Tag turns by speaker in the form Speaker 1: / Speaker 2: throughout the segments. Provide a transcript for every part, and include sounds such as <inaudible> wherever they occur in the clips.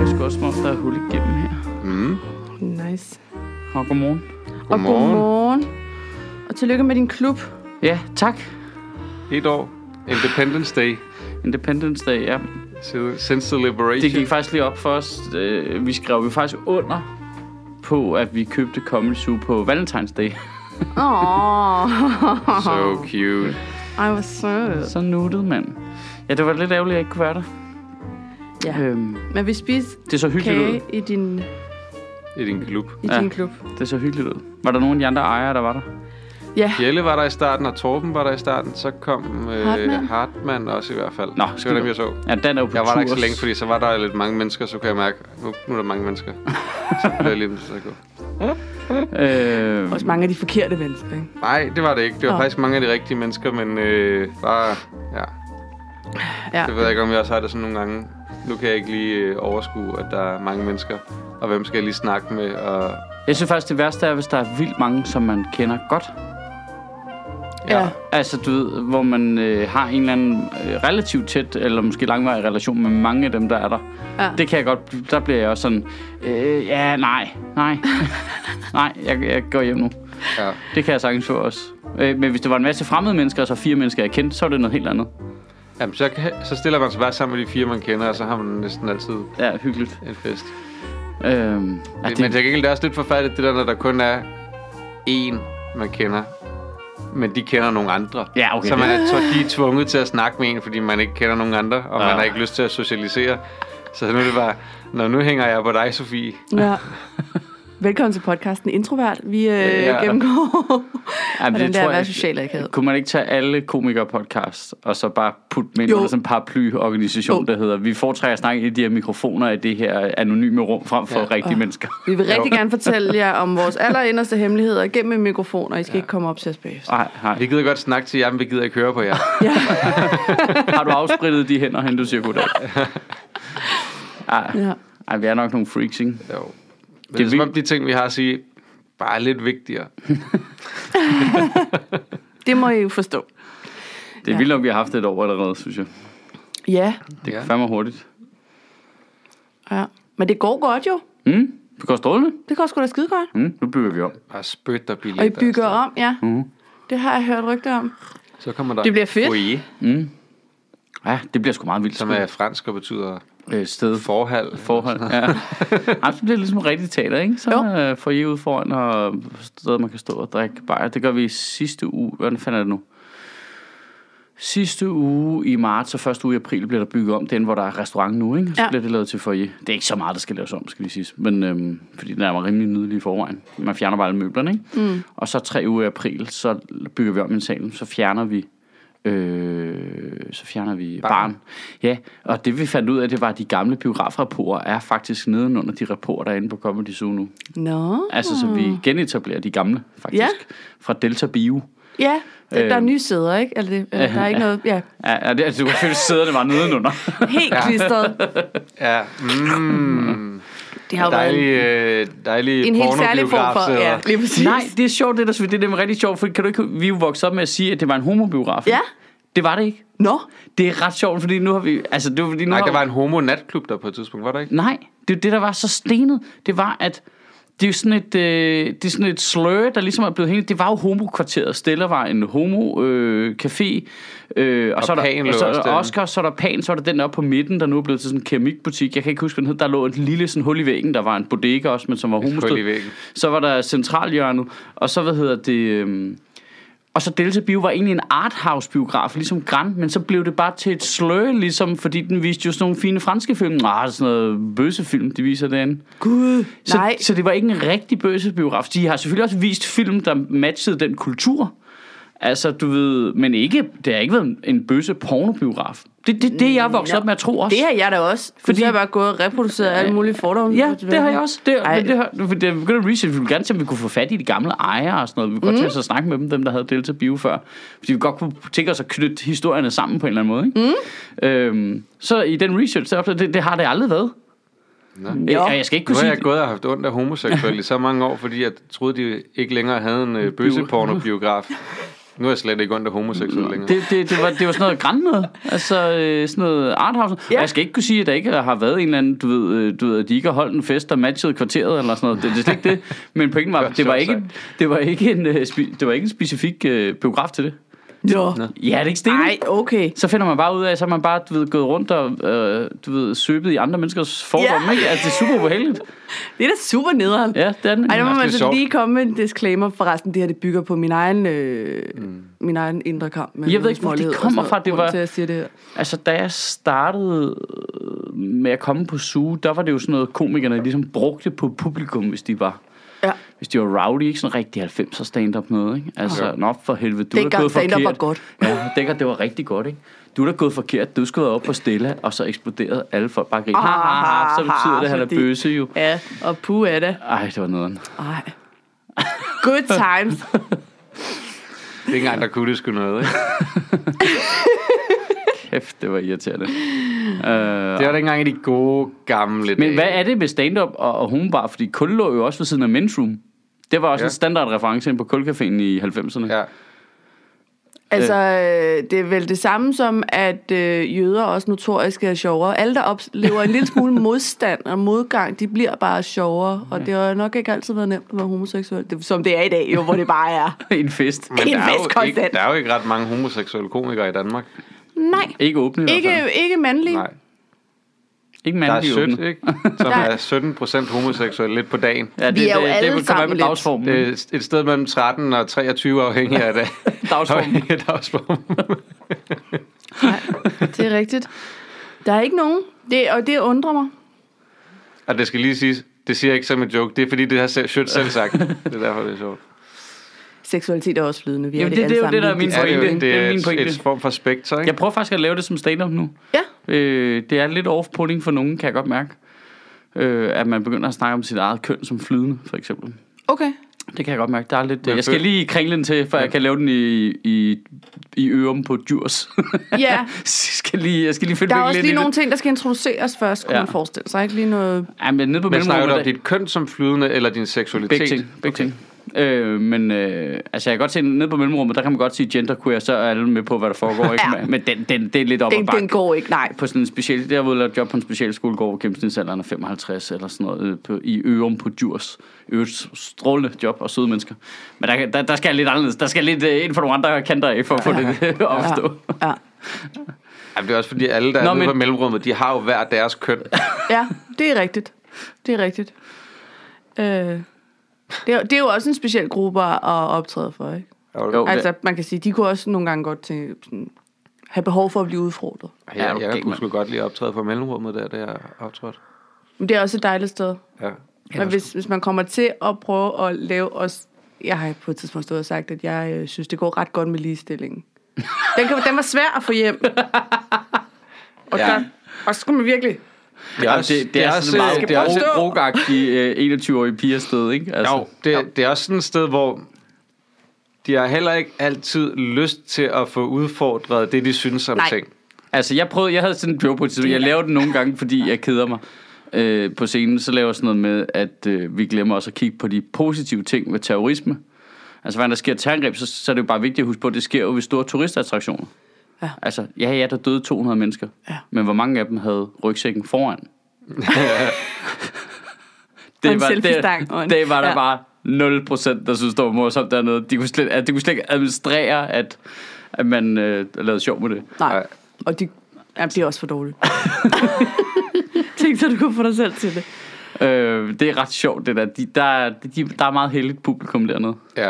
Speaker 1: der er hul igennem her.
Speaker 2: Mm.
Speaker 1: Nice.
Speaker 3: Og godmorgen.
Speaker 1: Og
Speaker 2: Godmorgen.
Speaker 1: godmorgen. Og tillykke med din klub.
Speaker 3: Ja, tak.
Speaker 2: Et år. Independence Day.
Speaker 3: Independence Day, ja.
Speaker 2: Siden- Since the liberation.
Speaker 3: Det gik faktisk lige op for os. Øh, Vi skrev jo faktisk under på, at vi købte Comedy Zoo på Valentine's Day.
Speaker 1: Åh,
Speaker 2: So cute.
Speaker 1: ej, hvor sødt.
Speaker 3: Så nuttet, mand. Ja, det var lidt ærgerligt, at jeg ikke kunne være der.
Speaker 1: Ja.
Speaker 3: Øhm,
Speaker 1: Men vi spiste
Speaker 3: det så hyggeligt ud.
Speaker 1: kage i din,
Speaker 2: I din klub.
Speaker 1: i
Speaker 3: Ja.
Speaker 1: din klub.
Speaker 3: Det så hyggeligt ud. Var der nogen af de andre ejere, der var der?
Speaker 1: Ja,
Speaker 2: Jelle var der i starten, og Torben var der i starten. Så kom øh,
Speaker 1: Hartmann.
Speaker 2: Hartmann også i hvert fald.
Speaker 3: Nå,
Speaker 2: det var dem, jeg så.
Speaker 3: Ja, Dan er jo på
Speaker 2: Jeg var
Speaker 3: tur
Speaker 2: der ikke så længe,
Speaker 3: også.
Speaker 2: fordi så var der lidt mange mennesker, så kunne jeg mærke, nu, nu er der mange mennesker. så blev jeg lige nødt til at gå.
Speaker 3: Øh,
Speaker 1: også mange af de forkerte mennesker, ikke?
Speaker 2: Nej, det var det ikke. Det var
Speaker 1: Nå.
Speaker 2: faktisk mange af de rigtige mennesker, men øh, bare, ja.
Speaker 1: Ja.
Speaker 2: Det ved jeg ikke, om jeg også har det sådan nogle gange. Nu kan jeg ikke lige øh, overskue, at der er mange mennesker. Og hvem skal jeg lige snakke med? Og,
Speaker 3: jeg synes faktisk, det værste er, hvis der er vildt mange, som man kender godt.
Speaker 1: Ja.
Speaker 3: Altså, du ved, hvor man øh, har en eller anden øh, relativt tæt, eller måske langvarig relation med mange af dem, der er der.
Speaker 1: Ja.
Speaker 3: Det kan jeg godt, der bliver jeg også sådan, øh, ja, nej,
Speaker 1: <laughs>
Speaker 3: nej, nej, jeg, jeg går hjem nu.
Speaker 2: ja.
Speaker 3: Det kan jeg sagtens få også. Øh, men hvis det var en masse fremmede mennesker, og så fire mennesker, jeg kendte, så er det noget helt andet.
Speaker 2: Jamen, så, kan, så stiller man sig bare sammen med de fire, man kender, og så har man næsten altid
Speaker 3: Ja, hyggeligt.
Speaker 2: en fest.
Speaker 3: Øh, ja, det,
Speaker 2: Ja, det... Men til gengæld er det også lidt forfærdeligt, det der, når der kun er én, man kender. Men de kender nogle andre.
Speaker 3: Ja, okay,
Speaker 2: Så man
Speaker 3: det-
Speaker 2: er, tror, de er tvunget til at snakke med en, fordi man ikke kender nogen andre, og ja.
Speaker 3: Ja.
Speaker 2: man har ikke lyst til at socialisere. Så nu er det bare, når nu hænger jeg på dig, Sofie.
Speaker 1: Ja. Velkommen til podcasten Introvert. Vi øh,
Speaker 2: Ja.
Speaker 1: ja. gennemgår,
Speaker 3: Jamen,
Speaker 1: hvordan det er at være
Speaker 3: jeg-
Speaker 1: socialt akavet.
Speaker 3: Kunne man ikke tage alle komikere-podcasts, og så bare putte dem ind
Speaker 1: Jo.
Speaker 3: under sådan en paraplyorganisation,
Speaker 1: Jo.
Speaker 3: der hedder, vi foretrækker at snakke i de her mikrofoner i det her anonyme rum, frem for
Speaker 2: Ja.
Speaker 3: ja. rigtige
Speaker 1: Åh.
Speaker 3: mennesker.
Speaker 1: Vi vil rigtig
Speaker 2: Jo.
Speaker 1: gerne fortælle jer om vores allerinderste hemmeligheder gennem mikrofoner. I skal ja. ikke komme op til os bagefter.
Speaker 3: Nej, nej.
Speaker 2: Vi gider godt snakke til jer, men vi gider ikke høre på
Speaker 3: <laughs>
Speaker 2: jer.
Speaker 1: Ja.
Speaker 3: Har du afsprittet de hænder, hen du siger goddag? Ej,
Speaker 1: ja.
Speaker 3: ej, vi er nok nogle freaks, ikke?
Speaker 2: Jo. Men det,
Speaker 3: Det
Speaker 2: er
Speaker 3: er
Speaker 2: som om
Speaker 3: vildt.
Speaker 2: de ting, vi har at sige, bare er lidt vigtigere.
Speaker 1: Det må I jo forstå.
Speaker 3: Det er
Speaker 1: Ja.
Speaker 3: vildt, om vi har haft det et år allerede, synes jeg.
Speaker 1: Ja.
Speaker 3: Det
Speaker 2: Ja.
Speaker 3: ja. fandme hurtigt.
Speaker 1: ja. Men det går godt jo.
Speaker 3: Mm, det går strålende.
Speaker 1: Det går sgu da skide godt.
Speaker 3: Mm, nu bygger vi om.
Speaker 2: Bare spyt og billetter.
Speaker 1: Og I bygger
Speaker 2: afsted.
Speaker 1: om, ja.
Speaker 3: Mhm.
Speaker 1: Det har jeg hørt rygter om.
Speaker 2: Så kommer der
Speaker 1: Det bliver fedt.
Speaker 2: Foyer,
Speaker 3: Mm. Ja, det bliver sgu meget vildt.
Speaker 2: som er fransk og betyder
Speaker 3: øh, sted for
Speaker 2: forhal.
Speaker 3: forhold. <laughs> Ja. Ej, så bliver det ligesom rigtigt teater, ikke? Så
Speaker 1: Jo.
Speaker 3: øh, får I ud foran, og steder, man kan stå og drikke bajer. Det gør vi sidste uge. Hvordan fanden er det nu? Sidste uge i marts og første uge i april bliver der bygget om den, hvor der er restaurant nu, ikke? Så
Speaker 1: Ja.
Speaker 3: ja. bliver det lavet til foyer. Det er ikke så meget, der skal laves om, skal lige sige. Men øhm, fordi den er rimelig nydelig i forvejen. Man fjerner bare alle møblerne, ikke? Mm. Og så tre uger i april, så bygger vi om i salen, så fjerner vi Øh, så fjerner vi barn. barn. Ja, og det vi fandt ud af, det var, at de gamle biografrapporter er faktisk nedenunder de rapporter inde på Comedy Zoo nu.
Speaker 1: Nå.
Speaker 3: Altså, så vi genetablerer de gamle, faktisk.
Speaker 1: Ja.
Speaker 3: Fra Delta Bio.
Speaker 1: Ja, der, der er
Speaker 3: Øhm.
Speaker 1: nye sæder, ikke? Eller det, eller der
Speaker 3: <laughs>
Speaker 1: er ikke noget... Ja.
Speaker 3: Ja, ja, det, altså, du kan føle, at sæderne var nedenunder.
Speaker 1: Helt klistret.
Speaker 2: Ja. Mm.
Speaker 1: Det har jo været
Speaker 2: Dejlig,
Speaker 1: en,
Speaker 2: øh, dejlig
Speaker 1: en helt særlig form for...
Speaker 2: pornobiografsæder.
Speaker 1: Ja, lige præcis.
Speaker 3: Nej, det er sjovt, det der, det er nemlig rigtig sjovt, for kan du ikke, vi er jo vokset op med at sige, at det var en homobiograf. ikke?
Speaker 1: Ja.
Speaker 3: Det var det ikke.
Speaker 1: Nå. det
Speaker 3: Det er ret sjovt, fordi nu har vi... Altså, det var, fordi nu
Speaker 2: Nej,
Speaker 3: har
Speaker 2: der var en homo-natklub der på et tidspunkt, var der ikke?
Speaker 3: Nej, det, er jo det der var så stenet, det var, at det er jo sådan et, øh, det er sådan et slør, der ligesom er blevet hængt. Det var jo homokvarteret. Stella var en homo øh, café. Øh, og,
Speaker 2: Og
Speaker 3: så er
Speaker 2: Pan
Speaker 3: der,
Speaker 2: lå
Speaker 3: og så er
Speaker 2: også
Speaker 3: der
Speaker 2: derinde.
Speaker 3: Oscar, så er der Pan, så er der den oppe på midten, der nu er blevet til sådan en keramikbutik. Jeg kan ikke huske, hvad den hed. Der lå et lille sådan hul i væggen. Der var en bodega også, men som var homostød.
Speaker 2: hul i væggen.
Speaker 3: Så var der centralhjørnet, og så, hvad hedder det... Øh, og så Delta Bio var egentlig en arthouse-biograf, ligesom Grand, men så blev det bare til et slør, ligesom, fordi den viste jo sådan nogle fine franske film. Ah, sådan noget bøsefilm, de viser derinde.
Speaker 1: Gud,
Speaker 3: Så,
Speaker 1: nej.
Speaker 3: så det var ikke en rigtig bøsebiograf. De har selvfølgelig også vist film, der matchede den kultur. Altså, du ved, men ikke, det har ikke været en bøse pornobiograf. Det, det, det er jeg vokset
Speaker 1: Nå,
Speaker 3: op med at tro også.
Speaker 1: Det har jeg da også. Fordi
Speaker 3: Fordi-
Speaker 1: jeg har bare gået og reproduceret alle mulige fordomme.
Speaker 3: Ja, det har jeg også. Det,
Speaker 1: Ej.
Speaker 3: men det, har, det er begyndt at research. Vi ville gerne se, om vi kunne få fat i de gamle ejere og sådan noget. Vi kunne mm. godt tænke os at snakke med dem, dem der havde Delta Bio før. Fordi vi godt kunne tænke os at knytte historierne sammen på en eller anden måde. Ikke? Mm. Øhm, så i den research, der, det, det har det aldrig været.
Speaker 2: Nå.
Speaker 3: Ja. Jeg, jeg skal ikke
Speaker 2: Nu
Speaker 3: kunne
Speaker 2: har
Speaker 3: sige...
Speaker 2: jeg gået og haft ondt af homoseksuelle i så mange år, fordi jeg troede, de ikke længere havde en øh, bøssepornobiograf. Nu er jeg slet ikke under homoseksuel længere.
Speaker 3: Det, det, det, var, det var sådan noget grænmøde, altså øh, sådan noget arthouse. Ja.
Speaker 1: Ja.
Speaker 3: Og jeg skal ikke kunne sige, at der ikke har været en eller anden, du ved, øh, du ved at de ikke har holdt en fest, der matchede kvarteret eller sådan noget. Det, det er slet ikke det. Men pointen
Speaker 2: <laughs>
Speaker 3: var, det var ikke, det var ikke, en, øh, spe, det var ikke en specifik øh, biograf til det.
Speaker 1: Nå.
Speaker 3: Ja, er det ikke stenet?
Speaker 1: Nej, okay.
Speaker 3: Så finder man bare ud af, så har man bare, du ved, gået rundt og, øh, du ved, søbet i andre menneskers fordomme,
Speaker 1: Ja.
Speaker 3: ja. ikke? Altså, det er super ubehageligt.
Speaker 1: Det er da super nederen.
Speaker 3: Ja, altså, det er den.
Speaker 1: Ej, der må
Speaker 2: det er
Speaker 1: man så
Speaker 2: sjovt.
Speaker 1: lige komme med en disclaimer forresten. Det her, det bygger på min egen, øh, min egen indre kamp. Med
Speaker 3: Mm. Jeg ved ikke, hvor det
Speaker 1: smålighed og
Speaker 3: kommer
Speaker 1: sådan
Speaker 3: fra. Det
Speaker 1: noget, grund
Speaker 3: var-
Speaker 1: Til at sige det her.
Speaker 3: Altså, da jeg startede øh, med at komme på suge, der var det jo sådan noget, komikerne ligesom brugte på publikum, hvis de var...
Speaker 1: Ja.
Speaker 3: Hvis de var rowdy, ikke sådan rigtig 90'er stand-up noget, ikke? Altså,
Speaker 2: Ja.
Speaker 3: ja. nå for helvede, du er da
Speaker 1: Dengang
Speaker 3: gået forkert.
Speaker 1: stand-up var godt.
Speaker 3: Ja, dengang det var rigtig godt, ikke? Du er da gået forkert, du skulle være oppe på stille, og så eksploderede alle folk bare grine. Ha, ha, ha, så betyder det, at han er
Speaker 1: Ah, fordi-
Speaker 3: bøse jo.
Speaker 1: Ja, og puh er det.
Speaker 3: Ej, det var nederen.
Speaker 1: Ej. Good
Speaker 3: <laughs>
Speaker 1: times.
Speaker 2: Det er ikke engang, der kunne det sgu noget, ikke?
Speaker 3: Kæft, det var irriterende. Øh,
Speaker 2: Det var da ikke engang i de gode gamle dage.
Speaker 3: Men hvad er det med stand-up og, og homobar? Fordi kul lå jo også ved siden af Men's Room. Det var også
Speaker 2: Ja.
Speaker 3: ja. en standardreference ind på kulcaféen i 90'erne. Ja.
Speaker 2: Ja.
Speaker 1: Altså, øh, det er vel det samme som, at øh, jøder også notorisk er sjovere. Alle, der oplever en lille
Speaker 3: <laughs>
Speaker 1: smule modstand og modgang, de bliver bare sjovere. Og det har nok ikke altid været nemt at være homoseksuel. Det, som det er i dag, jo, hvor det bare er.
Speaker 3: <laughs> <laughs> en fest.
Speaker 2: Men
Speaker 1: En
Speaker 2: der er, jo
Speaker 1: vestkonstant.
Speaker 2: ikke, der er jo ikke ret mange homoseksuelle komikere i Danmark.
Speaker 1: Nej,
Speaker 3: Ikke åbne i hvert fald.
Speaker 1: ikke, ikke mandlige.
Speaker 2: Nej.
Speaker 3: Ikke
Speaker 2: Der er
Speaker 3: mandlige
Speaker 2: sødt,
Speaker 3: åbne.
Speaker 2: ikke? Som
Speaker 1: Nej.
Speaker 2: er 17 procent homoseksuelle lidt på dagen.
Speaker 3: Ja, det,
Speaker 1: Vi er jo
Speaker 3: det,
Speaker 1: alle
Speaker 3: det, det kommer
Speaker 1: sammen
Speaker 3: af med
Speaker 1: lidt.
Speaker 3: dagsformen.
Speaker 2: Det er et sted mellem 13 og 23 afhængig af det.
Speaker 3: <laughs> dagsformen.
Speaker 2: Afhængig af dagsformen.
Speaker 1: Nej, det er rigtigt. Der er ikke nogen, det, og det undrer mig.
Speaker 2: Og det skal lige siges, det siger jeg ikke som en joke. Det er fordi, det har selv- Schødt selv sagt. Det er derfor, det er sjovt.
Speaker 1: Seksualitet er også flydende. Vi er
Speaker 3: Jamen, det-
Speaker 1: jo det,
Speaker 3: det er jo
Speaker 1: alle
Speaker 3: det, der er
Speaker 1: sammen
Speaker 3: <laughs> min
Speaker 1: lige-
Speaker 3: pointe.
Speaker 2: det, jo- det
Speaker 3: Det er
Speaker 2: er
Speaker 3: min
Speaker 2: et,
Speaker 3: pointe.
Speaker 2: et form for spekter, ikke?
Speaker 3: Jeg prøver faktisk at lave det som stand-up nu.
Speaker 1: Ja,
Speaker 3: Øh, det er lidt off-putting for nogen, kan jeg godt mærke. Øh, at man begynder at snakke om sit eget køn som flydende, for eksempel. <laughs>
Speaker 1: okay.
Speaker 3: Det kan jeg godt mærke. Der er lidt, øh,
Speaker 2: Men
Speaker 3: jeg skal
Speaker 2: føl-
Speaker 3: lige kringle den til, før jeg kan lave den i, i, i ørum på djurs. <laughs>
Speaker 1: Ja.
Speaker 3: jeg, skal lige, jeg skal lige finde
Speaker 1: Der er
Speaker 3: mig
Speaker 1: også
Speaker 3: lidt
Speaker 1: lige
Speaker 3: i
Speaker 1: nogle ting, der skal introduceres først, kunne
Speaker 3: Ja.
Speaker 1: ja. man forestille sig. Ikke lige noget...
Speaker 3: det. Ja, men nede på
Speaker 2: Men snakker du om
Speaker 3: mellemrummet,
Speaker 2: dit køn som flydende, eller din seksualitet?
Speaker 3: Begge ting, begge ting. Øh, men øh, altså jeg kan godt se, nede på mellemrummet, der kan man godt sige genderqueer, så er alle med på, hvad der foregår. Ikke?
Speaker 1: Ja.
Speaker 3: Men den, den, det er lidt op ad
Speaker 1: Den,
Speaker 3: bakke.
Speaker 1: den går ikke, nej.
Speaker 3: på sådan en speciel, jeg har været lavet job på en speciel skolegård, hvor gennemsnitsalderen er 55 eller sådan noget, øh, på, i Ørum på Djurs. Øvrigt strålende job og søde mennesker. Men der, der, der skal jeg lidt anderledes. Der skal lidt øh, ind for nogle andre kanter af, for at få det øh, op at stå.
Speaker 1: Ja.
Speaker 2: Jamen, det er også fordi, alle, der
Speaker 3: Nå,
Speaker 2: er nede
Speaker 3: men-
Speaker 2: på mellemrummet, de har jo hver deres
Speaker 3: <laughs>
Speaker 2: køn.
Speaker 1: ja, det er rigtigt. Det er rigtigt. Øh, det, er, det er jo også en speciel gruppe at optræde for, ikke?
Speaker 3: Jo,
Speaker 1: Altså, man kan sige, de kunne også nogle gange godt tænke, sådan, have behov for at blive udfordret.
Speaker 2: Ja,
Speaker 3: Ja,
Speaker 2: jeg,
Speaker 3: okay,
Speaker 2: jeg kunne
Speaker 3: mand.
Speaker 2: sgu godt lige optræde på mellemrummet, der det er optrådt.
Speaker 1: Men det er også et dejligt sted.
Speaker 2: Ja.
Speaker 1: Men hvis, hvis man kommer til at prøve at lave os... Jeg har på et tidspunkt stået og sagt, at jeg øh, synes, det går ret godt med
Speaker 2: <laughs>
Speaker 1: ligestillingen. Den, kan, den var svær at få hjem. Og,
Speaker 2: Ja.
Speaker 1: ja. der, og så skulle man virkelig...
Speaker 2: Det
Speaker 3: Jamen, det, det, det er, er sådan meget
Speaker 1: skal
Speaker 3: det er også
Speaker 1: forstå.
Speaker 3: et brugagtigt øh, 21-årig piger sted, ikke? Altså,
Speaker 2: Jo, det, det er også sådan et sted, hvor de har heller ikke altid lyst til at få udfordret det, de synes om
Speaker 1: Nej.
Speaker 2: ting.
Speaker 3: Altså, jeg prøvede, jeg havde sådan en joke på et tidspunkt. Jeg laver den nogle gange, fordi jeg keder mig. Øh, på scenen, så laver jeg sådan noget med, at øh, vi glemmer også at kigge på de positive ting ved terrorisme. Altså, hvad der sker et terrorangreb, så, så er det jo bare vigtigt at huske på, at det sker jo ved store turistattraktioner.
Speaker 1: Ja.
Speaker 3: Altså, ja, ja, der døde 200 mennesker.
Speaker 1: Ja.
Speaker 3: Men hvor mange af dem havde rygsækken
Speaker 1: <laughs>
Speaker 3: foran?
Speaker 1: Og en selfiestang og en-
Speaker 3: det, det var der
Speaker 1: Ja.
Speaker 3: bare 0%, der synes, det var morsomt dernede. De kunne slet, at de kunne slet ikke administrere, at, at man øh, lavede sjov med det.
Speaker 1: Nej.
Speaker 2: Nej.
Speaker 1: Og de, jamen, det er også for dårligt. <laughs> Tænk så, du kunne få dig selv til det.
Speaker 3: Øh, det er ret sjovt, det der. De, der, de, der er meget heldigt publikum dernede.
Speaker 2: Ja.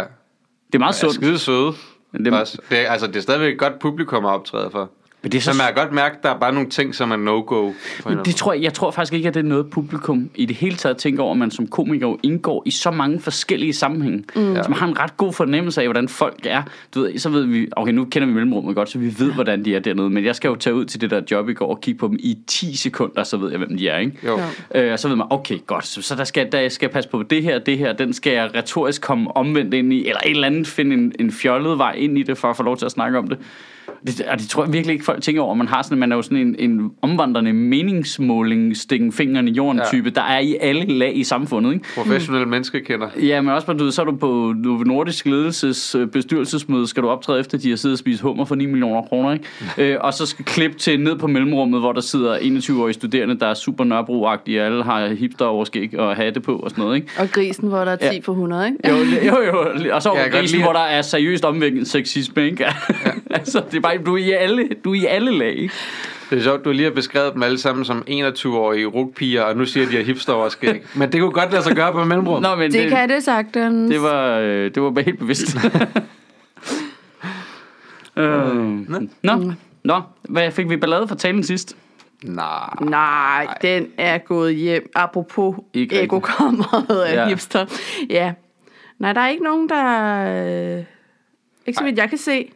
Speaker 3: Det er meget
Speaker 2: Så
Speaker 3: sundt.
Speaker 2: skide søde.
Speaker 3: Men det,
Speaker 2: Det, også. det, er- altså, det er stadigvæk et godt publikum at optræde for.
Speaker 3: men det er
Speaker 2: Så man
Speaker 3: så,
Speaker 2: kan godt mærke, at der er bare nogle ting, som er no-go. På en
Speaker 3: men det tror jeg, jeg tror faktisk ikke, at det er noget publikum i det hele taget tænker over, at man som komiker jo indgår i så mange forskellige sammenhænge. Mm. Så man har en ret god fornemmelse af, hvordan folk er. Du ved, så ved vi, okay, nu kender vi mellemrummet godt, så vi ved, hvordan de er dernede. Men jeg skal jo tage ud til det der job i går og kigge på dem i 10 sekunder, så ved jeg, hvem de er, ikke?
Speaker 2: Jo.
Speaker 1: Ja.
Speaker 3: Øh, og så ved man, okay, godt, så, så der skal, der skal jeg passe på det her, det her, den skal jeg retorisk komme omvendt ind i, eller et eller andet, finde en, en fjollet vej ind i det, for at få lov til at snakke om det. Det, og det tror jeg virkelig ikke, folk tænker over. Man, har sådan, man er jo sådan en, en omvandrende meningsmåling, stikken fingrene i jorden
Speaker 2: Ja.
Speaker 3: type, der er i alle lag i samfundet. Ikke? Mm.
Speaker 2: Professionelle menneskekender.
Speaker 3: Ja, men også bare, du ved, så er du på du, nordisk ledelses øh, bestyrelsesmøde, skal du optræde efter, de har siddet og spist hummer for 9 millioner kroner,
Speaker 2: <laughs>
Speaker 3: ikke? øh, og så skal klip til ned på mellemrummet, hvor der sidder 21-årige studerende, der er super nørbroagtige, og alle har hipster overskæg og hatte på og sådan noget,
Speaker 2: <laughs>
Speaker 3: ikke?
Speaker 1: Og grisen, hvor der er 10
Speaker 3: Ja.
Speaker 1: ja. for 100, ikke?
Speaker 3: Jo, jo, jo. Og så
Speaker 2: Jeg
Speaker 3: over
Speaker 2: kan godt
Speaker 3: grisen,
Speaker 2: lide-
Speaker 3: hvor der er seriøst omvendt sexisme, ikke? <laughs> altså, det er bare, du er i alle, du er i alle lag, ikke?
Speaker 2: Det er sjovt, du lige har beskrevet dem alle sammen som 21-årige rugpiger, og nu siger de, at hipster over skæg.
Speaker 3: <laughs>
Speaker 2: Men det kunne godt lade sig gøre på mellemrum.
Speaker 3: Nå, men
Speaker 1: Det, det kan det sagtens.
Speaker 3: Det var, øh, det var bare helt
Speaker 2: <laughs>
Speaker 3: bevidst. øh, nå. nå, hvad fik vi ballade for talen sidst?
Speaker 2: Nej.
Speaker 1: Nej, den er gået hjem. Apropos
Speaker 3: Ikke rigtigt.
Speaker 1: ekokammeret af
Speaker 3: Ja.
Speaker 1: ja. hipster. Ja. Nej, der er ikke nogen, der... øh, Ikke så vidt jeg kan se.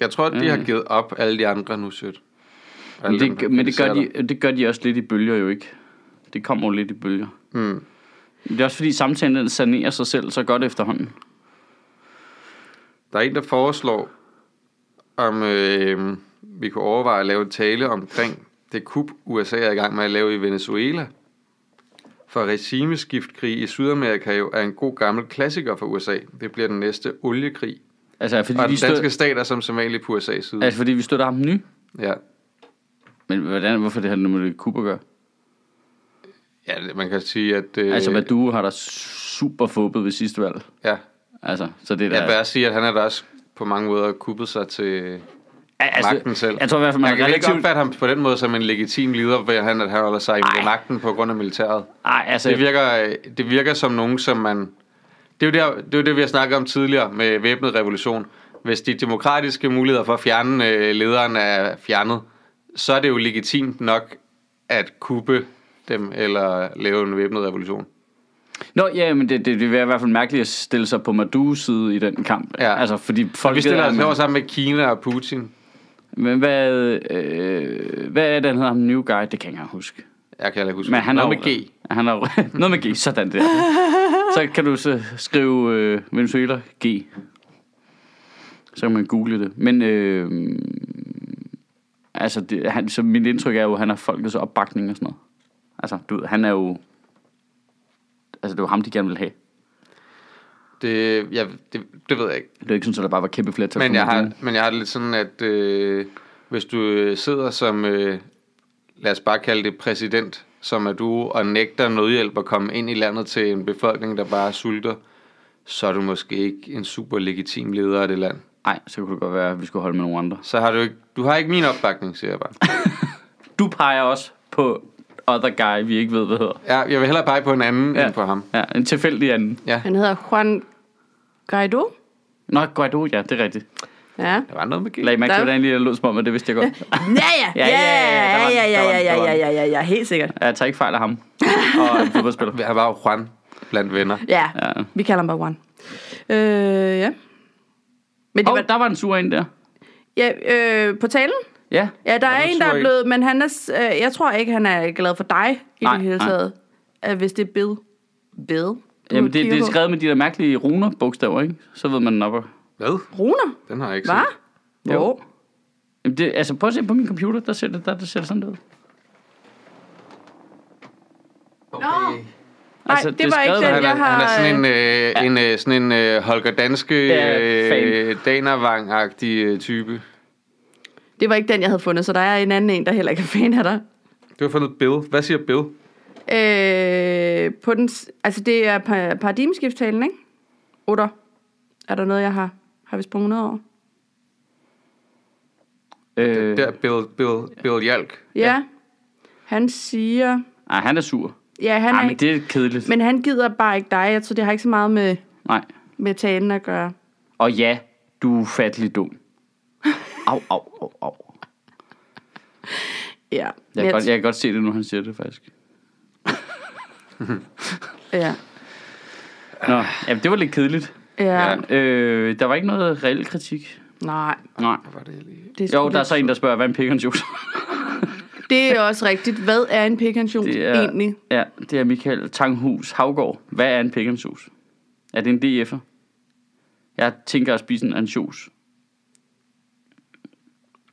Speaker 2: Jeg tror, de har givet op alle de andre nu, sødt. Alle
Speaker 3: Mm. Men
Speaker 2: dem, der
Speaker 3: det, men det, gør
Speaker 2: kritiserer
Speaker 3: de, det gør de også lidt i bølger jo ikke. Det kommer jo lidt i bølger.
Speaker 2: dig. Mm.
Speaker 3: Det er også fordi samtalen den sanerer sig selv så godt efterhånden.
Speaker 2: Der er en, der foreslår, om øh, vi kunne overveje at lave en tale omkring det kup, USA er i gang med at lave i Venezuela. For regimeskiftkrig i Sydamerika jo er en god gammel klassiker for USA. Det bliver den næste oliekrig.
Speaker 3: Altså fordi,
Speaker 2: Og
Speaker 3: vi,
Speaker 2: den danske
Speaker 3: støt,
Speaker 2: stat er som somali på USA's side.
Speaker 3: altså, fordi vi støtter ham ny.
Speaker 2: Ja.
Speaker 3: Men hvordan, hvorfor det her nu med Kuba gør?
Speaker 2: ja, det- man kan sige, at... Øh,
Speaker 3: Altså Maduro har der super fubbet ved sidste valg.
Speaker 2: Ja,
Speaker 3: Altså, så det der...
Speaker 2: jeg vil bare sige, at han er da også på mange måder kuppet sig til
Speaker 3: altså,
Speaker 2: magten selv.
Speaker 3: Jeg tror i hvert fald, man
Speaker 2: Man
Speaker 3: er
Speaker 2: kan ikke
Speaker 3: relativt...
Speaker 2: opfatte ham på den måde som en legitim leder, ved han, at han holder sig
Speaker 3: Ej.
Speaker 2: i magten på grund af militæret.
Speaker 3: Ej, altså,
Speaker 2: Det virker, øh, det virker som nogen, som man... Det er jo der, det, er jo det vi har snakket om tidligere med væbnet revolution. Hvis de demokratiske muligheder for at fjerne øh, lederen er fjernet, så er det jo legitimt nok at kuppe dem eller lave en væbnet revolution.
Speaker 3: Nå, ja, men det, det, det vil i hvert fald mærkeligt at stille sig på Madus side i den kamp.
Speaker 2: Ja.
Speaker 3: Altså, fordi folk...
Speaker 2: Vi stiller
Speaker 3: ved,
Speaker 2: os
Speaker 3: at-
Speaker 2: over sammen med Kina og Putin.
Speaker 3: Men hvad, øh, hvad er den hedder ham New Guy? Det kan jeg ikke engang huske.
Speaker 2: Jeg kan heller ikke huske.
Speaker 3: Men han
Speaker 2: Noget
Speaker 3: er, jo-
Speaker 2: med G.
Speaker 3: Han er, jo- <laughs> noget med G, sådan der. Så kan du så skrive øh, Venezuela G. Så kan man google det. Men øh, altså, det, han, så mit indtryk er jo, at han har folkets opbakning og sådan noget. Altså, du ved, han er jo... Altså, det var ham, de gerne ville have.
Speaker 2: Det, ja, det, det ved jeg ikke.
Speaker 3: Det er jo ikke sådan, at der bare var kæmpe flertal.
Speaker 2: Men
Speaker 3: for
Speaker 2: jeg, har,
Speaker 3: Maduro.
Speaker 2: men jeg har det lidt sådan, at øh, hvis du øh, sidder som, øh, lad os bare kalde det præsident, som er du, og nægter nødhjælp at komme ind i landet til en befolkning, der bare sulter, så er du måske ikke en super legitim leder af det land.
Speaker 3: Nej, så kunne det godt være, at vi skulle holde med nogle andre.
Speaker 2: Så har du ikke, du har ikke min opbakning, siger jeg bare.
Speaker 3: Du peger også på other guy, vi ikke ved, hvad hedder.
Speaker 2: Ja, jeg vil hellere pege på en anden ja. end på ham.
Speaker 3: Ja, en tilfældig anden.
Speaker 2: Ja,
Speaker 1: Han hedder Juan Guaido.
Speaker 3: Nå, Guaido, ja, det er rigtigt.
Speaker 1: Ja.
Speaker 2: der var noget med G.
Speaker 3: Lag mærke til,
Speaker 1: Der-
Speaker 3: hvordan lige lød som om, at det vidste jeg
Speaker 1: <laughs>
Speaker 3: godt.
Speaker 1: Ja,
Speaker 3: Ja,
Speaker 1: ja, ja,
Speaker 3: ja, ja,
Speaker 1: ja,
Speaker 3: ja,
Speaker 1: ja,
Speaker 3: der var
Speaker 1: ja,
Speaker 3: den, der var den,
Speaker 1: ja,
Speaker 3: der var
Speaker 1: ja, ja, ja, ja, helt sikkert.
Speaker 3: Jeg tager ikke fejl af ham. Og en fodboldspiller.
Speaker 2: Han var jo Juan blandt venner.
Speaker 1: Ja,
Speaker 3: Ja.
Speaker 1: vi kalder ham bare One. Øh, ja. Men det
Speaker 3: Åh, oh,
Speaker 1: var,
Speaker 3: der var en sur en der.
Speaker 1: ja, øh, på talen?
Speaker 3: Ja.
Speaker 1: Ja, der er,
Speaker 2: du
Speaker 1: en, der
Speaker 2: sur
Speaker 1: er
Speaker 2: i?
Speaker 1: blevet, men han er, s- øh, jeg tror ikke, han er glad for dig i
Speaker 3: Nej,
Speaker 1: det hele
Speaker 3: nej.
Speaker 1: taget. Øh, hvis det er Bill. Bill? Du
Speaker 3: Jamen, det, det
Speaker 1: kigger
Speaker 3: er
Speaker 1: på.
Speaker 3: skrevet med de der mærkelige runer bogstaver, ikke? Så ved man den opper.
Speaker 2: Hvad?
Speaker 1: Runer?
Speaker 2: Den har jeg ikke
Speaker 1: Hva?
Speaker 2: set.
Speaker 3: Jo. Jamen, det, altså, prøv at se på min computer, der ser det, der, der ser det sådan der ud. Altså,
Speaker 2: Okay.
Speaker 1: Nej,
Speaker 3: Altså,
Speaker 1: det,
Speaker 3: det er
Speaker 1: var ikke
Speaker 3: skrevet,
Speaker 1: den,
Speaker 3: men
Speaker 2: Han
Speaker 1: jeg
Speaker 2: er,
Speaker 1: har...
Speaker 2: han er sådan en, øh, en, øh, sådan en øh, Holger Danske
Speaker 3: Ja, fan.
Speaker 2: øh, Danervang-agtig øh, type.
Speaker 1: Det var ikke den, jeg havde fundet, så der er en anden en, der heller ikke er fan af dig.
Speaker 2: Du har fundet Bill. Hvad siger Bill?
Speaker 1: Øh, på den, s- altså, det er pa- paradigmeskifttalen, ikke? Otter. Er der noget, jeg har, har vi sprunget noget over?
Speaker 3: Øh,
Speaker 2: Der er Bill, Bill, Bill Hjalk.
Speaker 1: Ja. ja. Han siger...
Speaker 3: ej, han er sur.
Speaker 1: Ja, han
Speaker 3: Han
Speaker 1: Ej, er
Speaker 3: ej, men
Speaker 1: ikke, det...
Speaker 3: det er kedeligt. Men...
Speaker 1: men han gider bare ikke dig. Jeg tror, det har ikke så meget med,
Speaker 3: Nej.
Speaker 1: med talen at gøre.
Speaker 3: Og ja, du er ufattelig dum. Au, au, au, au.
Speaker 1: Ja.
Speaker 3: Jeg
Speaker 1: Men
Speaker 3: kan, godt, jeg kan godt se det nu, han siger det faktisk.
Speaker 1: Ja.
Speaker 3: Nå, jamen, det var lidt kedeligt.
Speaker 1: Ja.
Speaker 2: Ja.
Speaker 1: ja.
Speaker 3: Øh, der var ikke noget reel kritik.
Speaker 1: Nej.
Speaker 3: Nej.
Speaker 2: Hvad var det lige?
Speaker 1: Det er
Speaker 3: Jo,
Speaker 1: sgu
Speaker 3: der er
Speaker 1: lidt-
Speaker 3: så en, der spørger, hvad er en
Speaker 1: <laughs>
Speaker 3: pekanjus?
Speaker 1: Det er også rigtigt. Hvad er en pekantion
Speaker 3: Det er,
Speaker 1: egentlig?
Speaker 3: Ja, det er Michael Tanghus Havgård. Hvad er en pekanjus? Er det en DF'er? Jeg tænker at spise en ansjos.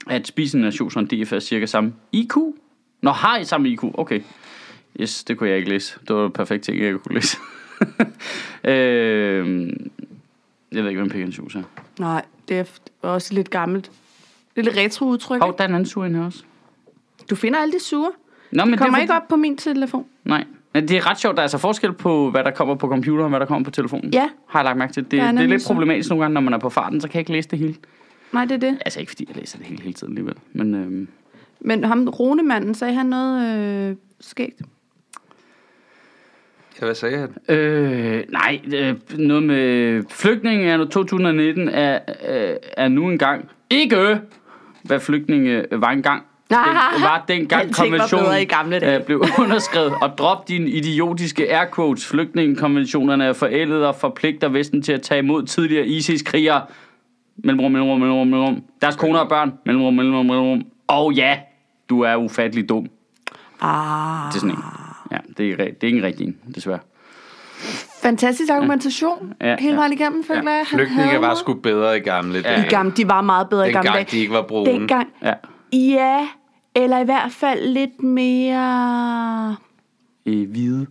Speaker 3: at spisende nation som DF er cirka samme IQ. Nå, har I samme IQ? Okay. Yes, det kunne jeg ikke læse. Det var en perfekt ting, jeg ikke kunne læse. <laughs> øh, jeg ved ikke, hvem Pekan Sjus er.
Speaker 1: Nej, det er f- også lidt gammelt. Det er lidt retroudtryk.
Speaker 3: Hov, der er en anden sur inde her også.
Speaker 1: Du finder alle de sure.
Speaker 3: Nå,
Speaker 1: Det kommer
Speaker 3: er
Speaker 1: ikke op på min telefon.
Speaker 3: Nej. Men det er ret sjovt, der er altså forskel på, hvad der kommer på computeren og hvad der kommer på telefonen.
Speaker 1: Ja.
Speaker 3: Har jeg lagt mærke til. Det,
Speaker 1: Der er
Speaker 3: det er
Speaker 1: nemlig
Speaker 3: lidt
Speaker 1: så.
Speaker 3: problematisk nogle gange, når man er på farten, så kan jeg ikke læse det hele.
Speaker 1: Nej, det er det.
Speaker 3: Altså ikke fordi jeg læser det hele, hele tiden alligevel. Men øhm,
Speaker 1: Men ham, Ronemanden, sagde han noget øh, skægt?
Speaker 2: Ja, hvad sagde han?
Speaker 3: øh, nej, øh, noget med flygtninge er nu 2019 er, øh, er nu engang ikke, hvad flygtninge var engang. Den, var dengang
Speaker 1: Alting var
Speaker 3: konventionen
Speaker 1: bedre i gamle dage.
Speaker 3: øh, blev <laughs> underskrevet. Og drop dine idiotiske air quotes. Flygtningekonventionerne er forældet og forpligter Vesten til at tage imod tidligere ISIS-krigere. Mellemrum, mellemrum, mellemrum, mellemrum. Deres koner og børn. Mellemrum, mellemrum, mellemrum. Og ja, du er ufattelig dum.
Speaker 1: Ah.
Speaker 3: Det er sådan en. Ja, det er, re- det er ikke en rigtig en, desværre.
Speaker 1: Fantastisk argumentation.
Speaker 3: Ja,
Speaker 1: Ja, Hele
Speaker 3: ja.
Speaker 1: vejen igennem, føler jeg. Han
Speaker 2: Flygtninge
Speaker 1: havde
Speaker 2: var
Speaker 1: noget.
Speaker 2: sgu bedre i gamle dage.
Speaker 1: I gamle, de var meget bedre i
Speaker 2: Dengang
Speaker 1: gamle dage.
Speaker 2: de ikke var brune.
Speaker 1: Dengang,
Speaker 3: Ja.
Speaker 1: ja, eller i hvert fald lidt mere...
Speaker 3: Øh, hvide.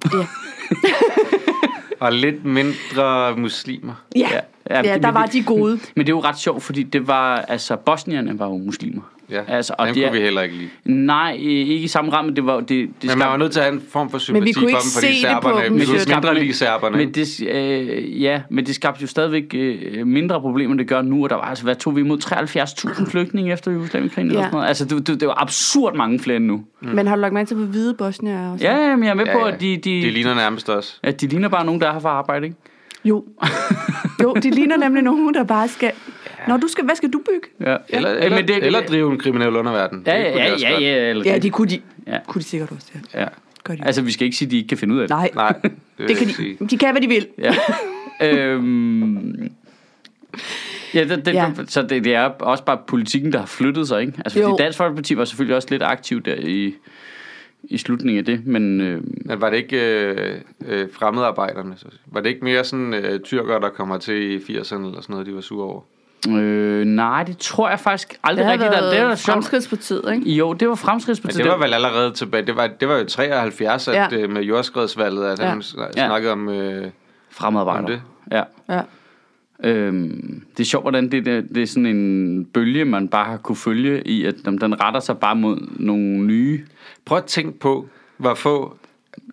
Speaker 2: Og lidt mindre muslimer.
Speaker 1: Ja,
Speaker 3: Ja.
Speaker 1: ja,
Speaker 3: Ja,
Speaker 1: ja,
Speaker 3: det-
Speaker 1: der
Speaker 3: det-
Speaker 1: var de gode.
Speaker 3: Men det er jo ret sjovt, fordi det var, altså, bosnierne var jo muslimer.
Speaker 2: Ja,
Speaker 3: altså,
Speaker 2: og dem
Speaker 3: det
Speaker 2: kunne
Speaker 3: er,
Speaker 2: vi heller ikke lide.
Speaker 3: Nej, øh, ikke i samme ramme, det var det, det
Speaker 2: Men man var nødt til at have en form for sympati for
Speaker 1: kunne
Speaker 2: dem,
Speaker 1: ikke
Speaker 2: fordi
Speaker 1: se det på
Speaker 2: serberne,
Speaker 1: dem.
Speaker 2: vi
Speaker 1: Men
Speaker 2: kunne
Speaker 1: det
Speaker 2: mindre lige serberne.
Speaker 3: Men det, øh, ja, men det skabte jo stadigvæk øh, mindre problemer, det gør nu, og der var altså, hvad tog vi imod
Speaker 2: <clears throat>
Speaker 3: 73.000 flygtninge efter Jugoslavienkrigen eller
Speaker 1: Ja.
Speaker 3: sådan noget? Altså, det, det, det var absurd mange flere end nu.
Speaker 1: Mm. Men har du lagt mærke til, hvor hvide Bosnien er også?
Speaker 3: Ja, ja, men jeg er med ja,
Speaker 2: Ja,
Speaker 3: på,
Speaker 2: ja.
Speaker 3: at de, de,
Speaker 2: de ligner nærmest os.
Speaker 3: at de ligner bare nogen, der er her for arbejde, ikke? <laughs>
Speaker 1: Jo. jo, de ligner nemlig nogen, der bare skal... Når du skal, hvad skal du bygge?
Speaker 3: Ja.
Speaker 2: Eller,
Speaker 3: Ja,
Speaker 2: eller,
Speaker 3: men det,
Speaker 2: eller drive en kriminel underverden.
Speaker 3: Ja,
Speaker 2: Det kunne de
Speaker 3: ja,
Speaker 2: også
Speaker 3: ja,
Speaker 2: godt.
Speaker 3: ja, eller,
Speaker 1: Ja, de kunne de,
Speaker 3: Ja.
Speaker 1: ja. kunne de sikkert også. Ja.
Speaker 3: ja.
Speaker 1: Gør de. Altså,
Speaker 3: Altså, vi skal ikke sige, at de ikke kan finde ud af det.
Speaker 1: Nej,
Speaker 3: <laughs>
Speaker 2: Nej, det, vil
Speaker 1: det
Speaker 2: jeg
Speaker 1: kan
Speaker 2: ikke sige.
Speaker 1: de. De kan, hvad de vil.
Speaker 3: Ja. øhm, ja, det, det, ja.
Speaker 1: Ja.
Speaker 3: Så det, det er også bare politikken, der har flyttet sig, ikke? Altså, fordi
Speaker 1: Jo.
Speaker 3: Dansk Folkeparti var selvfølgelig også lidt aktiv der i, i slutningen af det, men øh,
Speaker 2: Men var det ikke øh, øh, fremmedarbejderne? så at sige? Var det ikke mere sådan øh, tyrker, der kommer til i 80'erne eller sådan noget, de var sure over?
Speaker 3: øh, nej, det tror jeg faktisk aldrig rigtigt. Der, det var sjovt.
Speaker 1: fremskridtspartiet, ikke?
Speaker 3: Jo, det var
Speaker 2: Men
Speaker 3: fremskridtspartiet.
Speaker 2: det var vel allerede tilbage. Det var, det var jo 73 at,
Speaker 1: Ja.
Speaker 2: ja. med jordskredsvalget, at
Speaker 1: Ja.
Speaker 2: han sn- snakkede om... Øh,
Speaker 3: fremadarbejder.
Speaker 2: Om det?
Speaker 3: Ja.
Speaker 1: Ja.
Speaker 3: Øhm, det er sjovt, hvordan det, det, det er sådan en bølge, man bare har kunne følge i, at jamen, den retter sig bare mod nogle nye.
Speaker 2: prøv at tænke på, hvor få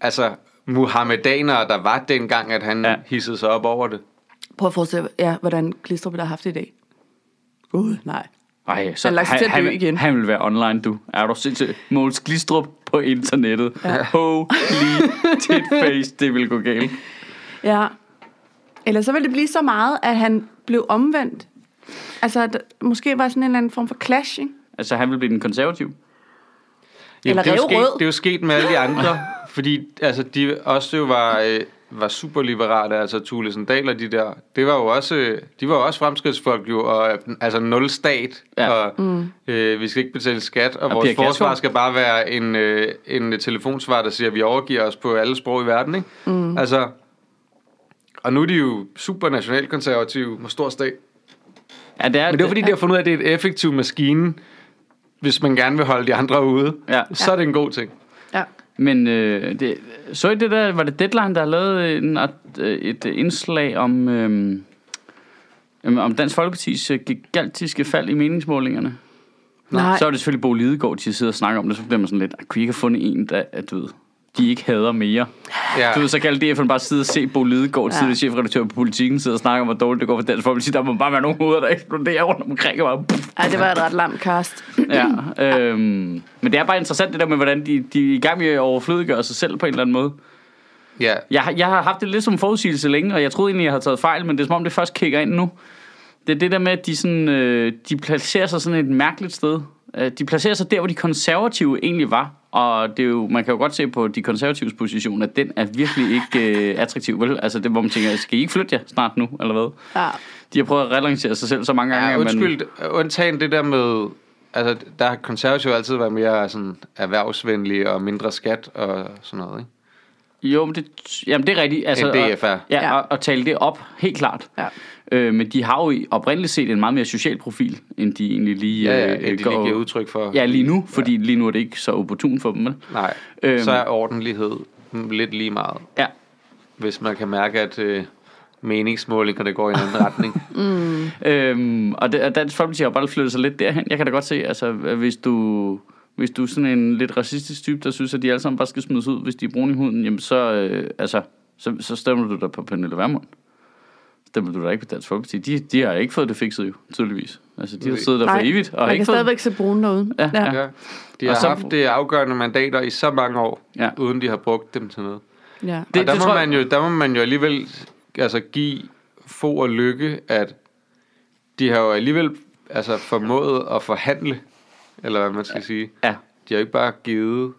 Speaker 2: altså, muhammedanere der var dengang, at han
Speaker 3: Ja.
Speaker 2: ja. hissede sig op over det.
Speaker 1: Prøv at forestille dig, ja, hvordan Glistrup har haft det i dag. Gud, nej.
Speaker 3: Ej, så
Speaker 1: Han lagde sig til at
Speaker 3: han,
Speaker 1: dø igen.
Speaker 3: Han vil være online, du. Er du sindssygt? Måls Glistrup på internettet. Ja. Holy tit face, det vil gå galt.
Speaker 1: Ja. Eller så ville det blive så meget, at han blev omvendt. Altså, at der måske var sådan en eller anden form for clash, ikke?
Speaker 3: Altså, han vil blive den konservative.
Speaker 1: Eller
Speaker 2: det, er jo sket,
Speaker 1: ræverød.
Speaker 2: det er jo sket med alle de <laughs> andre, fordi altså, de også jo var, øh, var superliberale, altså Thule Sandal og de der. Det var jo også, øh, de var jo også fremskridtsfolk jo, og øh, altså nul stat,
Speaker 3: Ja.
Speaker 2: ja. og mm. øh, vi skal ikke betale skat, og, og
Speaker 3: Pia
Speaker 2: vores
Speaker 3: Kjærsgaard.
Speaker 2: forsvar skal bare være en, øh, en telefonsvar, der siger, at vi overgiver os på alle sprog i verden, ikke? Mm. Altså, og nu er de jo super nationalkonservative med stor stat.
Speaker 3: Ja, det er,
Speaker 2: Men det er jo fordi, de har fundet ud af, at det er et effektivt maskine, hvis man gerne vil holde de andre ude.
Speaker 3: Ja.
Speaker 2: Så er det en god ting.
Speaker 1: Ja.
Speaker 3: Men øh, det, så I det der, var det Deadline, der lavede en, art- øh, et indslag om, øh, om Dansk Folkeparti's øh, gigantiske fald i meningsmålingerne?
Speaker 1: Nej.
Speaker 3: Så er det selvfølgelig Bo Lidegaard, de sidder og snakker om det, så bliver man sådan lidt, "Ej, kunne I ikke have fundet en, der, at, du ved, de ikke hader mere?
Speaker 2: Ja.
Speaker 3: Du ved, så kan DF'en bare sidde og se Bo Lidegaard, ja.
Speaker 1: Ja.
Speaker 3: tidligere chefredaktør på Politiken, sidde og snakke om, hvor dårligt det går for Dansk Folkeparti. Der må bare være nogle hoveder, der eksploderer rundt omkring. Og bare,
Speaker 1: Ej, det var et ret lamt cast.
Speaker 3: ja, øhm, men det er bare interessant det der med, hvordan de, de er i gang med at overflødiggøre sig selv på en eller anden måde.
Speaker 2: Ja.
Speaker 3: Jeg, har- jeg har haft det lidt som forudsigelse længe, og jeg troede egentlig, jeg havde taget fejl, men det er som om, det først kigger ind nu. Det er det der med, at de, sådan, øh, de placerer sig sådan et mærkeligt sted. Øh, De placerer sig der, hvor de konservative egentlig var. Og det er jo, man kan jo godt se på de konservatives position, at den er virkelig ikke øh, attraktiv, vel? Altså det, hvor man tænker, skal I ikke flytte jer snart nu, eller hvad?
Speaker 1: Ja.
Speaker 3: De har prøvet at relancere sig selv så mange gange.
Speaker 2: Ja,
Speaker 3: at man-
Speaker 2: undskyld, undtagen det der med, altså der har konservative altid været mere sådan erhvervsvenlige og mindre skat og sådan noget, ikke?
Speaker 3: Jo, men det, jamen det er rigtigt. Altså,
Speaker 2: En DF er.
Speaker 3: Og, ja,
Speaker 1: Ja.
Speaker 3: Og, og tale det op, helt klart.
Speaker 1: Ja.
Speaker 3: Øh, men de har jo i- oprindeligt set en meget mere social profil, end de egentlig lige,
Speaker 2: Ja, ja,
Speaker 3: øh,
Speaker 2: end de lige giver udtryk for.
Speaker 3: Ja, lige nu, fordi lige nu er det ikke så opportun for dem. Vel?
Speaker 2: Nej,
Speaker 3: Øhm.
Speaker 2: øhm. så er ordentlighed lidt lige meget.
Speaker 3: Ja,
Speaker 2: Hvis man kan mærke, at øh, meningsmålingerne går i
Speaker 3: <laughs>
Speaker 2: en anden retning.
Speaker 3: Øhm, og, det, og Dansk Folkeparti har bare flyttet sig lidt derhen. Jeg kan da godt se, altså, hvis du, hvis du er sådan en lidt racistisk type, der synes, at de alle sammen bare skal smides ud, hvis de er brune i huden, jamen så, øh, altså, så, så stemmer du da på Pernille Vermund. Stemmer du da ikke på Dansk Folkeparti. De, de har ikke fået det fikset jo, tydeligvis. Altså, de har
Speaker 2: Nej.
Speaker 3: siddet der for evigt og har
Speaker 1: man kan
Speaker 3: ikke fået...
Speaker 1: stadigvæk se brune derude.
Speaker 3: Ja, ja.
Speaker 2: ja. De har
Speaker 3: Og så-
Speaker 2: haft det afgørende mandater i så mange år,
Speaker 3: Ja.
Speaker 2: ja. uden de har brugt dem til noget.
Speaker 1: ja.
Speaker 3: Det-
Speaker 2: Det, og der,
Speaker 3: det
Speaker 2: må
Speaker 3: tror jeg-
Speaker 2: man jo, der må man jo alligevel altså, give få og lykke, at de har jo alligevel altså, formået at forhandle, eller hvad man skal sige.
Speaker 3: Ja.
Speaker 2: De har jo ikke bare givet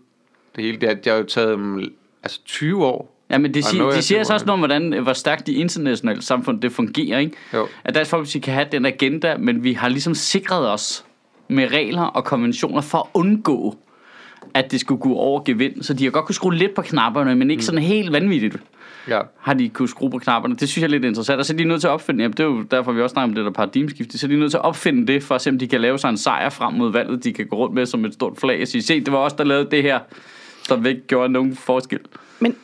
Speaker 2: det hele. Det har, det har jo taget dem altså, 20 år.
Speaker 3: Ja, men det
Speaker 2: Og
Speaker 3: siger,
Speaker 2: noget
Speaker 3: de
Speaker 2: af
Speaker 3: siger
Speaker 2: det
Speaker 3: altså
Speaker 2: var-
Speaker 3: også noget om, hvordan, hvor stærkt de internationale samfund det fungerer. Ikke?
Speaker 2: Jo.
Speaker 3: At Dansk Folkeparti kan have den agenda, men vi har ligesom sikret os med regler og konventioner for at undgå, at det skulle gå over gevind. Så de har godt kunne skrue lidt på knapperne, men
Speaker 2: Mm.
Speaker 3: ikke sådan helt vanvittigt
Speaker 2: Ja.
Speaker 3: har de kunne skrue på knapperne. Det synes jeg er lidt interessant. Og så er de nødt til at opfinde, jamen det er jo derfor, vi også snakker om det der paradigmeskifte, så er de nødt til at opfinde det, for at se, om de kan lave sig en sejr frem mod valget, de kan gå rundt med som et stort flag og sige, se, det var os, der lavede det her, som ikke gjorde nogen forskel.
Speaker 1: Men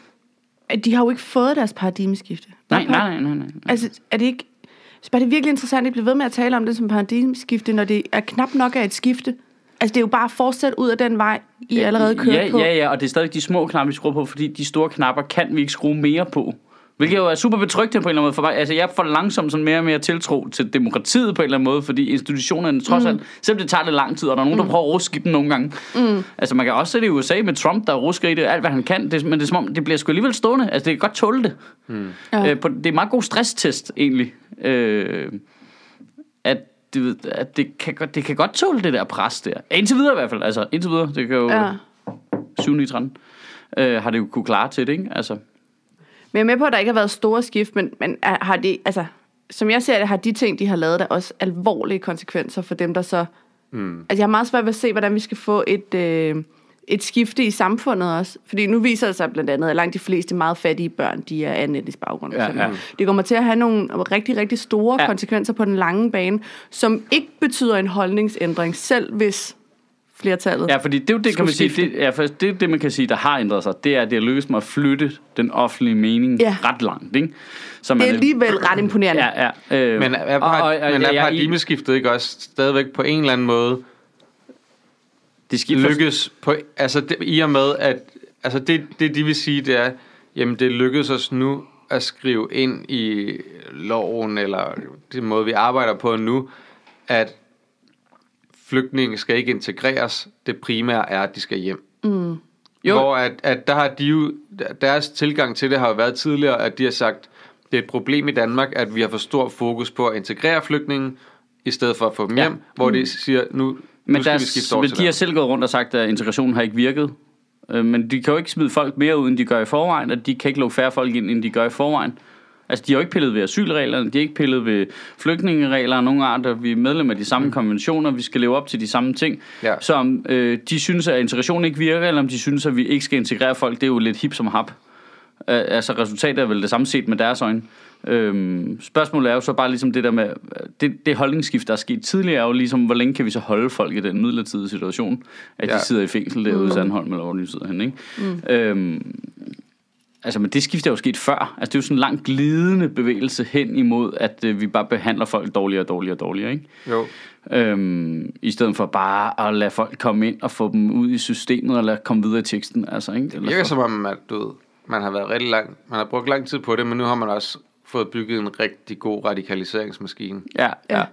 Speaker 1: øh, de har jo ikke fået deres paradigmeskifte.
Speaker 3: Nej, nej, nej, nej. nej.
Speaker 1: Altså, er det ikke... Jeg synes bare, det er virkelig interessant, at I bliver ved med at tale om det som paradigmeskifte, når det er knap nok af et skifte. Altså, det er jo bare at fortsætte ud af den vej, I allerede kører
Speaker 3: ja,
Speaker 1: på.
Speaker 3: Ja, ja, og det er stadig de små knapper, vi skruer på, fordi de store knapper kan vi ikke skrue mere på. Hvilket jo er super betryggende på en eller anden måde for mig. Altså, jeg får langsomt sådan mere og mere tiltro til demokratiet på en eller anden måde, fordi institutionerne trods
Speaker 1: Mm.
Speaker 3: alt, selvom det tager lidt lang tid, og der er nogen, der prøver at ruske i dem nogle gange. Mm. Altså, man kan også se det i USA med Trump, der rusker i det alt, hvad han kan, det, men det er som om, det bliver sgu alligevel stående. Altså, det kan godt tåle det. Mm.
Speaker 1: Ja.
Speaker 3: Øh, på, det er en meget god stresstest, egentlig. Øh, at du ved, at det kan, godt- det kan godt tåle det der pres der. Indtil videre i hvert fald. Altså, indtil videre. Det kan jo...
Speaker 1: Ja.
Speaker 3: 7 i 13, øh, har det jo kunne klare til det, ikke? Altså,
Speaker 1: Men jeg er med på, at der ikke har været store skift, men, men er- har det, altså, som jeg ser det, har de ting, de har lavet, der også alvorlige konsekvenser for dem, der så... Mm. Altså, jeg har meget svært ved at se, hvordan vi skal få et, øh, et skifte i samfundet også. Fordi nu viser det sig blandt andet, at langt de fleste meget fattige børn, de er af anden etnisk baggrund.
Speaker 3: Ja,
Speaker 1: Sådan.
Speaker 3: ja.
Speaker 1: Det kommer til at have nogle rigtig, rigtig store
Speaker 3: Ja.
Speaker 1: ja. konsekvenser på den lange bane, som ikke betyder en holdningsændring, selv hvis flertallet...
Speaker 3: ja, fordi det er jo det, kan man sige, det, ja, for det, er det, man kan sige, der har ændret sig, det er, at det er lykkedes mig at flytte den offentlige mening
Speaker 1: Ja.
Speaker 3: ret langt, ikke? Så man,
Speaker 1: Det er alligevel ret imponerende. Ja.
Speaker 3: Ja, ja. Øh,
Speaker 2: Men er, er,
Speaker 3: og- og- og
Speaker 2: men er
Speaker 3: jeg- jeg-
Speaker 2: paradigmeskiftet ikke også stadigvæk på en eller anden måde
Speaker 3: det skal
Speaker 2: lykkes på, altså det, i og med, at altså det, det de vil sige, det er, jamen det lykkedes os nu at skrive ind i loven, eller den måde, vi arbejder på nu, at flygtninge skal ikke integreres. Det primære er, at de skal hjem.
Speaker 3: Mm. Jo.
Speaker 2: Jo. Hvor at, at der har de jo, deres tilgang til det har jo været tidligere, at de har sagt, det er et problem i Danmark, at vi har for stor fokus på at integrere flygtninge, i stedet for at få dem
Speaker 3: Ja. Mm.
Speaker 2: ja. hjem, hvor de siger, nu,
Speaker 3: Men,
Speaker 2: nu skal
Speaker 3: deres,
Speaker 2: vi skifte over
Speaker 3: men
Speaker 2: til
Speaker 3: de har
Speaker 2: det.
Speaker 3: selv gået rundt og sagt, at integrationen har ikke virket. Øh, men de kan jo ikke smide folk mere ud, end de gør i forvejen, og de kan ikke lukke færre folk ind, end de gør i forvejen. Altså, de har jo ikke pillet ved asylreglerne, de har ikke pillet ved flygtningeregler af nogen art, og vi er medlem af de samme konventioner, vi skal leve op til de samme ting.
Speaker 2: Mm. Ja.
Speaker 3: Så om øh, de synes, at integrationen ikke virker, eller om de synes, at vi ikke skal integrere folk, det er jo lidt hip som hap. Øh, altså resultatet er vel det samme set med deres øjne. Øhm, spørgsmålet er jo så bare ligesom det der med, det, det holdningsskift, der er sket tidligere, er jo ligesom, hvor længe kan vi så holde folk i den midlertidige situation, at ja.
Speaker 2: Ja.
Speaker 3: de sidder i fængsel derude i Sandholm, eller hvor de nu sidder henne, ikke? Mm. Øhm, altså, men det skift er jo sket før. Altså, det er jo sådan en lang glidende bevægelse hen imod, at øh, vi bare behandler folk dårligere og dårligere og dårligere, ikke?
Speaker 2: Jo.
Speaker 3: Øhm, I stedet for bare at lade folk komme ind og få dem ud i systemet, og lade komme videre i teksten, altså, ikke?
Speaker 2: Det
Speaker 3: Eller
Speaker 2: virker
Speaker 3: for-
Speaker 2: som om, at du ved, man har været rigtig lang, man har brugt lang tid på det, men nu har man også fået bygget en rigtig god radikaliseringsmaskine.
Speaker 3: Ja, ja. ja.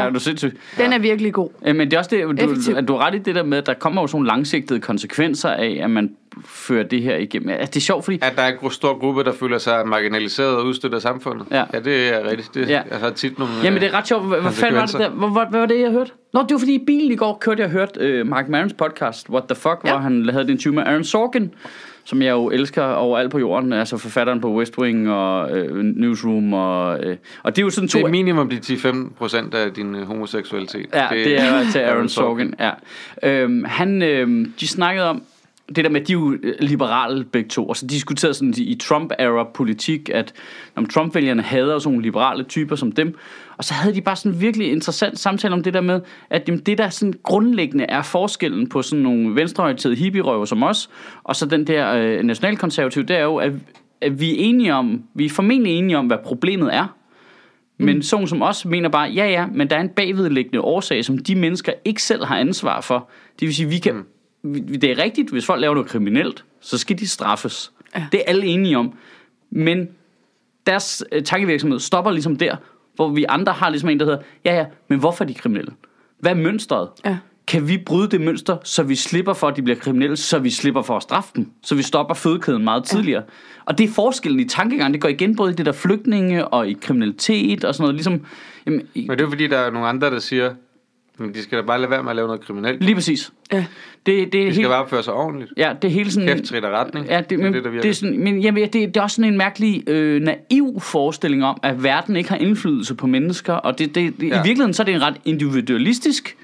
Speaker 3: <laughs> ja, du er sindssygt.
Speaker 1: Den er virkelig god.
Speaker 3: Øh, Men det er også det, du,
Speaker 1: Effektiv.
Speaker 3: at du har ret i det der med, at der kommer jo sådan nogle langsigtede konsekvenser af, at man fører det her igennem. Altså, det er sjovt, fordi...
Speaker 2: At der er en gro- stor gruppe, der føler sig marginaliseret og udstødt af samfundet.
Speaker 3: Ja.
Speaker 2: ja det er rigtigt. Det
Speaker 3: Ja.
Speaker 2: ja. altså, er tit nogle...
Speaker 3: Jamen, det er ret sjovt. Hvad- Hvad fanden var det der?
Speaker 2: konsekvenser.
Speaker 3: Hvor- hvor- Hvad var det, jeg hørte? Nå, det var fordi i bilen i går kørte jeg og hørte øh, Mark Marons podcast, What the Fuck, ja.
Speaker 1: Ja.
Speaker 3: hvor han havde den med Aaron Sorkin, som jeg jo elsker overalt på jorden, altså forfatteren på West Wing og øh, Newsroom, og, øh, og det er jo sådan to...
Speaker 2: det er minimum de 10-15 procent af din øh, homoseksualitet. <laughs>
Speaker 3: Ja, det, det er til Aaron Sorkin. Ja. Øhm, han, øhm, de snakkede om, det der med, at de er jo øh, liberale begge to, og så diskuterede sådan i Trump-era-politik, at når Trump-vælgerne hader sådan nogle liberale typer som dem, og så havde de bare sådan en virkelig interessant samtale om det der med, at jamen, det der sådan grundlæggende er forskellen på sådan nogle venstreorienterede hippierøver som os, og så den der øh, nationalkonservative, det er jo, at, at vi er enige om, vi er formentlig enige om, hvad problemet er, men sådan som os mener bare, ja ja, men der er en bagvedliggende årsag, som de mennesker ikke selv har ansvar for. Det vil sige, vi kan, vi, det er rigtigt, hvis folk laver noget kriminelt, så skal de straffes. Ja. Det er alle enige om. Men deres øh, tankevirksomhed stopper ligesom der, hvor vi andre har ligesom en, der hedder, ja ja, men hvorfor er de kriminelle? Hvad er mønstret?
Speaker 1: Ja.
Speaker 3: Kan vi bryde det mønster, så vi slipper for, at de bliver kriminelle, så vi slipper for at straffe dem, så vi stopper fødekæden meget tidligere? Og det er forskellen i tankegang, det går igen både i det der flygtninge og i kriminalitet og sådan noget, ligesom, jamen, i-
Speaker 2: Men det er jo fordi, der er nogle andre, der siger, men de skal da bare lade være med at lave noget kriminelt.
Speaker 3: lige præcis.
Speaker 1: Ja.
Speaker 3: Det, det er
Speaker 2: De skal
Speaker 3: helt,
Speaker 2: bare opføre sig ordentligt.
Speaker 3: ja, det er hele sådan...
Speaker 2: Kæft, trit og retning.
Speaker 3: Ja, det, men,
Speaker 2: det, der virker.
Speaker 3: det, er sådan, men jamen, ja, det, det er også sådan en mærkelig øh, naiv forestilling om, at verden ikke har indflydelse på mennesker, og det, det, det, ja.
Speaker 2: Ja.
Speaker 3: i virkeligheden så er det en ret individualistisk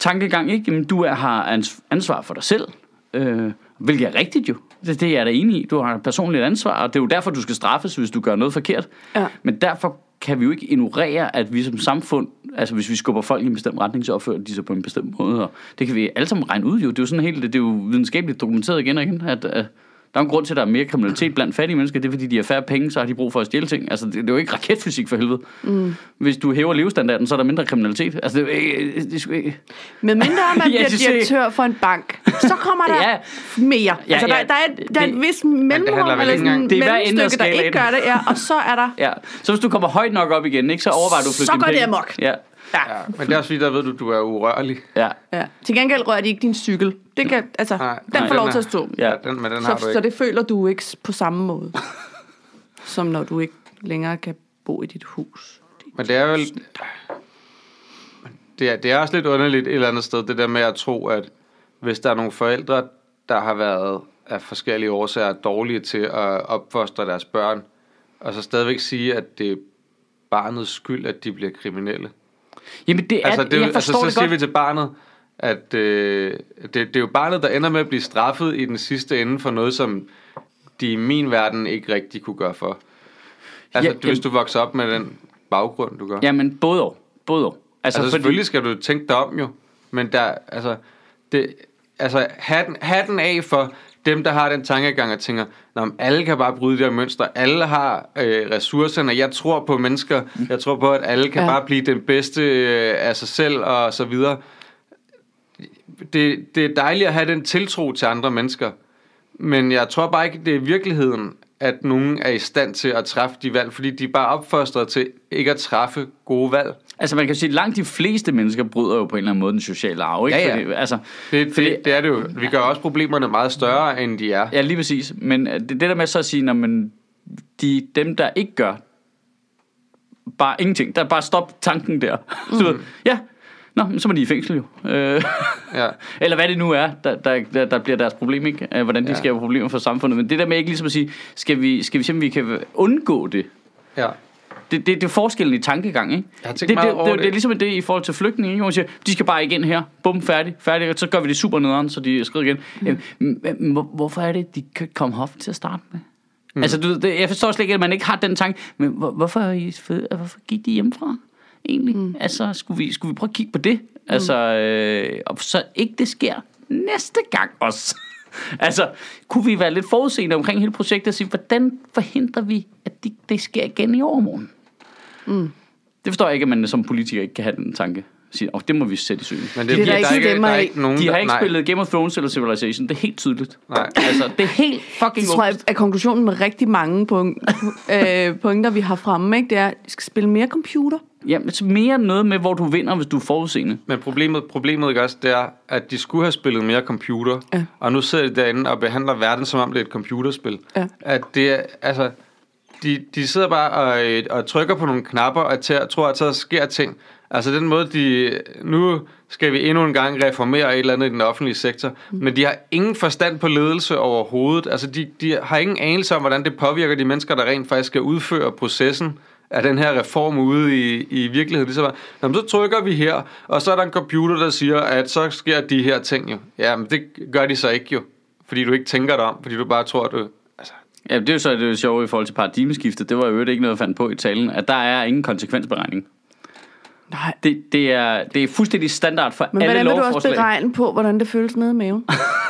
Speaker 3: tankegang, ikke? Jamen, du er, har ans- ansvar for dig selv, øh, hvilket er rigtigt jo. Det, det er jeg da enig i. Du har et personligt ansvar, og det er jo derfor, du skal straffes, hvis du gør noget forkert.
Speaker 1: Ja.
Speaker 3: Men derfor kan vi jo ikke ignorere, at vi som samfund, altså hvis vi skubber folk i en bestemt retning, så opfører de sig på en bestemt måde, og det kan vi alle sammen regne ud jo. Det er jo sådan helt, det er jo videnskabeligt dokumenteret igen og igen, at, at der er en grund til, at der er mere kriminalitet blandt fattige mennesker. Det er, fordi de har færre penge, så har de brug for at stjæle ting. Altså, det, det er jo ikke raketfysik for helvede. Mm. Hvis du hæver levestandarden, så er der mindre kriminalitet. Altså, det, er jo ikke- det, det, det, det,
Speaker 1: Men mindre
Speaker 3: Ja,
Speaker 1: man bliver
Speaker 3: de ser-
Speaker 1: direktør for en bank, så kommer der
Speaker 3: Ja.
Speaker 1: ja. mere.
Speaker 3: Ja,
Speaker 1: Ja, altså, der,
Speaker 3: ja,
Speaker 1: der, er, der er
Speaker 3: det-
Speaker 1: et vis
Speaker 2: handler
Speaker 1: mellemrum,
Speaker 2: vel
Speaker 1: eller
Speaker 2: ikke
Speaker 1: sådan
Speaker 2: engang-
Speaker 3: Det er hver ende af
Speaker 1: mellemstykke, der ikke
Speaker 3: skalaen.
Speaker 1: gør det. Ja, og så er der...
Speaker 3: Ja, så hvis du kommer højt nok op igen, ikke, så overvejer du at flytte
Speaker 1: Så
Speaker 3: dine
Speaker 1: går det
Speaker 3: penge.
Speaker 1: amok.
Speaker 3: <laughs> Ja,
Speaker 1: Ja.
Speaker 2: Ja, men det er også fordi, der ved du, du er urørlig.
Speaker 3: ja.
Speaker 1: ja. Til gengæld rører de ikke din cykel. Det kan, altså,
Speaker 2: Nej,
Speaker 1: den
Speaker 2: nej,
Speaker 1: får lov
Speaker 2: den
Speaker 1: til
Speaker 2: er-
Speaker 1: at stå.
Speaker 3: Ja.
Speaker 2: Ja, den, men den har du
Speaker 1: Så,
Speaker 2: ikke.
Speaker 1: så det føler du ikke på samme måde, som når du ikke længere kan bo i dit hus.
Speaker 2: Men det er vel... Det er, det er også lidt underligt et eller andet sted, det der med at tro, at hvis der er nogle forældre, der har været af forskellige årsager dårlige til at opfostre deres børn, og så stadigvæk sige, at det er barnets skyld, at de bliver kriminelle.
Speaker 3: Jamen, det er,
Speaker 2: Altså, det, er jo-
Speaker 3: jeg
Speaker 2: altså
Speaker 3: forstår
Speaker 2: så
Speaker 3: altså,
Speaker 2: siger
Speaker 3: det
Speaker 2: vi
Speaker 3: godt.
Speaker 2: til barnet, at øh, det, det er jo barnet, der ender med at blive straffet i den sidste ende for noget, som de i min verden ikke rigtig kunne gøre for. Altså,
Speaker 3: Ja,
Speaker 2: ja, hvis du vokser op med den baggrund, du gør.
Speaker 3: Jamen, både og. Både og.
Speaker 2: Altså, altså selvfølgelig skal du tænke dig om jo, men der, altså, det, altså hatten, hatten af for dem, der har den tankegang og tænker, Nå, men alle kan bare bryde det her mønster, alle har øh, ressourcerne, jeg tror på mennesker, jeg tror på, at alle kan
Speaker 1: Ja.
Speaker 2: ja. bare blive den bedste øh, af sig selv og så videre. Det, det er dejligt at have den tiltro til andre mennesker, men jeg tror bare ikke, det er virkeligheden, at nogen er i stand til at træffe de valg, fordi de er bare opfostret til ikke at træffe gode valg.
Speaker 3: Altså, man kan sige, at langt de fleste mennesker bryder jo på en eller anden måde den sociale arv, ikke?
Speaker 2: Ja, ja.
Speaker 3: Fordi, altså,
Speaker 2: Det, det, det er det jo. Vi gør også problemerne meget større, end de er.
Speaker 3: ja, lige præcis. Men øh, det, det der med så at sige, når man, de, dem, der ikke gør, bare ingenting. Der bare stop tanken der. <laughs> Mm. Du ved, ja, Nå, men så må de i fængsel jo. <laughs> Øh,
Speaker 2: Ja.
Speaker 3: Eller hvad det nu er, der, der, der, der bliver deres problem, ikke? Øh, Hvordan de ja.
Speaker 2: Ja.
Speaker 3: skaber problemer for samfundet. Men det der med ikke ligesom at sige, skal vi, skal vi simpelthen vi kan undgå det?
Speaker 2: ja.
Speaker 3: Det, det, det er forskellen i tankegang, ikke?
Speaker 2: Jeg har tænkt
Speaker 3: det, det,
Speaker 2: meget over
Speaker 3: det,
Speaker 2: det.
Speaker 3: det er ligesom det i forhold til flygtninge, ikke? Hvor Man siger, de skal bare ikke ind her. Bum, færdig, færdig. Og så gør vi det super nederen, så de skrider igen. Mm. Men, hvor- hvorfor er det, de kan ikke komme hof til at starte med? Mm. Altså, du, ved, det, jeg forstår slet ikke, at man ikke har den tanke. Men hvor, hvorfor, er I, fed- hvorfor gik de hjemmefra egentlig? Mm. Altså, skulle vi, skulle vi prøve at kigge på det? Altså, øh, og så ikke det sker næste gang også. <laughs> altså, kunne vi være lidt forudseende omkring hele projektet og sige, hvordan forhindrer vi, at det, det sker igen i overmorgen? Det forstår jeg ikke, at man som politiker ikke kan have den tanke. Sige, oh, det må vi sætte i søen.
Speaker 2: Men
Speaker 1: Det er
Speaker 2: fordi,
Speaker 1: der ikke stemmer
Speaker 2: der er
Speaker 1: i.
Speaker 2: ikke nogen,
Speaker 3: De har ikke
Speaker 2: nej,
Speaker 3: spillet Game of Thrones eller Civilization. Det er helt tydeligt.
Speaker 2: Nej.
Speaker 3: Altså, det er helt fucking
Speaker 1: Det tror jeg
Speaker 3: åbent.
Speaker 1: er konklusionen med rigtig mange punk- <laughs> øh, punkter, vi har fremme. Ikke? Det er, at vi skal spille mere computer.
Speaker 3: Jamen, så mere noget med, hvor du vinder, hvis du er forudseende.
Speaker 2: Men problemet, problemet ikke også, det er, at de skulle have spillet mere computer,
Speaker 1: Ja.
Speaker 2: og nu sidder de derinde og behandler verden, som om det er et computerspil.
Speaker 1: Ja.
Speaker 2: At det er, altså, de, de sidder bare og, øh, og trykker på nogle knapper og tæ, tror, at så sker ting. Altså den måde, de... Nu skal vi endnu en gang reformere et eller andet i den offentlige sektor, mm. men de har ingen forstand på ledelse overhovedet. Altså de, de har ingen anelse om, hvordan det påvirker de mennesker, der rent faktisk skal udføre processen af den her reform ude i, i virkeligheden. Ligesom, at, "Nå, men så trykker vi her, og så er der en computer, der siger, at så sker de her ting jo. Ja, men det gør de så ikke jo. fordi du ikke tænker dig om, fordi du bare tror, at du... Altså,
Speaker 3: Ja, det er jo så det sjove i forhold til paradigmeskiftet. Det var jo ikke noget, jeg fandt på i talen. At der er ingen konsekvensberegning.
Speaker 1: Nej.
Speaker 3: Det, det, er, det er fuldstændig standard for
Speaker 1: Men
Speaker 3: alle
Speaker 1: hvordan vil du også
Speaker 3: lovforslag.
Speaker 1: beregne på, hvordan det føles nede i maven?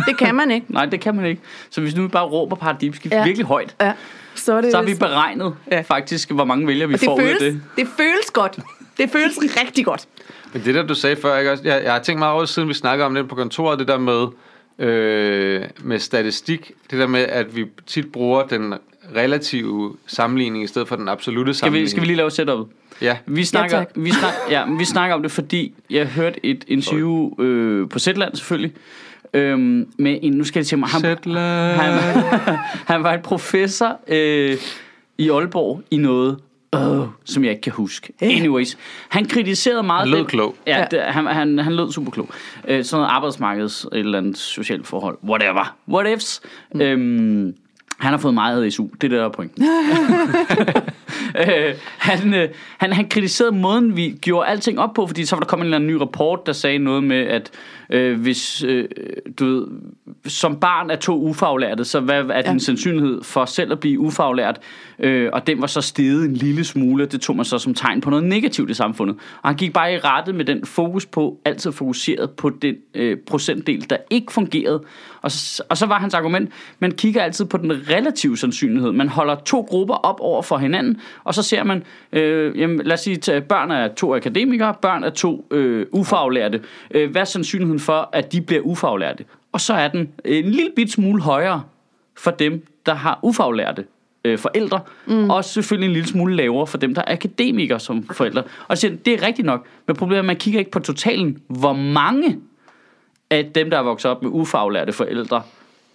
Speaker 1: Det kan man ikke.
Speaker 3: Nej, det kan man ikke. Så hvis nu vi bare råber paradigmeskift <laughs>
Speaker 1: Ja.
Speaker 3: ja. virkelig højt,
Speaker 1: Ja. Så er det
Speaker 3: så har vi
Speaker 1: vist-
Speaker 3: beregnet
Speaker 1: Ja.
Speaker 3: ja. faktisk, hvor mange vælger vi
Speaker 1: Og det
Speaker 3: får
Speaker 1: føles,
Speaker 3: ud af det.
Speaker 1: det. det føles godt. Det
Speaker 3: <laughs>
Speaker 1: føles rigtig godt.
Speaker 2: Men det der, du sagde før, ikke? også? Jeg, jeg har tænkt meget over, det, siden vi snakkede om det på kontoret, det der med, øh, med statistik, det der med, at vi tit bruger den relative sammenligning i stedet for den
Speaker 3: Skal
Speaker 2: absolute
Speaker 3: vi,
Speaker 2: sammenligning.
Speaker 3: skal vi lige lave setup'et?
Speaker 2: lige... Ja.
Speaker 3: Vi snakker,
Speaker 1: tak.
Speaker 3: ja, vi, snak, ja, men vi snakker om det, fordi jeg hørte et interview øh, på Zetland selvfølgelig, øhm, med en, nu skal jeg se mig, han, han,
Speaker 2: Sætland.
Speaker 3: <laughs> han var en professor øh, i Aalborg i noget, øh, som jeg ikke kan huske. Anyways, han kritiserede meget...
Speaker 2: Han lød
Speaker 3: den-
Speaker 2: klog.
Speaker 3: Ja,
Speaker 1: Ja.
Speaker 3: det, han, han, han lød super klog. Øh, sådan noget arbejdsmarkeds, et eller andet socialt forhold, whatever, what ifs. Mm. Øhm, han har fået meget SU, det er det, der er pointen. øh, han, øh, han, han kritiserede måden, vi gjorde alting op på, fordi så var der kommet en eller anden ny rapport, der sagde noget med, at øh, hvis øh, du ved, som barn af to ufaglærte, så hvad er din
Speaker 1: Ja.
Speaker 3: sandsynlighed for selv at blive ufaglært? Øh, og den var så steget en lille smule, og det tog man så som tegn på noget negativt i samfundet. Og han gik bare i rette med den fokus på, altid fokuseret på den øh, procentdel, der ikke fungerede. Og så, og så var hans argument, man kigger altid på den relative sandsynlighed. Man holder to grupper op over for hinanden, og så ser man, øh, jamen, lad os sige, at børn er to akademikere, børn er to øh, ufaglærte. Øh, hvad er sandsynligheden for, at de bliver ufaglærte? Og så er den en lille bit smule højere for dem, der har ufaglærte øh, forældre, mm. og selvfølgelig en lille smule lavere for dem, der er akademikere som forældre. Og så siger, han, det er rigtigt nok, men problemet er, at man kigger ikke på totalen, hvor mange af dem, der er vokset op med ufaglærte forældre,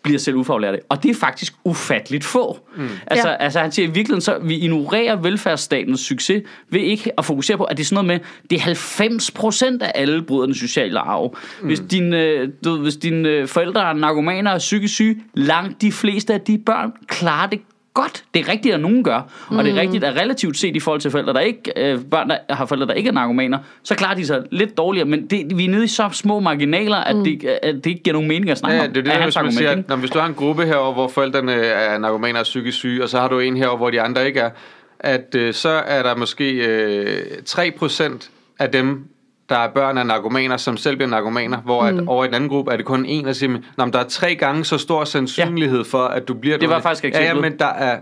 Speaker 3: bliver selv ufaglærte. Og det er faktisk ufatteligt få. Mm. Altså,
Speaker 1: Ja.
Speaker 3: ja. altså han siger i virkeligheden, så vi ignorerer velfærdsstatens succes ved ikke at fokusere på, at det er sådan noget med, det er 90 procent af alle bryder den sociale arv. Hvis, din, øh, du, ved, hvis dine øh, forældre er narkomaner og psykisk syge, langt de fleste af de børn klarer det godt. Det er rigtigt, at nogen gør. Og det er rigtigt, at relativt set i forhold til forældre, der ikke, øh, børn, der har forældre, der ikke er narkomaner, så klarer de sig lidt dårligere. Men det, vi er nede i så små marginaler, at, mm. det, at det ikke giver nogen mening at snakke
Speaker 2: Ja,
Speaker 3: om.
Speaker 2: det er det,
Speaker 3: Er
Speaker 2: der,
Speaker 3: hans
Speaker 2: hvis man
Speaker 3: argument,
Speaker 2: siger,
Speaker 3: ikke?
Speaker 2: at, når, hvis du har en gruppe herover, hvor forældrene øh, er narkomaner og psykisk syge, og så har du en herover, hvor de andre ikke er, at øh, så er der måske øh, 3% af dem, der er børn af narkomaner, som selv bliver narkomaner, hvor mm. at over i den anden gruppe er det kun en, der siger, men "Nå, men der er tre gange så stor sandsynlighed for, at du bliver...
Speaker 3: Det var faktisk
Speaker 2: ja, ja,
Speaker 3: eksemplet.
Speaker 2: men der er,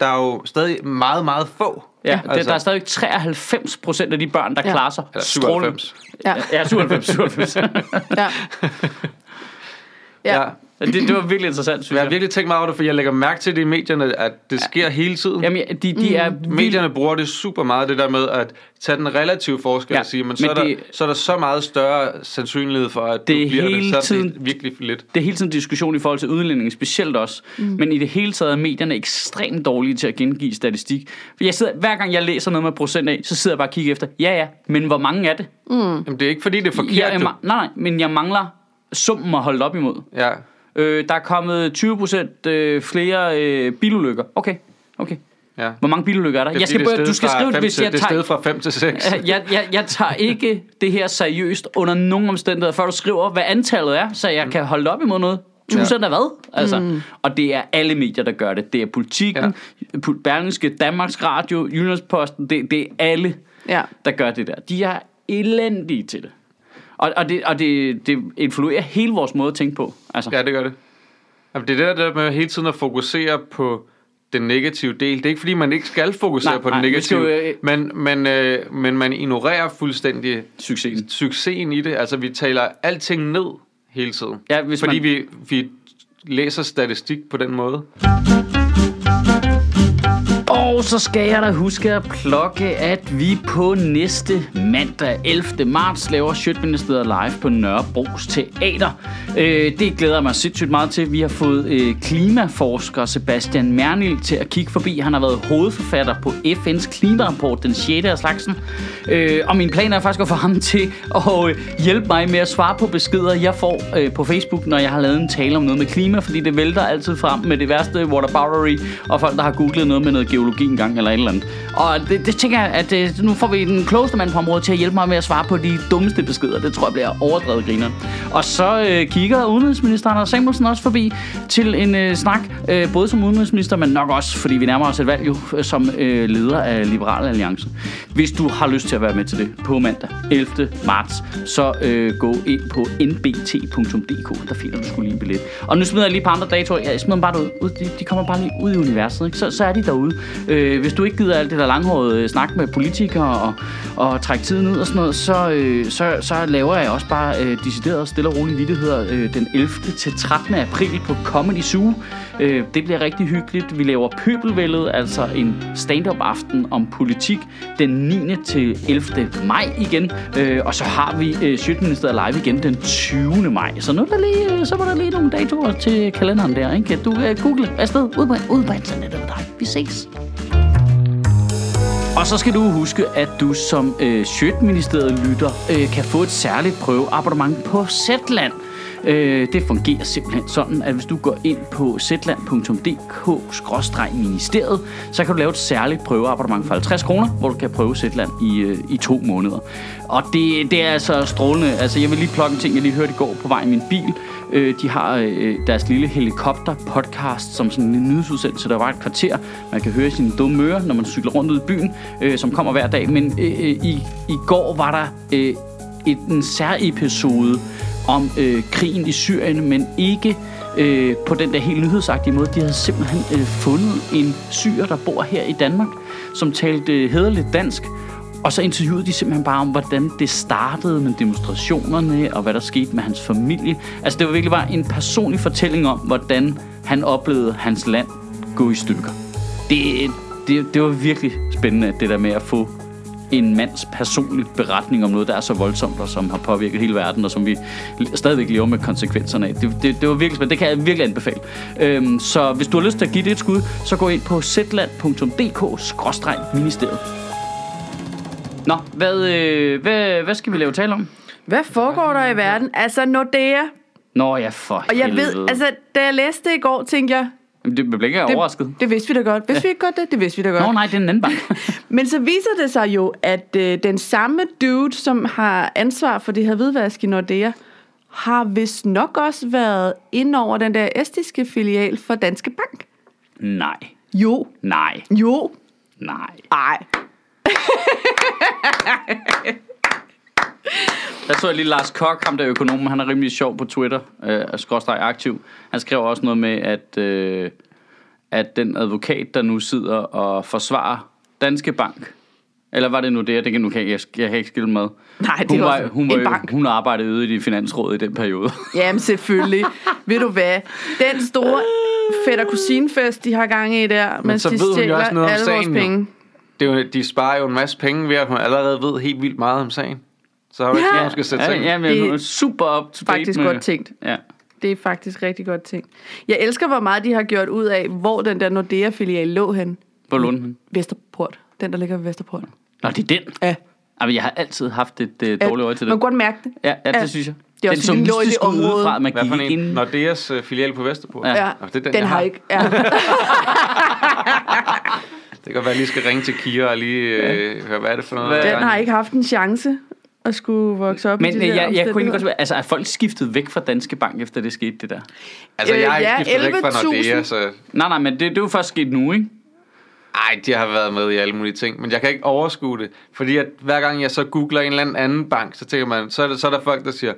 Speaker 2: der er jo stadig meget, meget få.
Speaker 3: Ja, altså. der, der er stadig 93 procent af de børn, der
Speaker 1: Ja.
Speaker 3: ja. klarer sig
Speaker 2: Eller
Speaker 3: strålende.
Speaker 2: 97.
Speaker 1: Ja.
Speaker 3: Ja, 97,
Speaker 2: <laughs>
Speaker 3: 97.
Speaker 1: <laughs> Ja. Ja.
Speaker 2: Ja.
Speaker 1: ja.
Speaker 3: det, det var virkelig interessant,
Speaker 2: Men
Speaker 3: synes
Speaker 2: jeg har
Speaker 3: jeg.
Speaker 2: virkelig tænkt meget over det, for jeg lægger mærke til det i medierne, at det sker hele tiden.
Speaker 3: Jamen, de, de er vildt-
Speaker 2: Mm. Medierne bruger det super meget, det der med at tage den relative forskel ja,
Speaker 3: Ja,
Speaker 2: og sige, men,
Speaker 3: men
Speaker 2: så, er der,
Speaker 3: det-
Speaker 2: så er der så meget større sandsynlighed for, at
Speaker 3: Det
Speaker 2: du
Speaker 3: er
Speaker 2: bliver
Speaker 3: hele
Speaker 2: det, så er det
Speaker 3: tiden-
Speaker 2: virkelig lidt.
Speaker 3: det er hele tiden en diskussion i forhold til udlændinge, specielt også. Mm. Men i det hele taget er medierne ekstremt dårlige til at gengive statistik. For jeg sidder, hver gang jeg læser noget med procent af, så sidder jeg bare og kigger efter, ja ja, men hvor mange er det? Mm.
Speaker 2: Jamen, det er ikke fordi, det er
Speaker 3: Jeg,
Speaker 2: forkert.
Speaker 3: jeg,
Speaker 2: du-
Speaker 3: nej, nej, men jeg mangler summen at holde op imod.
Speaker 2: Ja.
Speaker 3: Øh, der er kommet 20% øh, flere øh, bilulykker. Okay, okay.
Speaker 2: Ja.
Speaker 3: Hvor mange bilulykker er der?
Speaker 2: Det er
Speaker 3: jeg skal,
Speaker 2: fordi, det er
Speaker 3: bare- du
Speaker 2: steget
Speaker 3: skal
Speaker 2: fra
Speaker 3: skrive det,
Speaker 2: fem
Speaker 3: hvis
Speaker 2: til,
Speaker 3: jeg
Speaker 2: Det er
Speaker 3: tager...
Speaker 2: steget fra 5 til 6.
Speaker 3: Jeg, Øh, jeg, jeg, jeg tager ikke det her seriøst under nogen omstændigheder, før du skriver, hvad antallet er, så jeg kan holde det op imod noget. 1000 Mm. ja. af hvad? Altså, mm. Og det er alle medier, der gør det. Det er politikken, ja. Berlingske, Danmarks Radio, Jyllandsposten, det, det er alle,
Speaker 1: Ja.
Speaker 3: der gør det der. De er elendige til det. Og, og, det, og det, det influerer hele vores måde at tænke på. Altså,
Speaker 2: Ja, det gør det. Jamen, det er det der med hele tiden at fokusere på den negative del. Det er ikke fordi, man ikke skal fokusere
Speaker 3: Nej,
Speaker 2: på den
Speaker 3: nej, vi skal
Speaker 2: negative,
Speaker 3: jo, øh,
Speaker 2: men, men, øh, men man ignorerer fuldstændig
Speaker 3: Succesen.
Speaker 2: succesen i det. Altså, vi taler alting ned hele tiden.
Speaker 3: Ja, hvis
Speaker 2: fordi
Speaker 3: man-
Speaker 2: vi, vi læser statistik på den måde.
Speaker 3: Og så skal jeg da huske at plukke, at vi på næste mandag 11. marts laver Sjøtministeriet live på Nørrebro's Teater. Øh, det glæder jeg mig sindssygt meget til. Vi har fået øh, klimaforsker Sebastian Mernil til at kigge forbi. Han har været hovedforfatter på FN's klimarapport, den 6. af slagsen. Øh, og min plan er faktisk at få ham til at øh, hjælpe mig med at svare på beskeder, jeg får øh, på Facebook, når jeg har lavet en tale om noget med klima, fordi det vælter altid frem med det værste whataboutery, og folk folk, der har googlet noget med noget geologi engang eller et eller andet. Og det, det tænker jeg, at øh, nu får vi den klogeste mand på området til at hjælpe mig med at svare på de dummeste beskeder. Det tror jeg bliver overdrevet griner. Og så øh, kigger udenrigsminister Anders Samuelsen også forbi til en øh, snak, øh, både som udenrigsminister, men nok også, fordi vi nærmer os et valg jo, øh, som øh, leder af Liberal Alliance. Hvis du har lyst til at være med til det på mandag 11. marts, så øh, gå ind på nbt.dk. Der finder du skulle lige en billet. Og nu smider jeg lige på andre datoer. Jeg smider dem bare ud. ud. De, de kommer bare lige ud i universet. Ikke? Så, så er de derude. Øh, hvis du ikke gider alt det der langhårede øh, snak med politikere og, og trække tiden ud og sådan noget, så, øh, så, så laver jeg også bare øh, decideret stille og rolige vidtigheder øh, den 11. til 13. april på Comedy Zoo. Øh, det bliver rigtig hyggeligt. Vi laver Pøbelvældet, altså en stand-up aften om politik den 9. til 11. maj igen. Øh, og så har vi øh, Sjøtministeriet live igen den 20. maj. Så nu er der lige, øh, så var der lige nogle datoer til kalenderen der. Ikke? Du kan øh, google afsted ud på, ud på internettet med dig. Vi ses. Og så skal du huske, at du som øh, Sjøtministeriet lytter øh, kan få et særligt prøveabonnement på Zetland. Øh, det fungerer simpelthen sådan, at hvis du går ind på zetland.dk-ministeriet, så kan du lave et særligt prøveabonnement for 50 kroner, hvor du kan prøve Zetland i, øh, i to måneder. Og det, det er altså strålende. Altså, jeg vil lige plukke en ting, jeg lige hørte i går på vej i min bil. Øh, de har øh, deres lille helikopter-podcast, som sådan en nyhedsudsendelse, der var et kvarter. Man kan høre sine dumme ører, når man cykler rundt ud i byen, øh, som kommer hver dag. Men øh, øh, i, i går var der øh, et, en særepisode om øh, krigen i Syrien, men ikke øh, på den der helt nyhedsagtige måde. De havde simpelthen øh, fundet en syrer, der bor her i Danmark, som talte øh, hederligt dansk, og så interviewede de simpelthen bare om, hvordan det startede med demonstrationerne, og hvad der skete med hans familie. Altså det var virkelig bare en personlig fortælling om, hvordan han oplevede hans land gå i stykker. Det, det, det var virkelig spændende, det der med at få en mands personlige beretning om noget, der er så voldsomt, og som har påvirket hele verden, og som vi stadigvæk lever med konsekvenserne af. Det, det, det var virkelig spændende. Det kan jeg virkelig anbefale. Øhm, så hvis du har lyst til at give det et skud, så gå ind på zland.dk-ministeriet. Nå, hvad, øh, hvad, hvad skal vi lave tale om?
Speaker 1: Hvad foregår der i verden? Altså Nordea.
Speaker 3: Nå ja, for
Speaker 1: Og jeg ved, altså da jeg læste det i går, tænkte jeg,
Speaker 3: Jamen, det blev ikke jeg overrasket.
Speaker 1: det, det vidste vi da godt. Vidste vi ikke godt det? Det vidste vi da godt.
Speaker 3: Nå nej, det er en anden bank. <laughs>
Speaker 1: Men så viser det sig jo, at øh, den samme dude, som har ansvar for det her hvidvask i Nordea, har vist nok også været ind over den der estiske filial for Danske Bank.
Speaker 3: nej,
Speaker 1: Jo.
Speaker 3: nej,
Speaker 1: Jo.
Speaker 3: nej.
Speaker 1: Ej.
Speaker 3: Der så jeg lige Lars Kok, ham der økonomen, han er rimelig sjov på Twitter, øh, skråstrej aktiv. Han skrev også noget med, at, øh, at den advokat, der nu sidder og forsvarer Danske Bank, eller var det nu det, det kan, nu kan jeg, jeg kan ikke skille med.
Speaker 1: Nej, det
Speaker 3: hun
Speaker 1: var
Speaker 3: var,
Speaker 1: også
Speaker 3: hun,
Speaker 1: en
Speaker 3: var,
Speaker 1: bank.
Speaker 3: jo- hun arbejdede ude i Finansrådet i den periode.
Speaker 1: Jamen <laughs> selvfølgelig. ved du hvad? Den store fætter kusinefest, de har gang i der, Men mens
Speaker 2: så
Speaker 1: de
Speaker 2: ved hun jo
Speaker 1: stjæler
Speaker 2: også noget om
Speaker 1: alle vores
Speaker 2: sagen, jo.
Speaker 1: penge.
Speaker 2: Det er jo, de sparer jo en masse penge ved, at hun allerede ved helt vildt meget om sagen. Så har du ikke
Speaker 1: Ja.
Speaker 2: noget, hun skal sætte
Speaker 3: ja,
Speaker 2: sig ind.
Speaker 3: ja, men
Speaker 1: Det er
Speaker 3: hun er super op to date
Speaker 1: faktisk
Speaker 3: med-
Speaker 1: godt tænkt.
Speaker 3: Ja.
Speaker 1: Det er faktisk rigtig godt ting. Jeg elsker, hvor meget de har gjort ud af, hvor den der Nordea-filial lå hen.
Speaker 3: Hvor lånte hun?
Speaker 1: Vesterport. Den, der ligger ved Vesterport.
Speaker 3: Nå, det er den.
Speaker 1: Ja.
Speaker 3: Jamen, jeg har altid haft et øh, dårligt øje til
Speaker 1: Man
Speaker 3: det.
Speaker 1: kunne godt mærke det.
Speaker 3: Ja, ja,
Speaker 1: Ja.
Speaker 3: det synes jeg.
Speaker 1: Det er også, fordi den lå i det
Speaker 3: mystisk ud
Speaker 1: område.
Speaker 3: udefra, at man
Speaker 2: Hvad for
Speaker 3: gik
Speaker 2: en?
Speaker 3: ind.
Speaker 2: Nordeas øh, filial på Vesterbro.
Speaker 3: Ja.
Speaker 1: Ja,
Speaker 2: Nå, det er
Speaker 1: den,
Speaker 2: den,
Speaker 1: den
Speaker 2: jeg
Speaker 1: har
Speaker 2: har.
Speaker 1: ikke.
Speaker 3: <laughs>
Speaker 1: Ja.
Speaker 2: Det kan godt være, at jeg lige skal ringe til Kira og lige øh, høre, hvad er det for noget.
Speaker 3: Hvad-
Speaker 2: der er
Speaker 1: Den
Speaker 2: gang i?
Speaker 1: har ikke haft en chance at skulle vokse op i
Speaker 3: Men
Speaker 1: de
Speaker 3: øh,
Speaker 1: der
Speaker 3: jeg, jeg kunne egentlig
Speaker 1: omstændigheder.
Speaker 3: godt være, altså er folk skiftet væk fra Danske Bank, efter det skete det der?
Speaker 2: Altså, jeg har
Speaker 1: Øh,
Speaker 2: ikke
Speaker 1: ja,
Speaker 2: skiftet væk fra
Speaker 1: 11.000.
Speaker 2: Nordea, så...
Speaker 3: Nej, nej, men det, det er jo først sket nu, ikke?
Speaker 2: Ej, de har været med i alle mulige ting, men jeg kan ikke overskue det. Fordi at hver gang jeg så googler en eller anden anden bank, så tænker man, så er, det, så er der folk, der siger,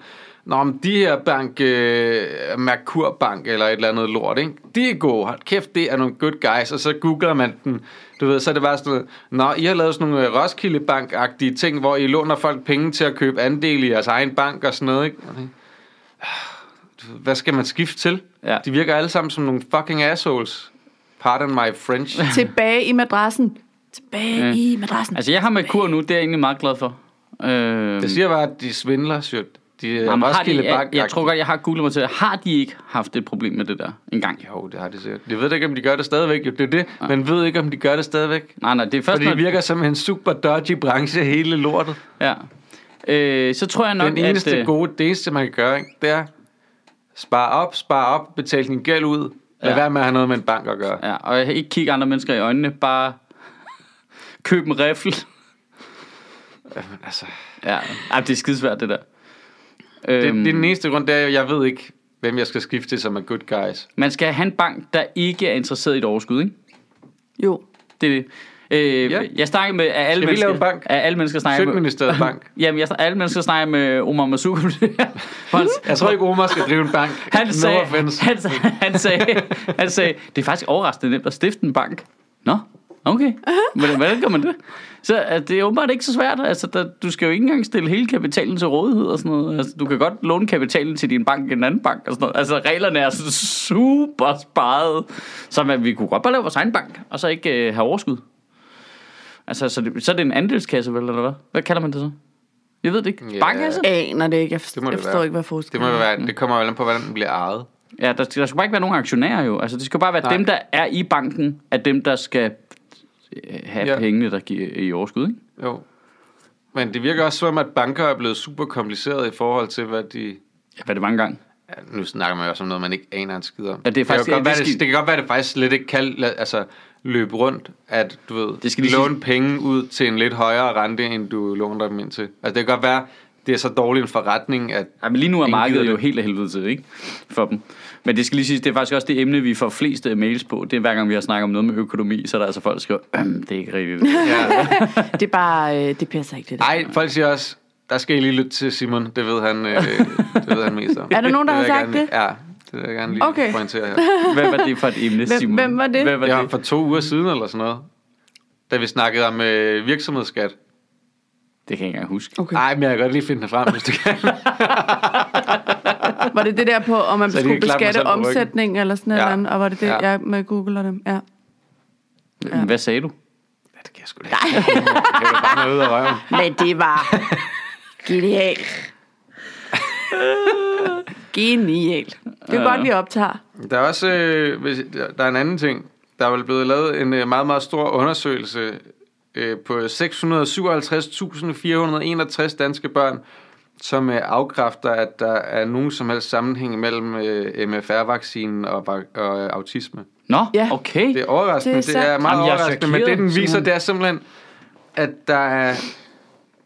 Speaker 2: Nå, om de her bank, øh, Merkur Bank eller et eller andet lort, ikke? de er gode. Hold kæft, det er nogle good guys. Og så googler man den. Du ved, så er det bare sådan noget, Nå, I har lavet sådan nogle øh, Roskilde Bank-agtige ting, hvor I låner folk penge til at købe andel i jeres egen bank og sådan noget. Ikke? Og det- Ah, Du ved, Hvad skal man skifte til?
Speaker 3: Ja.
Speaker 2: De virker alle sammen som nogle fucking assholes. Pardon my French.
Speaker 1: Tilbage i madrassen. Tilbage
Speaker 3: Ja.
Speaker 1: i madrassen.
Speaker 3: Altså, jeg har med kur nu, det er jeg egentlig meget glad for. Øh,
Speaker 2: Det siger bare, at de svindler, Sjøt. De er
Speaker 3: har de,
Speaker 2: Roskilde
Speaker 3: jeg,
Speaker 2: Bank.
Speaker 3: jeg tror godt, jeg har googlet mig til, har de ikke haft et problem med det der engang?
Speaker 2: Jo, det har de sikkert. Jeg ved da ikke, om de gør det stadigvæk. Jo, det er det. Man ved ikke, om de gør det stadigvæk.
Speaker 3: Nej, nej, det er først,
Speaker 2: Fordi
Speaker 3: når...
Speaker 2: det virker som en super dodgy branche, hele lortet.
Speaker 3: Ja. Øh, så tror jeg nok,
Speaker 2: Den eneste
Speaker 3: at... øh,
Speaker 2: gode, det eneste, man kan gøre, ikke, det er spare op, spare op, betale din gæld ud, Lad
Speaker 3: Ja.
Speaker 2: være med at have noget med en bank at gøre.
Speaker 3: Ja, og ikke kigge andre mennesker i øjnene, bare <laughs> køb en riffel.
Speaker 2: Altså,
Speaker 3: Ja, Ej, det er skidesvært det der.
Speaker 2: det,
Speaker 3: Øhm,
Speaker 2: det er den eneste grund, det er, at jeg ved ikke, hvem jeg skal skifte til som er good guys.
Speaker 3: Man skal have en bank, der ikke er interesseret i et overskud, ikke?
Speaker 1: Jo.
Speaker 3: Det er det. Øh,
Speaker 2: Ja.
Speaker 3: ja. Jeg snakker med af alle
Speaker 2: Skal vi
Speaker 3: mennesker.
Speaker 2: lave en bank?
Speaker 3: Af alle mennesker snakker jeg med.
Speaker 2: Sødministeriet Bank.
Speaker 3: <laughs> Jamen, jeg, alle mennesker snakker med Omar Masuk om
Speaker 2: <laughs>
Speaker 3: det her. For han-
Speaker 2: Jeg tror ikke, Omar skal drive en bank.
Speaker 3: Mhm. Han sagde,
Speaker 2: no
Speaker 3: han,
Speaker 2: offense.
Speaker 3: han, han, sagde, han sagde, det er faktisk overraskende nemt at stifte en bank. Nå, okay. Hvordan, hvordan gør man det? Så altså, det er åbenbart ikke så svært. Altså, der, du skal jo ikke engang stille hele kapitalen til rådighed og sådan noget. Altså, du kan godt låne kapitalen til din bank, en anden bank og sådan noget. Altså, reglerne er sådan super sparet. Så man, vi kunne godt bare lave vores egen bank, og så ikke øh, have overskud. Altså, så, det, så er det en andelskasse, vel, eller hvad? Hvad kalder man det så? Jeg ved det ikke.
Speaker 2: Ja.
Speaker 3: Yeah. Bankkasse?
Speaker 1: Aner det ikke. Jeg, forst-
Speaker 2: Det må det
Speaker 1: jeg forstår
Speaker 2: være.
Speaker 1: ikke, hvad forskellen
Speaker 2: Det, må jo
Speaker 3: Mm.
Speaker 2: være, det kommer jo an på, hvordan den bliver ejet.
Speaker 3: Ja, der, skal- der skal bare ikke være nogen aktionærer jo. Altså, det skal bare være
Speaker 2: Nej.
Speaker 3: Nej. dem, der er i banken, er dem, der skal øh, have
Speaker 2: Ja.
Speaker 3: ja. pengene, der giver i overskud, ikke?
Speaker 2: Jo. Men det virker også som, at banker er blevet super komplicerede i forhold til, hvad de...
Speaker 3: Ja, hvad er det mange gange?
Speaker 2: Ja, nu snakker man jo også om noget, man ikke aner en skid om.
Speaker 3: Ja, det er faktisk-
Speaker 2: det, kan godt
Speaker 3: ja,
Speaker 2: være,
Speaker 3: det
Speaker 2: det,
Speaker 3: skal-
Speaker 2: det kan godt være, det faktisk slet ikke kan la- altså, løbe rundt, at du ved, det
Speaker 3: Det skal
Speaker 2: skal
Speaker 3: lige
Speaker 2: låne penge ud til en lidt højere rente, end du låner dem ind til. Altså, det kan godt være, det er så dårlig en forretning, at...
Speaker 3: Ja, men lige nu er
Speaker 2: Ingen
Speaker 3: markedet
Speaker 2: gider
Speaker 3: jo
Speaker 2: det.
Speaker 3: helt af helvede til, ikke? For dem. Men det skal lige siges, det er faktisk også det emne, vi får flest øh, mails på. Det er hver gang, vi har snakket om noget med økonomi, så er der altså folk, der skriver, øhm, det er ikke <laughs> rigtigt.
Speaker 2: Ja.
Speaker 1: er. Det er bare... Øh, det passer ikke, det der.
Speaker 2: Ej, folk siger også, der skal I lige lytte til Simon, det ved han, øh, det ved han mest om.
Speaker 1: <laughs> Er der nogen, der
Speaker 2: Det vil
Speaker 1: har
Speaker 2: jeg
Speaker 1: sagt
Speaker 2: gerne,
Speaker 1: det?
Speaker 2: Ja, det vil jeg gerne lige okay.
Speaker 1: Okay.
Speaker 2: pointere her.
Speaker 3: Hvad var det for et emne,
Speaker 1: Hvem-
Speaker 3: Simon?
Speaker 1: hvem var det?
Speaker 3: Hvad var
Speaker 2: Ja,
Speaker 3: det?
Speaker 2: for to uger siden eller sådan noget, da vi snakkede om øh, virksomhedsskat.
Speaker 3: Det kan jeg ikke engang huske.
Speaker 1: Okay.
Speaker 2: Nej, men jeg kan godt lige finde den frem, hvis du kan.
Speaker 1: Var det det der på, om man
Speaker 2: <laughs> Så de
Speaker 1: skulle
Speaker 2: kan klappe mig selv
Speaker 1: beskatte
Speaker 2: på ryggen.
Speaker 1: omsætning eller sådan
Speaker 2: Ja.
Speaker 1: noget, andet, og var det det,
Speaker 2: Ja.
Speaker 1: ja. jeg med Google og dem? Ja.
Speaker 3: Ja. Hvad sagde du?
Speaker 2: <laughs> Ja, det kan jeg sgu da ikke. Det kan bare noget ud af røven.
Speaker 1: Men det <laughs> var genialt. genialt. Det er
Speaker 3: Ja.
Speaker 1: godt, vi optager.
Speaker 2: Der er også øh, hvis, der er en anden ting. Der er vel blevet lavet en øh, meget, meget stor undersøgelse øh, på 657.461 danske børn, som øh, afkræfter, at der er nogen som helst sammenhæng mellem øh, MFR-vaccinen og, va- og øh, autisme.
Speaker 3: Nå,
Speaker 1: Ja.
Speaker 3: okay.
Speaker 2: Det er overraskende.
Speaker 1: Det
Speaker 2: Det
Speaker 1: er
Speaker 2: er, det er
Speaker 1: sandt.
Speaker 2: meget
Speaker 3: Jamen, jeg er
Speaker 2: overraskende, men det
Speaker 3: chokeret,
Speaker 2: den viser,
Speaker 3: Simon.
Speaker 2: det er simpelthen, at der er,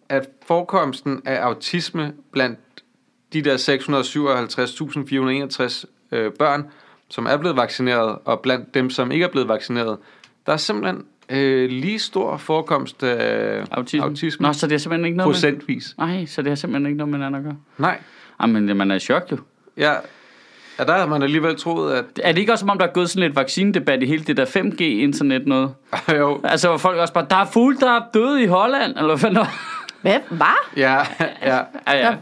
Speaker 2: at forekomsten af autisme blandt de der 657.461 øh, børn, som er blevet vaccineret, og blandt dem, som ikke er blevet vaccineret, der er simpelthen øh, lige stor forekomst af
Speaker 3: Autisme.
Speaker 2: autisme
Speaker 3: Nå, så det er simpelthen ikke noget med...
Speaker 2: procentvis.
Speaker 3: Nej, så det har simpelthen ikke noget med hinanden at gøre. Ah,
Speaker 2: Nej,
Speaker 3: Jamen, man er i chok jo.
Speaker 2: ja, ja, der havde man alligevel troet, at <laughs>
Speaker 3: Er det ikke også, som om der er gået sådan lidt vaccinedebat i hele det der 5G-internet noget?
Speaker 2: jo,
Speaker 3: Altså, hvor folk også bare, der er fugle, der er døde i Holland, eller hvad fanden?
Speaker 1: Hvad? Var?
Speaker 2: ja, ja.
Speaker 3: Ja, ja.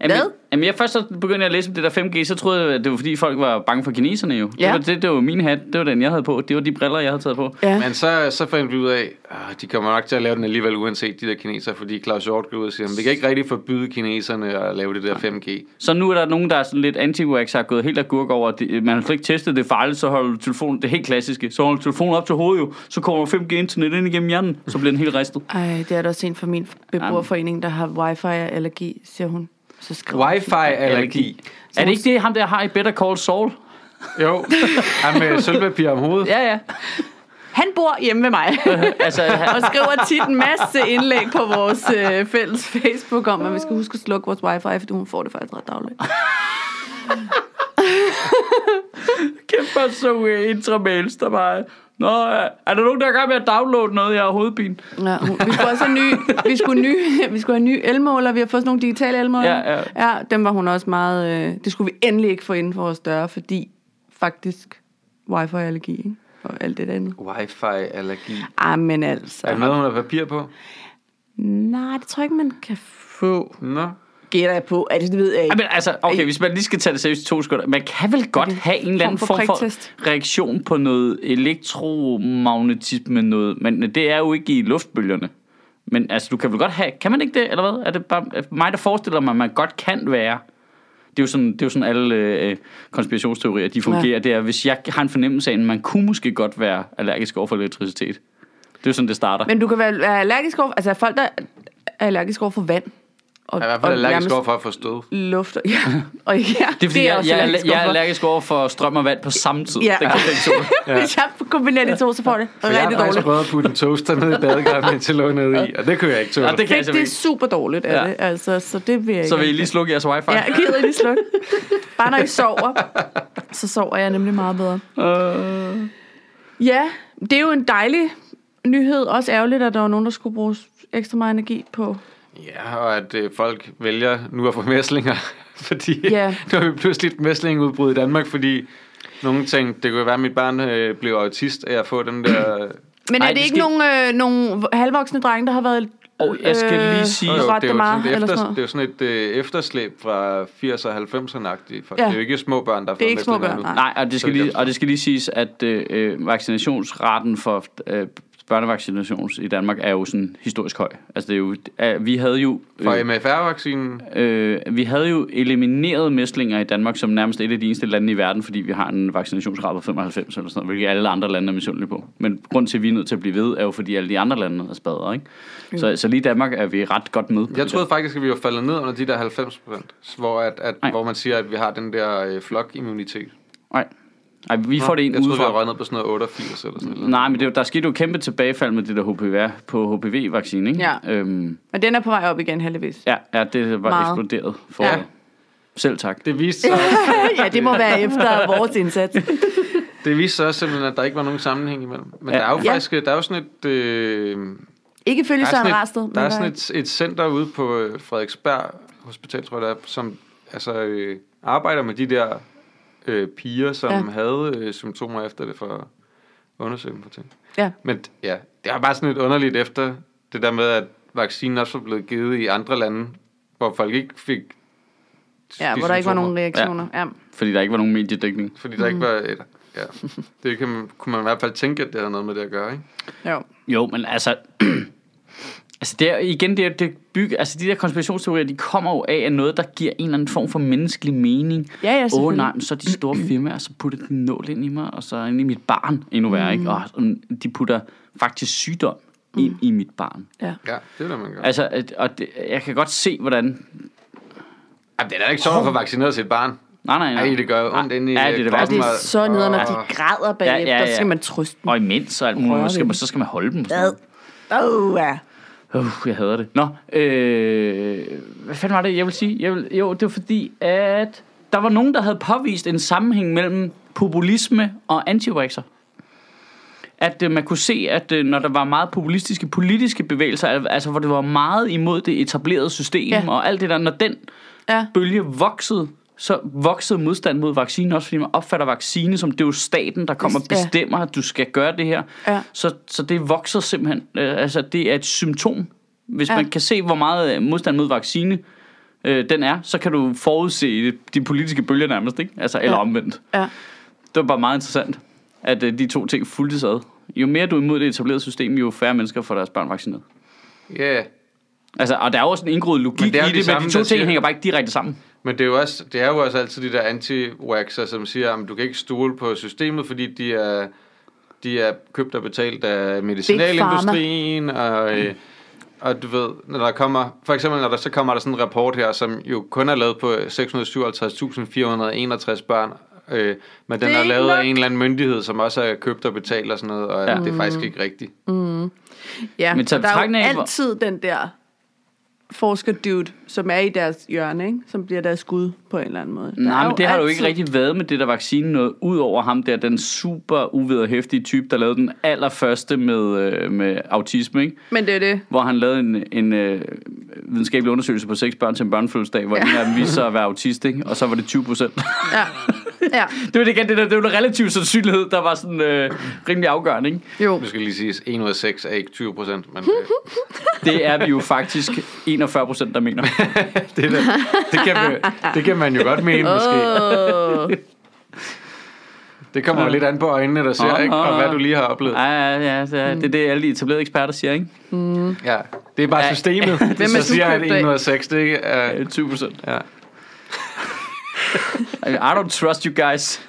Speaker 3: Jamen,
Speaker 1: Hvad?
Speaker 3: Jamen, jeg først så begyndte jeg at læse om det der 5G, så troede jeg, at det var fordi folk var bange for kineserne jo.
Speaker 1: Ja.
Speaker 3: Det, var, det, det var min hat, det var den, jeg havde på, det var de briller, jeg havde taget på.
Speaker 1: Ja.
Speaker 2: Men så, så fandt vi ud af, at de kommer nok til at lave den alligevel, uanset de der kinesere, fordi Claus Hjort går ud og siger, at vi kan ikke rigtig forbyde kineserne at lave det der 5G.
Speaker 3: Så nu er der nogen, der er sådan lidt anti har gået helt agurk over, at det, man har slet ikke testet det er farligt, så holder du telefonen, det er helt klassiske, så holder du telefonen op til hovedet jo, så kommer 5G-internet ind igennem hjernen, så bliver den helt ristet.
Speaker 1: Ej, det er da også en fra min beboerforening, der har wifi-allergi, siger hun. Så skriver
Speaker 2: Wi-Fi-allergi.
Speaker 3: Er det ikke det, ham der har i Better Call Saul?
Speaker 2: Jo, han med sølvpapir om hovedet.
Speaker 3: Ja, ja.
Speaker 1: Han bor hjemme med <laughs> mig,
Speaker 3: Altså,
Speaker 1: og skriver tit en masse indlæg på vores øh, fælles Facebook om, at vi skal huske at slukke vores wifi, fordi hun får det faktisk ret dagligt.
Speaker 3: Kæft for så øh, intramails, der bare... Nå, øh, er der nogen, der er i gang med at downloade noget, jeg har hovedpine?
Speaker 1: Ja, hun, vi skulle også have ny, vi skulle ny, vi skulle have ny elmåler. Vi har fået sådan nogle digitale elmåler.
Speaker 3: Ja, ja.
Speaker 1: ja dem var hun også meget... Øh, det skulle vi endelig ikke få inden for vores døre, fordi faktisk wifi-allergi, ikke? Og alt det der andet.
Speaker 2: Wi-Fi-allergi.
Speaker 1: Ah, men
Speaker 2: Er det
Speaker 1: altså.
Speaker 2: noget, hun har papir på?
Speaker 1: Nej, det tror jeg ikke, man kan få.
Speaker 2: Nå.
Speaker 1: Gætter jeg på. Er det, det ved jeg ikke.
Speaker 3: Jamen altså, okay, hvis man lige skal tage det seriøst i to sekunder. Man kan vel godt
Speaker 1: Okay.
Speaker 3: have en eller anden
Speaker 1: Form for
Speaker 3: form for
Speaker 1: priktest.
Speaker 3: reaktion på noget elektromagnetisme, noget, men det er jo ikke i luftbølgerne. Men altså, du kan vel godt have... Kan man ikke det, eller hvad? Er det bare er det mig, der forestiller mig, at man godt kan være... Det er jo sådan, det er jo sådan alle øh, konspirationsteorier, de fungerer.
Speaker 1: Ja.
Speaker 3: Det er, hvis jeg har en fornemmelse af, at man kunne måske godt være allergisk over for elektricitet. Det er jo sådan, det starter.
Speaker 1: Men du kan være være allergisk over... Altså, er folk, der er allergisk over for vand. Og,
Speaker 2: Jeg er i hvert fald allergisk
Speaker 1: nærmest
Speaker 2: over for at få stød.
Speaker 1: lufter. Ja, og <laughs> ja,
Speaker 3: Det er fordi, det er jeg,
Speaker 1: også
Speaker 3: jeg, jeg,
Speaker 1: allergisk
Speaker 3: jeg er
Speaker 1: overfor.
Speaker 3: allergisk over for strøm og vand på samme tid.
Speaker 1: Ja.
Speaker 3: Den kombination.
Speaker 1: <laughs> Ja. Hvis jeg kombinerer de to, så får det
Speaker 2: Jeg har
Speaker 1: rigtig
Speaker 2: faktisk
Speaker 1: dårligt.
Speaker 2: prøvet at putte en toaster ned i badekarret, mens jeg lå nede i, og det kunne jeg ikke tåle.
Speaker 3: Ja, det kan jeg
Speaker 1: Det, det er
Speaker 3: simpelthen
Speaker 1: super dårligt af
Speaker 3: Ja.
Speaker 1: ja. det, altså, så det vil jeg
Speaker 3: ikke. Så
Speaker 1: ikke.
Speaker 3: vil I lige slukke jeres wifi.
Speaker 1: Ja, gider I lige
Speaker 3: <laughs>
Speaker 1: slukke. Bare når I sover, så sover jeg nemlig meget bedre.
Speaker 3: Øh,
Speaker 1: Ja, det er jo en dejlig nyhed. Også ærgerligt, at der var nogen, der skulle bruge ekstra meget energi på.
Speaker 2: Ja, og at øh, folk vælger nu at få mæslinger, <laughs> fordi
Speaker 1: Ja.
Speaker 2: <laughs> nu har vi pludselig et mæslingudbrud i Danmark, fordi nogen tænkte, det kunne være, at mit barn øh, blev autist af at få
Speaker 1: <clears throat>
Speaker 2: den der...
Speaker 1: Men er
Speaker 3: Ej,
Speaker 1: Ej, det
Speaker 3: de
Speaker 1: ikke
Speaker 3: skal-
Speaker 1: nogle, øh, nogle halvvoksne drenge, der har været...
Speaker 3: Og jeg skal lige sige-
Speaker 2: Jo, jo,
Speaker 1: ret
Speaker 2: det,
Speaker 1: det
Speaker 2: er jo sådan
Speaker 1: meget,
Speaker 2: et
Speaker 1: eller
Speaker 2: efter,
Speaker 1: sådan
Speaker 2: det er
Speaker 1: noget.
Speaker 2: jo sådan et øh, efterslæb fra 80'erne og 90'erne-agtigt. For
Speaker 1: Ja.
Speaker 2: Det er jo ikke små børn, der har
Speaker 1: Det er
Speaker 2: fået
Speaker 1: ikke små
Speaker 2: mæslinger
Speaker 1: børn,
Speaker 2: nu.
Speaker 1: nej.
Speaker 3: nej, og det, skal
Speaker 2: Så det
Speaker 3: lige, og det skal lige siges, at øh, øh, vaccinationsraten for øh, børnevaccination i Danmark er jo sådan historisk høj. Altså, det er jo, øh, vi havde jo...
Speaker 2: For MFR-vaccinen,
Speaker 3: Øh, vi havde jo elimineret mæslinger i Danmark som nærmest et af de eneste lande i verden, fordi vi har en vaccinationsgrad på 95 eller sådan noget, hvilket alle andre lande er misundelige på. Men grund til, at vi er nødt til at blive ved, er jo fordi alle de andre lande er spadret, ikke?
Speaker 1: Mm.
Speaker 3: Så, så lige i Danmark er vi ret godt med. på
Speaker 2: Jeg
Speaker 3: det
Speaker 2: troede faktisk, at vi var faldet ned under de der 90 procent, hvor, at, at,
Speaker 3: Nej.
Speaker 2: hvor man siger, at vi har den der øh, flokimmunitet.
Speaker 3: der. Nej. Nej, vi får det en
Speaker 2: Jeg troede, vi var
Speaker 3: udefra.
Speaker 2: røget ned på sådan noget 88 eller sådan noget.
Speaker 3: Nej, men det, er jo- der skete jo et kæmpe tilbagefald med det der HPV, på HPV-vaccine, ikke?
Speaker 1: Ja.
Speaker 3: Øhm,
Speaker 1: Men den er på vej op igen,
Speaker 2: <laughs>
Speaker 1: heldigvis.
Speaker 3: ja, ja, det var
Speaker 1: Meget.
Speaker 3: eksploderet for...
Speaker 1: Ja.
Speaker 3: Selv tak.
Speaker 2: Det viste, sig,
Speaker 1: <laughs> ja, det må være efter vores indsats.
Speaker 2: det viste sig også simpelthen, at der ikke var nogen sammenhæng imellem. Men
Speaker 3: Ja.
Speaker 2: ja. der er jo
Speaker 1: Ja.
Speaker 2: faktisk der er jo sådan et... Øh,
Speaker 1: Ikke følge
Speaker 2: der er
Speaker 1: Søren
Speaker 2: sådan
Speaker 1: Rasted.
Speaker 2: et, der er sådan et, et center ude på øh, Frederiksberg Hospital, tror jeg det er, som altså, øh, arbejder med de der øh, piger, som
Speaker 1: Ja.
Speaker 2: ja. havde øh, symptomer efter det for at undersøge dem for ting.
Speaker 1: Ja.
Speaker 2: Men ja, det er bare sådan lidt underligt efter det der med, at vaccinen også var blevet givet i andre lande, hvor folk ikke fik
Speaker 1: ja,
Speaker 2: de
Speaker 1: hvor der ikke var
Speaker 2: symptomer,
Speaker 1: nogen reaktioner. Ja.
Speaker 3: Fordi der ikke var nogen mediedækning.
Speaker 2: Fordi der ikke var et... Ja, det kan man, kunne man i hvert fald tænke, at det havde noget med det at gøre, ikke?
Speaker 1: ja. Jo.
Speaker 3: Jo, men altså... <clears throat> altså det er, igen, det, er, det bygge, altså de der konspirationsteorier, de kommer jo af af noget, der giver en eller anden form for menneskelig mening.
Speaker 1: Ja, ja,
Speaker 3: Åh
Speaker 1: selvfølgelig.
Speaker 3: nej, men så de store firmaer, så putter de en nål ind i mig, og så ind i mit barn endnu værre,
Speaker 1: Mm.
Speaker 3: ikke? Og sådan, de putter faktisk sygdom ind i mit barn.
Speaker 1: Ja.
Speaker 2: Ja, det er det, man gør.
Speaker 3: Altså, at- og det, jeg kan godt se, hvordan...
Speaker 2: Jamen, det er da ikke sjovt at få vaccineret sit barn.
Speaker 3: Nej, nej, nej.
Speaker 2: Ej, det gør jo ondt inde i
Speaker 3: Ja, det er det
Speaker 2: kroppen,
Speaker 1: Og
Speaker 3: værste.
Speaker 1: Altså, det er
Speaker 2: og-
Speaker 1: så nederen, at de græder bagefter, ja, ja, ja. så skal man trøste dem.
Speaker 3: Og imens og alt muligt,
Speaker 1: Rører
Speaker 3: så skal
Speaker 1: ved
Speaker 3: man, så skal man holde dem. og sådan noget.
Speaker 1: Oh, ja.
Speaker 3: Uh, jeg hader det. Nå, øh, hvad fanden var det, jeg vil sige? Jeg vil, jo, det var fordi, at der var nogen, der havde påvist en sammenhæng mellem populisme og antivaxer. At øh, man kunne se, at øh, når der var meget populistiske politiske bevægelser, al- altså hvor det var meget imod det etablerede system ja.
Speaker 1: Ja.
Speaker 3: og alt det der, når den
Speaker 1: Ja.
Speaker 3: bølge voksede, så voksede modstand mod vaccinen også, fordi man opfatter vaccine som, det er jo staten, der kommer og
Speaker 1: Ja.
Speaker 3: bestemmer, at du skal gøre det her.
Speaker 1: Ja.
Speaker 3: Så, så det vokser simpelthen. Øh, altså, det er et symptom. Hvis ja.
Speaker 1: Ja.
Speaker 3: man kan se, hvor meget øh, modstand mod vaccine øh, den er, så kan du forudse de politiske bølger nærmest, ikke? Altså, eller
Speaker 1: Ja.
Speaker 3: omvendt.
Speaker 1: ja.
Speaker 3: Det var bare meget interessant, at øh, de to ting fulgtes ad. Jo mere du er imod det etablerede system, jo færre mennesker får deres børn vaccineret.
Speaker 2: Ja, yeah.
Speaker 3: Altså, og der er jo også en indgroet logik
Speaker 2: Men
Speaker 3: det
Speaker 2: det er
Speaker 3: i
Speaker 2: jo
Speaker 3: det,
Speaker 2: de samme,
Speaker 3: men de to
Speaker 2: der
Speaker 3: ting
Speaker 2: siger-
Speaker 3: hænger bare ikke direkte sammen.
Speaker 2: Men det er, jo også, det er jo også altid de der anti-waxer, som siger, at du kan ikke stole på systemet, fordi de er, de er købt og betalt af medicinalindustrien, og, øh, og du ved, når der kommer, for eksempel når der så kommer der sådan en rapport her, som jo kun er lavet på 657.461 børn, øh, men den
Speaker 1: Det er
Speaker 2: er,
Speaker 1: ikke
Speaker 2: lavet af
Speaker 1: nok.
Speaker 2: en eller anden myndighed, som også er købt og betalt og sådan noget, og ja. det er
Speaker 1: Mm.
Speaker 2: faktisk ikke rigtigt.
Speaker 1: ja.
Speaker 3: Men
Speaker 1: Men
Speaker 3: tager
Speaker 1: der er jo
Speaker 3: betragtning af, hvor-
Speaker 1: altid den der forsker-dude, som er i deres hjørne, ikke? som bliver deres skud på en eller anden måde. Der er
Speaker 3: Nej,
Speaker 1: jo
Speaker 3: men det har du ikke
Speaker 1: altid-
Speaker 3: rigtig været med det der vaccine noget, ud over ham der, den super uvederhæftige type, der lavede den allerførste med, øh, med autisme, ikke?
Speaker 1: Men det er det.
Speaker 3: hvor han lavede en, en øh, videnskabelig undersøgelse på seks børn til en børnefødselsdag, hvor ja. en af dem viste sig at være autist, ikke? og så var det 20 procent. <laughs>
Speaker 1: Ja. ja.
Speaker 3: det var det igen, det der, det var en relativ sandsynlighed, der var sådan øh, rimelig afgørende. Ikke?
Speaker 1: Jo.
Speaker 2: Nu skal lige sige, at 1 ud af 6 er ikke 20 procent,
Speaker 1: <laughs>
Speaker 2: men øh, <laughs>
Speaker 3: Det er vi jo faktisk 41 procent, der mener.
Speaker 2: det, er da, det, kan, man- det kan man jo godt mene måske.
Speaker 1: Åh.
Speaker 2: Det kommer jo lidt an på øjnene, der ser,
Speaker 3: Åh,
Speaker 2: ikke?
Speaker 3: åh,
Speaker 2: Og hvad
Speaker 3: åh.
Speaker 2: du lige har oplevet.
Speaker 3: Ja, <laughs> ja, ja, det er- det er det, alle de etablerede eksperter siger, ikke?
Speaker 2: Ja. Det er bare
Speaker 3: Ja.
Speaker 1: <laughs>
Speaker 2: systemet.
Speaker 1: er
Speaker 2: så
Speaker 1: du
Speaker 2: siger jeg, at
Speaker 1: købt af?
Speaker 2: 1 ud af 6, det ikke er...
Speaker 3: Øh, 20 procent.
Speaker 2: Ja.
Speaker 3: I mean, I don't trust you guys.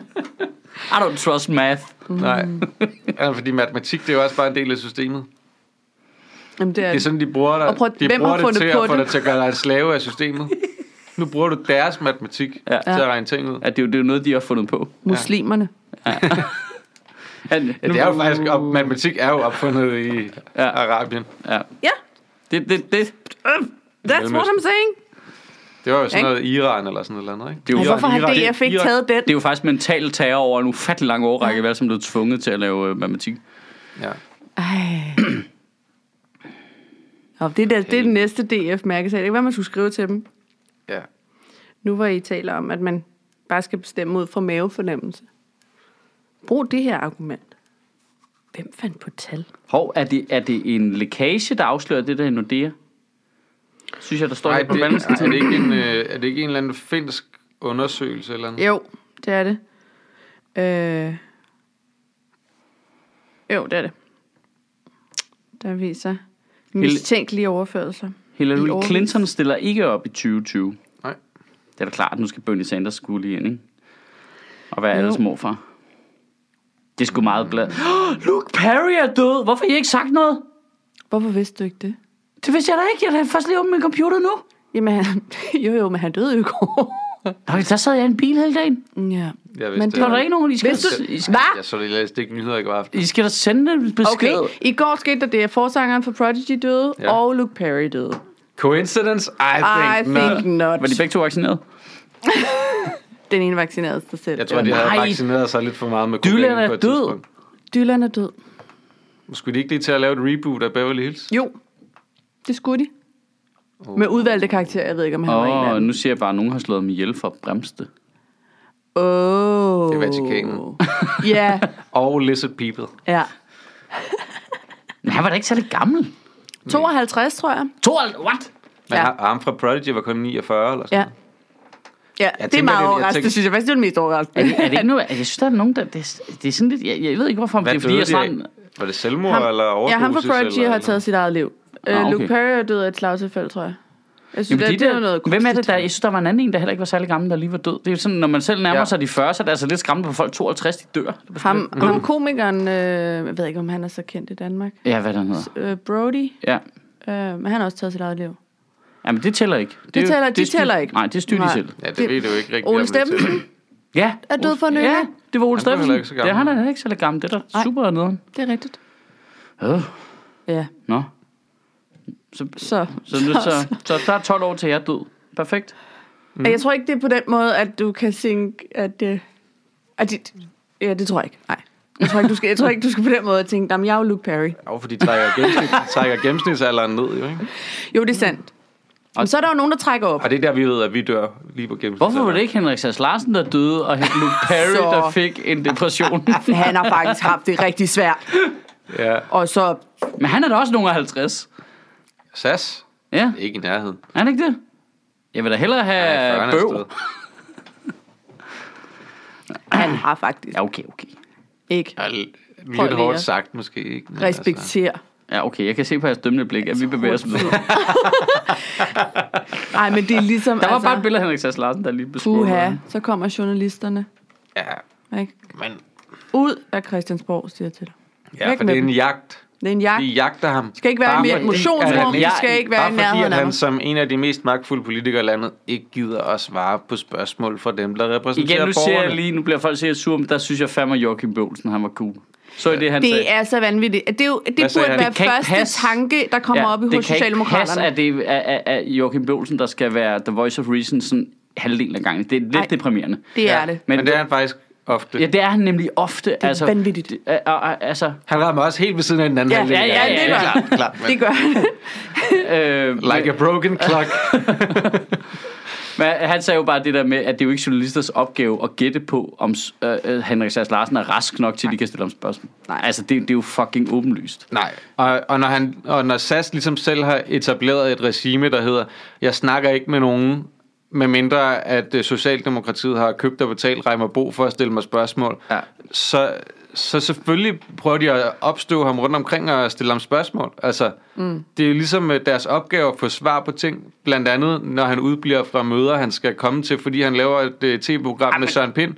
Speaker 3: <laughs> I don't trust math.
Speaker 1: Mm.
Speaker 2: <laughs> Nej. Ja, fordi matematik, det er jo også bare en del af systemet.
Speaker 1: Jamen, det er,
Speaker 2: Det er sådan, de bruger dig,
Speaker 1: Og prøv at-
Speaker 2: de
Speaker 1: hvem har
Speaker 2: bruger det
Speaker 1: fundet
Speaker 2: til at
Speaker 1: på
Speaker 2: få
Speaker 1: det?
Speaker 2: dig til at gøre dig en slave af systemet. Nu bruger du deres matematik
Speaker 3: Ja.
Speaker 2: ja. til at regne ting ud.
Speaker 3: At det, er jo, det er jo noget, de har fundet på.
Speaker 1: muslimerne.
Speaker 3: At,
Speaker 2: Ja, det er jo faktisk, op, matematik er jo opfundet i ja. Arabien.
Speaker 3: Ja.
Speaker 1: Ja,
Speaker 3: Det, det, det,
Speaker 2: Mellemøsten.
Speaker 1: that's what I'm saying.
Speaker 2: Det var jo sådan
Speaker 1: Ikke?
Speaker 2: noget Iran eller sådan noget andet, ikke?
Speaker 3: Det er jo-
Speaker 1: Ej, hvorfor har
Speaker 2: Iran-
Speaker 1: DF ikke
Speaker 2: Iran-
Speaker 1: taget den?
Speaker 3: det er jo faktisk mental terror over en ufattelig lang årrække, hvad som blev tvunget til at lave øh, matematik.
Speaker 2: Ja.
Speaker 1: Ej. Nå, det, er, det, det er den næste DF-mærkesag. Det kan være, man skulle skrive til dem.
Speaker 2: ja.
Speaker 1: Nu hvor I taler om, at man bare skal bestemme ud fra mavefornemmelse. Brug det her argument. Hvem fandt på tal?
Speaker 3: Hov, er det, er det en lækage, der afslører det der i Nordea? Synes jeg, der står
Speaker 2: Ej,
Speaker 3: det på
Speaker 2: det,
Speaker 3: <clears throat> manden.
Speaker 2: er, det ikke en, øh, er det ikke en eller anden finsk undersøgelse eller noget?
Speaker 1: Jo, det er det. Øh... Jo, det er det. Der viser mistænkelige overførsel. i
Speaker 3: Hillary
Speaker 1: Aarhus.
Speaker 3: Clinton stiller ikke op i 2020.
Speaker 2: Nej.
Speaker 3: Det er da klart, nu skal Bernie Sanders skulle lige ind, ikke? Og hvad er
Speaker 1: Jo.
Speaker 3: alles morfar? Det er sgu meget glad. <gasps> Luke Perry er død! Hvorfor har I ikke sagt noget?
Speaker 1: Hvorfor vidste du ikke det?
Speaker 3: Det vidste jeg da ikke. Jeg har først lige åbnet min computer nu.
Speaker 1: Jamen, han, <laughs> jo jo, men han døde jo i går.
Speaker 3: Nå, der sad jeg i en bil hele dagen.
Speaker 1: ja.
Speaker 2: Jeg vidste
Speaker 1: Men
Speaker 2: men
Speaker 1: det
Speaker 2: det,
Speaker 3: Der var der ikke nogen, I skal,
Speaker 1: Vidste du-
Speaker 3: I skal,
Speaker 1: Hvad?
Speaker 2: Jeg så det, jeg læste ikke nyheder i går aften.
Speaker 3: I skal da sende en besked.
Speaker 1: Okay, i går skete der det, at forsangeren for Prodigy døde, ja.
Speaker 2: Ja.
Speaker 1: og Luke Perry døde.
Speaker 2: Coincidence? I
Speaker 1: I
Speaker 2: think, I not.
Speaker 1: think not.
Speaker 3: Var de begge to vaccineret?
Speaker 1: Den ene vaccinerede sig selv.
Speaker 2: Jeg tror, de havde
Speaker 3: Nej.
Speaker 2: vaccineret sig lidt for meget med
Speaker 3: Dylan
Speaker 2: på
Speaker 3: er
Speaker 2: et
Speaker 3: død.
Speaker 2: tidspunkt.
Speaker 1: Dylan er død.
Speaker 2: Skulle de ikke lige til at lave et reboot af Beverly Hills?
Speaker 1: Jo, det skulle de. Oh. Med udvalgte karakterer, jeg ved ikke, om han oh. var en af
Speaker 3: Og
Speaker 1: dem.
Speaker 3: nu siger jeg bare, at nogen har slået dem ihjel for at bremse det.
Speaker 1: Oh.
Speaker 2: Det er Vatikanen.
Speaker 1: <laughs> ja,
Speaker 2: Og Lizard People.
Speaker 1: ja.
Speaker 3: Men han var da ikke særlig gammel.
Speaker 1: 52, tror jeg.
Speaker 3: 52, what?
Speaker 2: Men
Speaker 1: Ja.
Speaker 2: ja. ham fra Prodigy var kun 49 eller sådan
Speaker 1: Ja. Ja, det er
Speaker 2: tænker, det-
Speaker 1: meget
Speaker 2: jeg
Speaker 1: overraskende,
Speaker 2: tænker-
Speaker 1: synes jeg faktisk, det er det mest
Speaker 3: Er det,
Speaker 1: overraskende.
Speaker 3: er det ikke noget, jeg synes, der er nogen, der... Det, det er sådan lidt... Jeg, jeg ved ikke, hvorfor. men
Speaker 2: Hvad
Speaker 3: det er, fordi jeg
Speaker 2: døde de
Speaker 3: sådan...
Speaker 2: af? Var det selvmord
Speaker 1: Ham-
Speaker 2: eller overdosis?
Speaker 1: Ja, han fra Prodigy
Speaker 2: eller-
Speaker 1: har taget sit eget liv.
Speaker 3: Ah,
Speaker 1: Ah,
Speaker 3: okay.
Speaker 1: Luke Perry er død af et slagtilfælde, tror jeg. Jeg
Speaker 3: Jamen,
Speaker 1: synes, Jamen,
Speaker 3: de
Speaker 1: det, det er noget
Speaker 3: der, hvem er det,
Speaker 1: kunstigt.
Speaker 3: der... Jeg synes, der var en anden en, der heller ikke var særlig gammel, der lige var død. Det er jo sådan, når man selv nærmer
Speaker 2: Ja.
Speaker 3: sig de 40, så er det altså lidt skræmmende på folk 52, de dør. Det er bare sådan
Speaker 1: Ham, mm. ham komikeren, øh, jeg ved ikke, om han er så kendt i Danmark.
Speaker 3: lidt- Ja, hvad der hedder.
Speaker 1: Øh, Brody,
Speaker 3: Ja.
Speaker 1: øh, men han har også taget sit eget liv.
Speaker 3: Jamen, det tæller ikke. Det, er jo-
Speaker 1: tæller- de
Speaker 3: er styr-
Speaker 1: tæller ikke.
Speaker 3: Nej, det styrer de
Speaker 1: Nej.
Speaker 3: selv.
Speaker 2: Ja, det,
Speaker 1: Det-
Speaker 2: ved du jo ikke rigtigt.
Speaker 1: Ole
Speaker 2: om det er til.
Speaker 1: Steffensen,
Speaker 3: Ja.
Speaker 1: Er død for nylig.
Speaker 3: Ja, det var Ole
Speaker 2: Han var heller
Speaker 3: Steffensen.
Speaker 2: ikke så gammel.
Speaker 3: Ja, han er heller ikke så lidt gammel. Det er da
Speaker 1: Nej.
Speaker 3: super nederen.
Speaker 1: det er rigtigt.
Speaker 3: Øh,
Speaker 1: Ja,
Speaker 3: nå. Så,
Speaker 1: så.
Speaker 3: så, nu,
Speaker 1: <laughs>
Speaker 3: så, så der er 12 år til jeg er død. Perfekt.
Speaker 1: Mm. Jeg tror ikke, det er på den måde, at du kan tænke, at... Øh, at dit, ja, det tror jeg ikke. Nej. Jeg tror ikke, du skal, jeg tror ikke, du skal på den måde tænke, at jeg er jo Luke Perry.
Speaker 2: Jo, for de trækker, gennemsnit, de trækker gennemsnitsalderen ned, jo, ikke?
Speaker 1: Jo, det er sandt. Men så er der jo nogen, der trækker op.
Speaker 2: Og det er der, vi ved, at vi dør lige på gennemsnitsalderen.
Speaker 3: Hvorfor var det ikke Henrik Sass Larsen, der døde, og Luke Perry,
Speaker 1: Så.
Speaker 3: der fik en depression?
Speaker 1: Han har faktisk haft det rigtig svært.
Speaker 2: Ja.
Speaker 1: Og så...
Speaker 3: <laughs> Men han er da også nogen af 50.
Speaker 2: SAS?
Speaker 3: Ja,
Speaker 2: Ikke i nærheden.
Speaker 3: er han ikke det? Jeg vil da hellere have
Speaker 2: Ja,
Speaker 3: bøv.
Speaker 1: Han har faktisk
Speaker 3: Ja, okay, okay.
Speaker 1: ikke Prøv
Speaker 2: Lidt
Speaker 1: lige
Speaker 2: hårdt
Speaker 1: at-
Speaker 2: sagt, måske ikke. men altså-
Speaker 1: respekterer.
Speaker 3: Ja, okay, jeg kan se på jeres dømmende blik, at vi bevæger os videre.
Speaker 1: Nej, men det er ligesom...
Speaker 3: Der var bare et billede af Henrik Sass Larsen, der lige besmålede.
Speaker 1: Uha,
Speaker 3: ham.
Speaker 1: så kommer journalisterne.
Speaker 2: Altså, ja,
Speaker 1: Ikke?
Speaker 2: men...
Speaker 1: Ud af Christiansborg, siger jeg til dig.
Speaker 2: Ja,
Speaker 1: Væk
Speaker 2: for
Speaker 1: med
Speaker 2: det er en
Speaker 1: dem.
Speaker 2: jagt.
Speaker 1: Det er en jagt.
Speaker 2: De jagter ham.
Speaker 1: Skal ikke være i
Speaker 2: Bare
Speaker 1: mere
Speaker 2: fordi,
Speaker 1: motionsrum.
Speaker 2: at han
Speaker 1: Det
Speaker 2: ikke-
Speaker 1: skal ikke være i
Speaker 2: Bare fordi,
Speaker 1: nærheden
Speaker 2: at
Speaker 1: af ham.
Speaker 2: han som en af de mest magtfulde politikere i landet ikke gider at svare på spørgsmål fra dem, der repræsenterer
Speaker 3: Igen, nu ser jeg
Speaker 2: borgerne.
Speaker 3: lige, nu bliver folk sikkert sure, men der synes jeg fandme, at Joachim Bøvlsen, han var cool. Så er det, han sagde.
Speaker 1: Det er så vanvittigt. Det, er jo, det
Speaker 2: Hvad sagde
Speaker 1: burde
Speaker 2: han?
Speaker 1: være
Speaker 3: Det kan ikke
Speaker 1: første
Speaker 3: passe.
Speaker 1: tanke, der kommer op i
Speaker 3: det
Speaker 1: hos
Speaker 3: kan ikke passe,
Speaker 1: Socialdemokraterne.
Speaker 3: at det er, er, er Joachim Bøvlsen, der skal være The Voice of Reason sådan halvdelen af gangen. Det er lidt
Speaker 1: Ej.
Speaker 3: deprimerende.
Speaker 1: Det er det.
Speaker 2: Men, men det er han faktisk ofte.
Speaker 3: Ja, det er han nemlig ofte. Det
Speaker 1: er
Speaker 3: altså,
Speaker 1: vanvittigt.
Speaker 3: Det, er- er- er- altså,
Speaker 2: Han rammer også helt ved siden af den anden
Speaker 1: Ja,
Speaker 2: halvdel.
Speaker 1: ja,
Speaker 3: ja, ja, det
Speaker 1: gør
Speaker 2: klart, klart.
Speaker 1: Det gør han.
Speaker 3: øh,
Speaker 2: Like a broken clock.
Speaker 3: Men han sagde jo bare det der med, at det er jo ikke journalisters opgave at gætte på, om øh, øh, Henrik Sass Larsen er rask nok til, at de kan stille ham spørgsmål. Nej. Altså, det, det er jo fucking åbenlyst.
Speaker 2: Nej. Og, og, når han, og når SAS ligesom selv har etableret et regime, der hedder, jeg snakker ikke med nogen, medmindre at øh, Socialdemokratiet har købt og betalt Reimer Bo for at stille mig spørgsmål,
Speaker 3: Ja.
Speaker 2: så, så selvfølgelig prøver de at opstå ham rundt omkring og stille ham spørgsmål. Altså, mm. det er jo ligesom øh, deres opgave at få svar på ting, blandt andet når han udbliver fra møder, han skal komme til, fordi han laver et øh, tv-program med Søren Pind.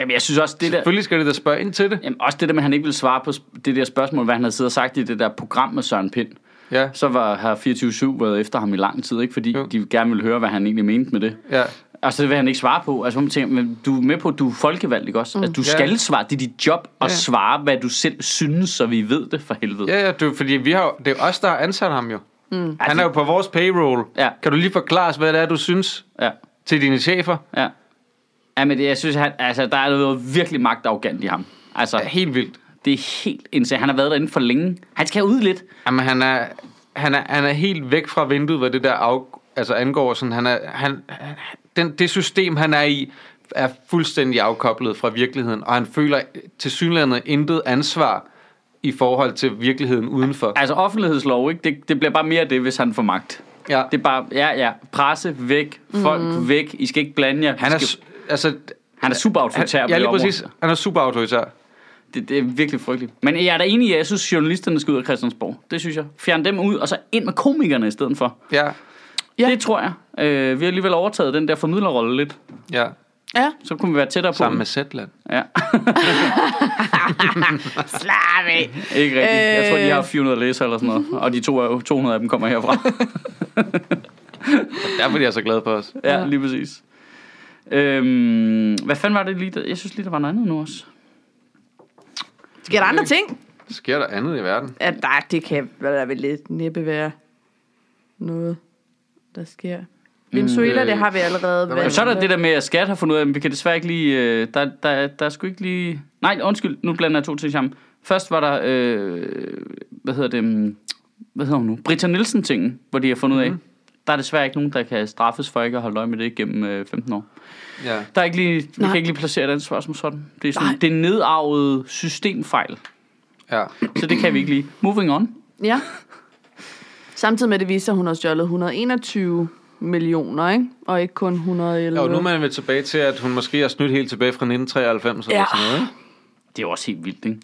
Speaker 3: Jamen, jeg synes også, det der...
Speaker 2: Selvfølgelig skal det da spørge ind til det.
Speaker 3: Jamen, også det der med, at han ikke ville svare på sp- det der spørgsmål, hvad han havde siddet og sagt i det der program med Søren Pind.
Speaker 2: Ja.
Speaker 3: Så var her 24-7 været efter ham i lang tid, ikke? fordi
Speaker 2: Jo.
Speaker 3: de gerne ville høre, hvad han egentlig mente med det.
Speaker 2: Ja.
Speaker 3: Altså, det vil han ikke svare på. Altså, hvor man tænker, men du er med på, at du er folkevalgt, ikke også? Mm. Altså, du
Speaker 2: Ja.
Speaker 3: skal svare. Det er dit job at
Speaker 2: Ja.
Speaker 3: svare, hvad du selv synes, så vi ved det for helvede.
Speaker 2: Ja, ja, du, fordi vi har, jo- det er os, der har ansat ham jo. Mm. Han er jo på vores payroll.
Speaker 3: Ja.
Speaker 2: Kan du lige forklare os, hvad det er, du synes
Speaker 3: Ja.
Speaker 2: til dine chefer?
Speaker 3: Ja. Ja, men det, jeg synes, han, altså, der er noget virkelig magtarrogant i ham. Altså,
Speaker 2: Ja, helt vildt.
Speaker 3: det er helt insane. Han har været derinde for længe. Han skal ud lidt.
Speaker 2: Jamen, han er, han er, han er helt væk fra vinduet, hvad det der af, altså angår. Sådan, han er, han, han- den, det system, han er i, er fuldstændig afkoblet fra virkeligheden, og han føler til synlandet intet ansvar i forhold til virkeligheden udenfor.
Speaker 3: Altså, offentlighedslov, ikke? Det, det bliver bare mere af det, hvis han får magt.
Speaker 2: Ja.
Speaker 3: Det er bare, ja, ja, presse væk, folk mm. væk, I skal ikke blande jer.
Speaker 2: Han er,
Speaker 3: I skal,
Speaker 2: s- altså,
Speaker 3: han er super
Speaker 2: han,
Speaker 3: autoritær på
Speaker 2: ja,
Speaker 3: det
Speaker 2: lige
Speaker 3: område.
Speaker 2: præcis, han er super autoritær.
Speaker 3: Det, det er virkelig frygteligt. Men jeg er da enig i, at jeg synes, journalisterne skal ud af Christiansborg. Det synes jeg. Fjern dem ud, og så ind med komikerne i stedet for.
Speaker 2: Ja,
Speaker 1: Ja.
Speaker 3: Ja. Det tror jeg. Øh, vi har alligevel overtaget den der formidlerrolle lidt.
Speaker 2: ja.
Speaker 1: Ja.
Speaker 3: Så kunne vi være tættere på.
Speaker 2: Sammen
Speaker 3: den.
Speaker 2: med Zetland.
Speaker 3: Ja.
Speaker 1: Slap af.
Speaker 3: Ikke rigtigt. Jeg tror, de har
Speaker 1: Øh.
Speaker 3: 400 læsere eller sådan <laughs> noget. Og de to, 200 af dem kommer herfra.
Speaker 2: Derfor er jeg så glad for os.
Speaker 3: <laughs> ja, lige præcis. Øhm, hvad fanden var det lige? Der? Jeg synes lige, der var noget andet nu også.
Speaker 1: Sker der andre ting?
Speaker 2: Sker der andet i verden?
Speaker 1: Ja, nej, det kan hvad der vel lidt næppe være noget, der sker. Venezuela,
Speaker 2: øh,
Speaker 1: det har vi allerede
Speaker 2: var-
Speaker 1: været.
Speaker 3: Jamen, så er der det der med, at skat har fundet ud af, at vi kan desværre ikke lige... Øh, der, der, der er sgu ikke lige... Nej, undskyld, nu blander jeg to ting sammen. Først var der... Øh, hvad hedder det? mm, Hvad hedder hun nu? Britta Nielsen-tingen, hvor de har fundet
Speaker 1: Mhm.
Speaker 3: mm-hmm. ud af. Der er desværre ikke nogen, der kan straffes for ikke at holde øje med det gennem øh, 15 år.
Speaker 2: Ja.
Speaker 3: Der er ikke lige, vi
Speaker 1: Nej.
Speaker 3: kan ikke lige placere et ansvar som sådan. Det er
Speaker 1: Nej.
Speaker 3: sådan, det er nedarvet systemfejl.
Speaker 2: ja.
Speaker 3: Så det kan vi ikke lige. Moving on.
Speaker 1: Ja. Samtidig med at det viser, at hun har stjålet 121 millioner, ikke? Og ikke kun 111.
Speaker 2: Jo, nu er man vel tilbage til, at hun måske har snydt helt tilbage fra 1993 eller
Speaker 1: Ja.
Speaker 2: sådan noget. Ikke?
Speaker 3: Det er jo også helt vildt, ikke?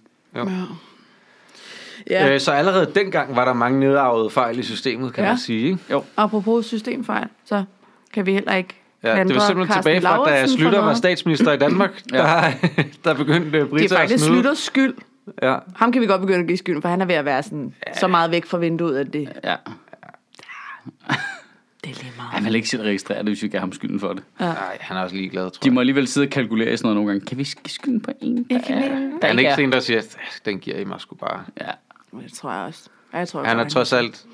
Speaker 1: Ja.
Speaker 2: Øh, så allerede dengang var der mange nedarvede fejl i systemet, kan
Speaker 1: Ja.
Speaker 2: man sige. Ikke?
Speaker 1: Apropos systemfejl, så kan vi heller ikke
Speaker 2: Ja, det var
Speaker 1: klandre
Speaker 2: simpelthen
Speaker 1: Karsten
Speaker 2: tilbage fra, da
Speaker 1: Lauritzen for
Speaker 2: Slytter var
Speaker 1: noget.
Speaker 2: statsminister i
Speaker 1: <clears throat>
Speaker 2: Danmark, ja. der, <laughs> der begyndte
Speaker 1: Det
Speaker 2: Britta
Speaker 1: er
Speaker 2: at
Speaker 1: faktisk
Speaker 2: snyde.
Speaker 1: Slytters skyld.
Speaker 2: Ja.
Speaker 1: Ham kan vi godt begynde at give skylden, for han er ved at være sådan, så meget væk fra vinduet, at det,
Speaker 3: Ja.
Speaker 1: det er lige meget.
Speaker 3: Han vil ikke selv registrere det, hvis vi gav ham skylden for det.
Speaker 2: Nej, han er også ligeglad, tror
Speaker 3: De
Speaker 2: jeg.
Speaker 3: må alligevel sidde og kalkulere i sådan noget nogle gange. Kan vi sk- skylde på en? Der,
Speaker 1: Jeg kan ikke-
Speaker 3: der
Speaker 2: Han er
Speaker 3: ikke
Speaker 2: ikke
Speaker 3: er.
Speaker 2: sådan en, der siger, "Ah, den giver I mig sgu bare.
Speaker 3: Ja.
Speaker 1: Det tror jeg også. Ja, Jeg tror,
Speaker 2: Han er
Speaker 1: godt,
Speaker 2: trods alt,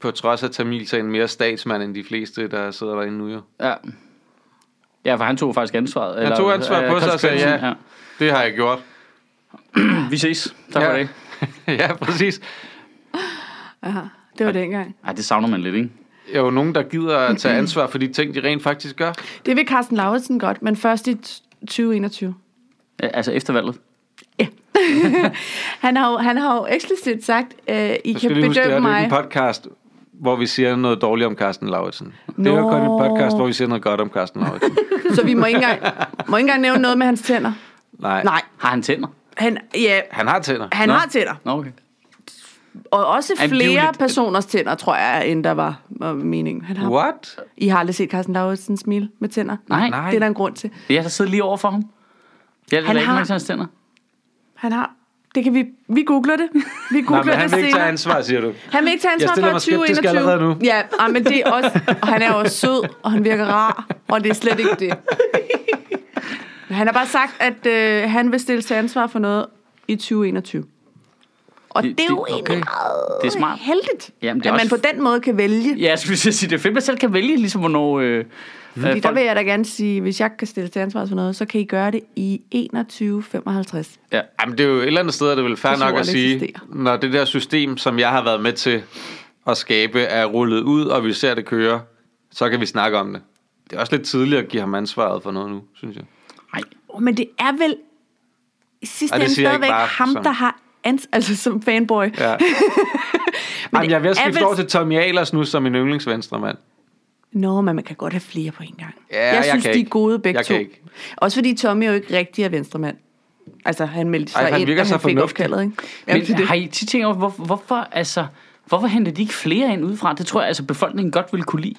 Speaker 2: på trods af Tamilsagen, mere statsmand end de fleste, der sidder derinde nu jo.
Speaker 3: ja. Ja, for han tog faktisk ansvaret. øh, Han
Speaker 2: tog ansvaret på sig og sagde ja. Det har jeg gjort.
Speaker 3: Vi ses. Tak
Speaker 2: Ja.
Speaker 3: for det.
Speaker 2: <laughs> ja, præcis.
Speaker 1: Det var dengang.
Speaker 3: Ej, det savner man lidt, ikke?
Speaker 2: jo nogen, der gider
Speaker 1: <clears throat>
Speaker 2: at tage ansvar for de ting, de rent faktisk gør.
Speaker 1: Det vil Carsten Lauritsen godt, men først i t- 2021.
Speaker 3: Ja, Altså efter valget.
Speaker 1: Han har jo, han har jo eksplicit sagt, øh, I
Speaker 2: Du
Speaker 1: kan
Speaker 2: skal lige huske,
Speaker 1: bedømme
Speaker 2: det her, det er jo
Speaker 1: mig.
Speaker 2: ikke en podcast, hvor vi siger noget dårligt om Carsten Lauritsen. Det er jo
Speaker 1: Nå.
Speaker 2: kun en podcast, hvor vi siger noget godt om Carsten Lauritsen.
Speaker 1: Så vi må ikke, engang, må ikke engang nævne noget med hans tænder.
Speaker 2: Nej.
Speaker 1: Nej,
Speaker 3: Har han tænder?
Speaker 1: han, ja,
Speaker 2: Han har tænder.
Speaker 1: han
Speaker 3: Nå.
Speaker 1: har tænder.
Speaker 3: Nå, okay.
Speaker 1: Og også
Speaker 3: Jamen, det er jo
Speaker 1: flere
Speaker 3: lidt-
Speaker 1: personers tænder, tror jeg, end der var var meningen. Han har.
Speaker 2: What?
Speaker 1: I har aldrig set Carsten Lauritsen smile med tænder?
Speaker 3: Nej.
Speaker 2: Nej.
Speaker 1: Det er der en grund til.
Speaker 3: Jeg har siddet lige over for ham. Jeg har
Speaker 1: Han
Speaker 3: ikke
Speaker 1: har-
Speaker 3: mærke til hans tænder.
Speaker 1: Han har... Det kan vi... Vi googler det. Vi googler
Speaker 2: <laughs> Nej, men han
Speaker 1: det
Speaker 2: vil ikke tage
Speaker 1: senere.
Speaker 2: ansvar, siger du.
Speaker 1: Han vil ikke tage
Speaker 2: Jeg
Speaker 1: ansvar
Speaker 2: stiller mig
Speaker 1: for
Speaker 2: skeptisk
Speaker 1: 2021.
Speaker 2: allerede nu.
Speaker 1: Ja, ah, men det er også... Og han er også sød, og han virker rar, og det er slet ikke
Speaker 2: <laughs>
Speaker 1: det. Han har bare sagt, at øh, han vil stille til ansvar for noget i 2021. Og det,
Speaker 3: Det-
Speaker 1: det er jo
Speaker 3: det-
Speaker 1: egentlig
Speaker 3: Det er smart.
Speaker 1: heldigt,
Speaker 3: Jamen, det er
Speaker 1: at man
Speaker 3: også-
Speaker 1: på den måde kan vælge.
Speaker 3: Ja, jeg skulle til at sige, det er fedt, man selv kan vælge, ligesom hvornår... Øh,
Speaker 1: Fordi
Speaker 3: øh,
Speaker 1: der
Speaker 3: folk,
Speaker 1: vil jeg da gerne sige, hvis jeg kan stille til ansvar for noget, så kan I gøre det i 2155.
Speaker 3: ja.
Speaker 2: Jamen, det er jo et eller andet sted, er det vil fair
Speaker 1: Hvis
Speaker 2: nok
Speaker 1: ordet
Speaker 2: at sige,
Speaker 1: eksisterer.
Speaker 2: når det der system, som jeg har været med til at skabe, er rullet ud, og vi ser det køre, så kan vi snakke om det. Det er også lidt tidligt at give ham ansvaret for noget nu, synes jeg.
Speaker 3: Ej,
Speaker 1: Oh, men det er vel i sidste
Speaker 2: Ej, det
Speaker 1: ende
Speaker 2: siger jeg ikke
Speaker 1: stadigvæk
Speaker 2: bare
Speaker 1: ham,
Speaker 2: som-
Speaker 1: der har ans- <laughs> altså som fanboy. <laughs>
Speaker 2: Ja. Jamen, jeg er ved at
Speaker 1: det er
Speaker 2: skifte
Speaker 1: vel-
Speaker 2: over til Tommy Ahlers nu som min yndlingsvenstremand.
Speaker 1: Nå, men man kan godt have flere på en gang.
Speaker 2: Ja,
Speaker 1: jeg
Speaker 2: jeg
Speaker 1: synes,
Speaker 2: kan
Speaker 1: de er
Speaker 2: ikke.
Speaker 1: gode begge
Speaker 2: Jeg
Speaker 1: to.
Speaker 2: kan ikke.
Speaker 1: Også fordi Tommy jo ikke rigtig er venstremand. Altså, han meldte sig
Speaker 2: Ej, han
Speaker 1: ind,
Speaker 2: virker
Speaker 1: da
Speaker 2: så
Speaker 1: han fik
Speaker 2: fornuftig.
Speaker 1: opkaldet, ikke? Jamen, det er
Speaker 3: Men
Speaker 1: det.
Speaker 3: har I tit tænkt over, hvor, hvorfor, altså, hvorfor henter de ikke flere ind udefra? Det tror jeg, altså, befolkningen godt ville kunne lide.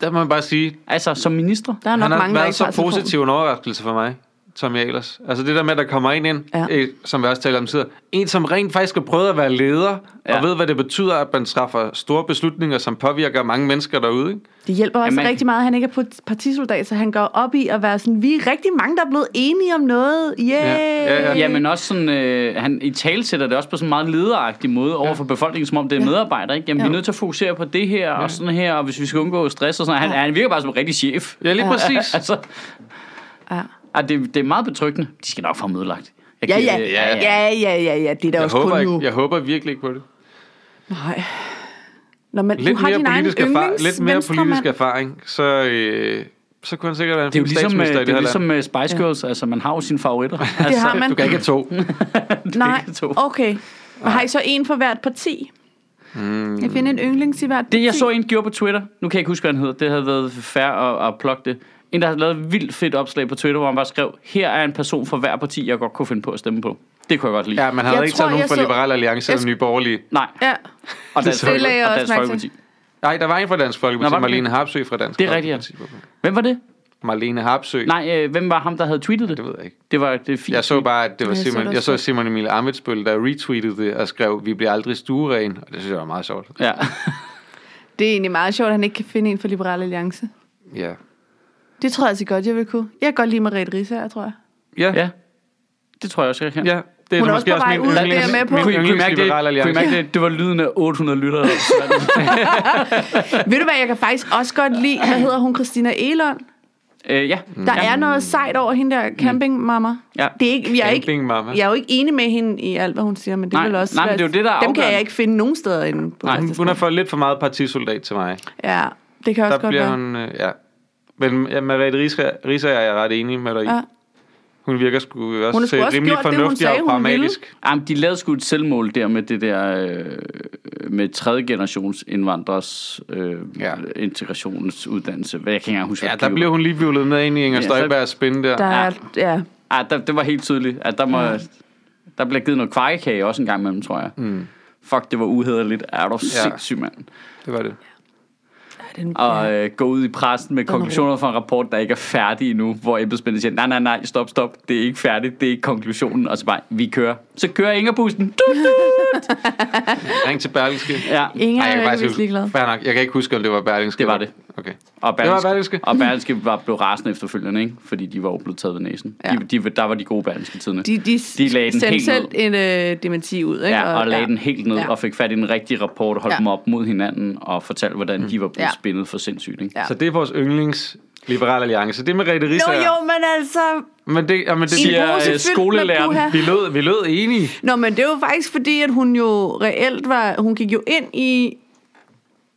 Speaker 2: Der må man bare sige,
Speaker 3: Altså, som minister.
Speaker 1: der er nok
Speaker 2: han har
Speaker 1: mange, der
Speaker 2: været
Speaker 1: ikke
Speaker 2: så
Speaker 1: har telefonen.
Speaker 2: positiv en overraskelse for mig. som jeg ellers. Altså det der med, at der kommer en ind,
Speaker 1: Ja.
Speaker 2: ja. øh, som vi også taler om tidligere, en som rent faktisk har prøvet at være leder, ja.
Speaker 3: Ja.
Speaker 2: og ved, hvad det betyder, at man træffer store beslutninger, som påvirker mange mennesker derude. Ikke?
Speaker 1: Det hjælper også
Speaker 3: Jamen-
Speaker 1: rigtig meget, at han ikke er på- partisoldat, så han går op i at være sådan, vi er rigtig mange, der er blevet enige om noget. Yeah.
Speaker 2: Ja, ja,
Speaker 3: Ja, men også sådan, øh, han i tale sætter det også på sådan en meget lederagtig måde over for befolkningen, som om det er medarbejdere, ikke? Jamen,
Speaker 1: Ja.
Speaker 3: vi er nødt til at fokusere på det her og sådan her, og hvis vi skal undgå stress og sådan Han, han virker bare som en rigtig chef. <laughs>
Speaker 2: Ja, lige
Speaker 1: <laughs>
Speaker 2: præcis.
Speaker 3: Altså,
Speaker 1: Ja.
Speaker 3: ah, det, det er meget betryggende. De skal nok få ham ødelagt. Jeg
Speaker 1: Ja,
Speaker 3: kan-
Speaker 1: ja, ja, ja, ja, ja, ja, det er da
Speaker 2: Jeg
Speaker 1: også
Speaker 2: håber,
Speaker 1: kun nu.
Speaker 2: ikke, jeg håber virkelig ikke på det.
Speaker 1: Nej. Nå, men
Speaker 2: Lidt
Speaker 1: du har
Speaker 2: mere,
Speaker 1: din egen
Speaker 2: politisk, erfar-
Speaker 1: yndlings
Speaker 2: lidt mere politisk
Speaker 1: venstremand.
Speaker 2: erfaring, så, øh, så kunne han sikkert være en
Speaker 3: Det er jo ligesom, øh,
Speaker 2: statsminister i
Speaker 3: det
Speaker 2: det
Speaker 3: er
Speaker 2: her
Speaker 3: ligesom
Speaker 2: land.
Speaker 3: øh, Spice Girls. Altså, man har jo sine favoritter. <laughs> Altså,
Speaker 1: Det har man.
Speaker 2: Du kan ikke have to.
Speaker 1: Nej,
Speaker 3: begge to.
Speaker 1: okay. Men har I så en for hvert parti? Mm. Jeg finder en yndlings i hvert parti.
Speaker 3: Det jeg så en gjorde på Twitter, nu kan jeg ikke huske, hvad han hed, det havde været fair at, at plukke det. En, der havde lavet et vildt fedt opslag på Twitter, hvor han bare skrev, her er en person fra hver parti, jeg godt kunne finde på at stemme på. Det kunne jeg godt lide.
Speaker 2: Ja, man havde
Speaker 1: Jeg
Speaker 2: ikke
Speaker 1: tror,
Speaker 2: taget nogen
Speaker 1: jeg
Speaker 2: fra
Speaker 1: så-
Speaker 2: Liberal Alliance
Speaker 1: Jeg
Speaker 2: eller Nye Borgerlige.
Speaker 3: Nej,
Speaker 1: Ja,
Speaker 3: og Dansk,
Speaker 2: det
Speaker 3: Folke,
Speaker 1: lagde jeg
Speaker 3: og
Speaker 1: også
Speaker 3: Dansk
Speaker 1: mærke
Speaker 3: Folkeparti.
Speaker 2: Nej, der var en fra Dansk Folkeparti,
Speaker 3: Nå, var der
Speaker 2: Marlene
Speaker 3: det?
Speaker 2: Harpsø fra Dansk
Speaker 3: Det er rigtigt,
Speaker 2: Folkeparti. rigtigt,
Speaker 3: Hvem var det?
Speaker 2: Marlene Harpsø,
Speaker 3: Nej, øh, hvem var ham, der havde tweetet det?
Speaker 2: det ved jeg ikke.
Speaker 3: Det var det fint.
Speaker 2: Jeg så bare, at det
Speaker 1: Ja,
Speaker 2: var
Speaker 1: jeg så det
Speaker 2: Simon,
Speaker 1: også
Speaker 2: jeg så
Speaker 1: godt.
Speaker 2: Simon Emil Amitsbøl, der retweetede det og skrev, vi bliver aldrig stueren, og det synes jeg var meget sjovt.
Speaker 3: Ja.
Speaker 1: det er egentlig meget sjovt, at han ikke kan finde en for Liberal Alliance.
Speaker 2: Ja.
Speaker 1: Det tror jeg altså godt, jeg vil kunne. Jeg kan godt lide Mariette Risser, tror jeg.
Speaker 2: Ja, ja.
Speaker 3: ja. Det tror jeg også, jeg kan.
Speaker 2: ja. Det
Speaker 1: Hun er også på vej ud, det er
Speaker 2: yndlings-
Speaker 1: jeg med på.
Speaker 2: min
Speaker 3: Kunne I, kunne I mærke det?
Speaker 2: yndlingsliberale
Speaker 3: Kunne I
Speaker 2: alliance.
Speaker 3: mærke det? Det var lyden af 800 lyttere.
Speaker 1: <laughs> Ved du hvad, jeg kan faktisk også godt lide, hvad hedder hun, Christina Elon?
Speaker 3: øh, ja.
Speaker 1: Mm. Der
Speaker 3: ja.
Speaker 1: er noget sejt over hende der campingmamma.
Speaker 3: Mm. Ja.
Speaker 1: Det er ikke, jeg, er ikke,
Speaker 2: Camping, mamma.
Speaker 1: jeg er jo ikke enig med hende i alt, hvad hun siger, men det
Speaker 3: Nej,
Speaker 1: vil også
Speaker 3: nej, men
Speaker 1: være-
Speaker 3: det er jo det, der er
Speaker 1: Dem kan jeg
Speaker 3: afgørende.
Speaker 1: ikke finde nogen steder inde på
Speaker 3: Nej,
Speaker 2: Hun
Speaker 1: Christiansborg.
Speaker 2: har fået lidt for meget partisoldat til mig.
Speaker 1: Ja, det kan også
Speaker 2: Der
Speaker 1: godt
Speaker 2: bliver
Speaker 1: være.
Speaker 2: hun, øh, ja. Men ja, Margrethe Risa, Risa er jeg ret enig med dig i.
Speaker 1: Ja.
Speaker 2: Hun virker sgu også,
Speaker 1: Hun har sgu
Speaker 2: øh,
Speaker 1: også
Speaker 2: rimelig
Speaker 1: gjort det, hun
Speaker 2: fornuftig
Speaker 1: sagde,
Speaker 2: og
Speaker 1: hun
Speaker 2: pragmatisk.
Speaker 3: Jamen, de lavede sgu et selvmål der med det der øh, med tredje generations indvandrers øh,
Speaker 2: Ja.
Speaker 3: ja. integrationsuddannelse. Hvad jeg kan ikke engang huske.
Speaker 2: Ja,
Speaker 3: hvad
Speaker 2: der
Speaker 3: det
Speaker 2: blev hun lige vivlet ned ind i Inger
Speaker 3: Ja, så-
Speaker 2: Støjbergs spin der.
Speaker 1: Der er, ja.
Speaker 3: Ah, der, det var helt tydeligt, at der, må, der blev givet noget kvarkekage også en gang imellem, tror jeg. Mm. Fuck, det var uhederligt. Er du sindssyg, mand?
Speaker 2: Det var det.
Speaker 1: Den,
Speaker 3: Og øh, gå ud i pressen med konklusioner fra en rapport, der ikke er færdig endnu, hvor embedsmændene siger, nej, nej, nej, stop, stop, det er ikke færdigt, det er ikke konklusionen, og så bare, vi kører. Så kører Ingerbussen. Tut, tut.
Speaker 2: Ring til Berlingske.
Speaker 3: Ja,
Speaker 1: Inger
Speaker 2: Ej,
Speaker 1: er
Speaker 2: jeg
Speaker 1: jo
Speaker 2: kan faktisk
Speaker 1: heldigvis
Speaker 2: ikke-
Speaker 1: ligeglad.
Speaker 2: Fair nok. Jeg kan ikke huske, om det var Berlingske.
Speaker 3: Det var det.
Speaker 2: Okay.
Speaker 3: Og
Speaker 2: Det var
Speaker 3: Berlingske,
Speaker 2: Berlingske.
Speaker 3: Og Berlingske var blevet rasende efterfølgende, ikke? fordi de var jo blevet taget ved næsen.
Speaker 1: Ja.
Speaker 3: Ja. De, de, der var de gode Berlingske tiderne.
Speaker 1: De, de,
Speaker 3: de lagde den
Speaker 1: sendte
Speaker 3: helt
Speaker 1: selv
Speaker 3: ned.
Speaker 1: en øh, dementi ud, ikke?
Speaker 3: Ja, og lagde
Speaker 1: ja.
Speaker 3: den helt ned
Speaker 1: Ja.
Speaker 3: ja. og fik fat i den rigtige rapport og holdt
Speaker 1: Ja. Mm.
Speaker 3: ja. dem op mod hinanden og fortalte, hvordan de var blevet
Speaker 1: Ja.
Speaker 3: ja. spillet for sindssygt. Ikke?
Speaker 1: Ja.
Speaker 3: Ja.
Speaker 2: Så det er vores yndlings Liberal Alliance. Det er Merete
Speaker 1: Nå
Speaker 2: Risa.
Speaker 1: jo, men altså...
Speaker 2: Men det, ja, men det,
Speaker 1: I en
Speaker 3: Siger,
Speaker 1: pose
Speaker 3: øh,
Speaker 1: fyldt med
Speaker 3: skolelæreren,
Speaker 1: buha.
Speaker 2: vi, lød, vi lød enige.
Speaker 1: Nå, men det var faktisk fordi, at hun jo reelt var... Hun gik jo ind i,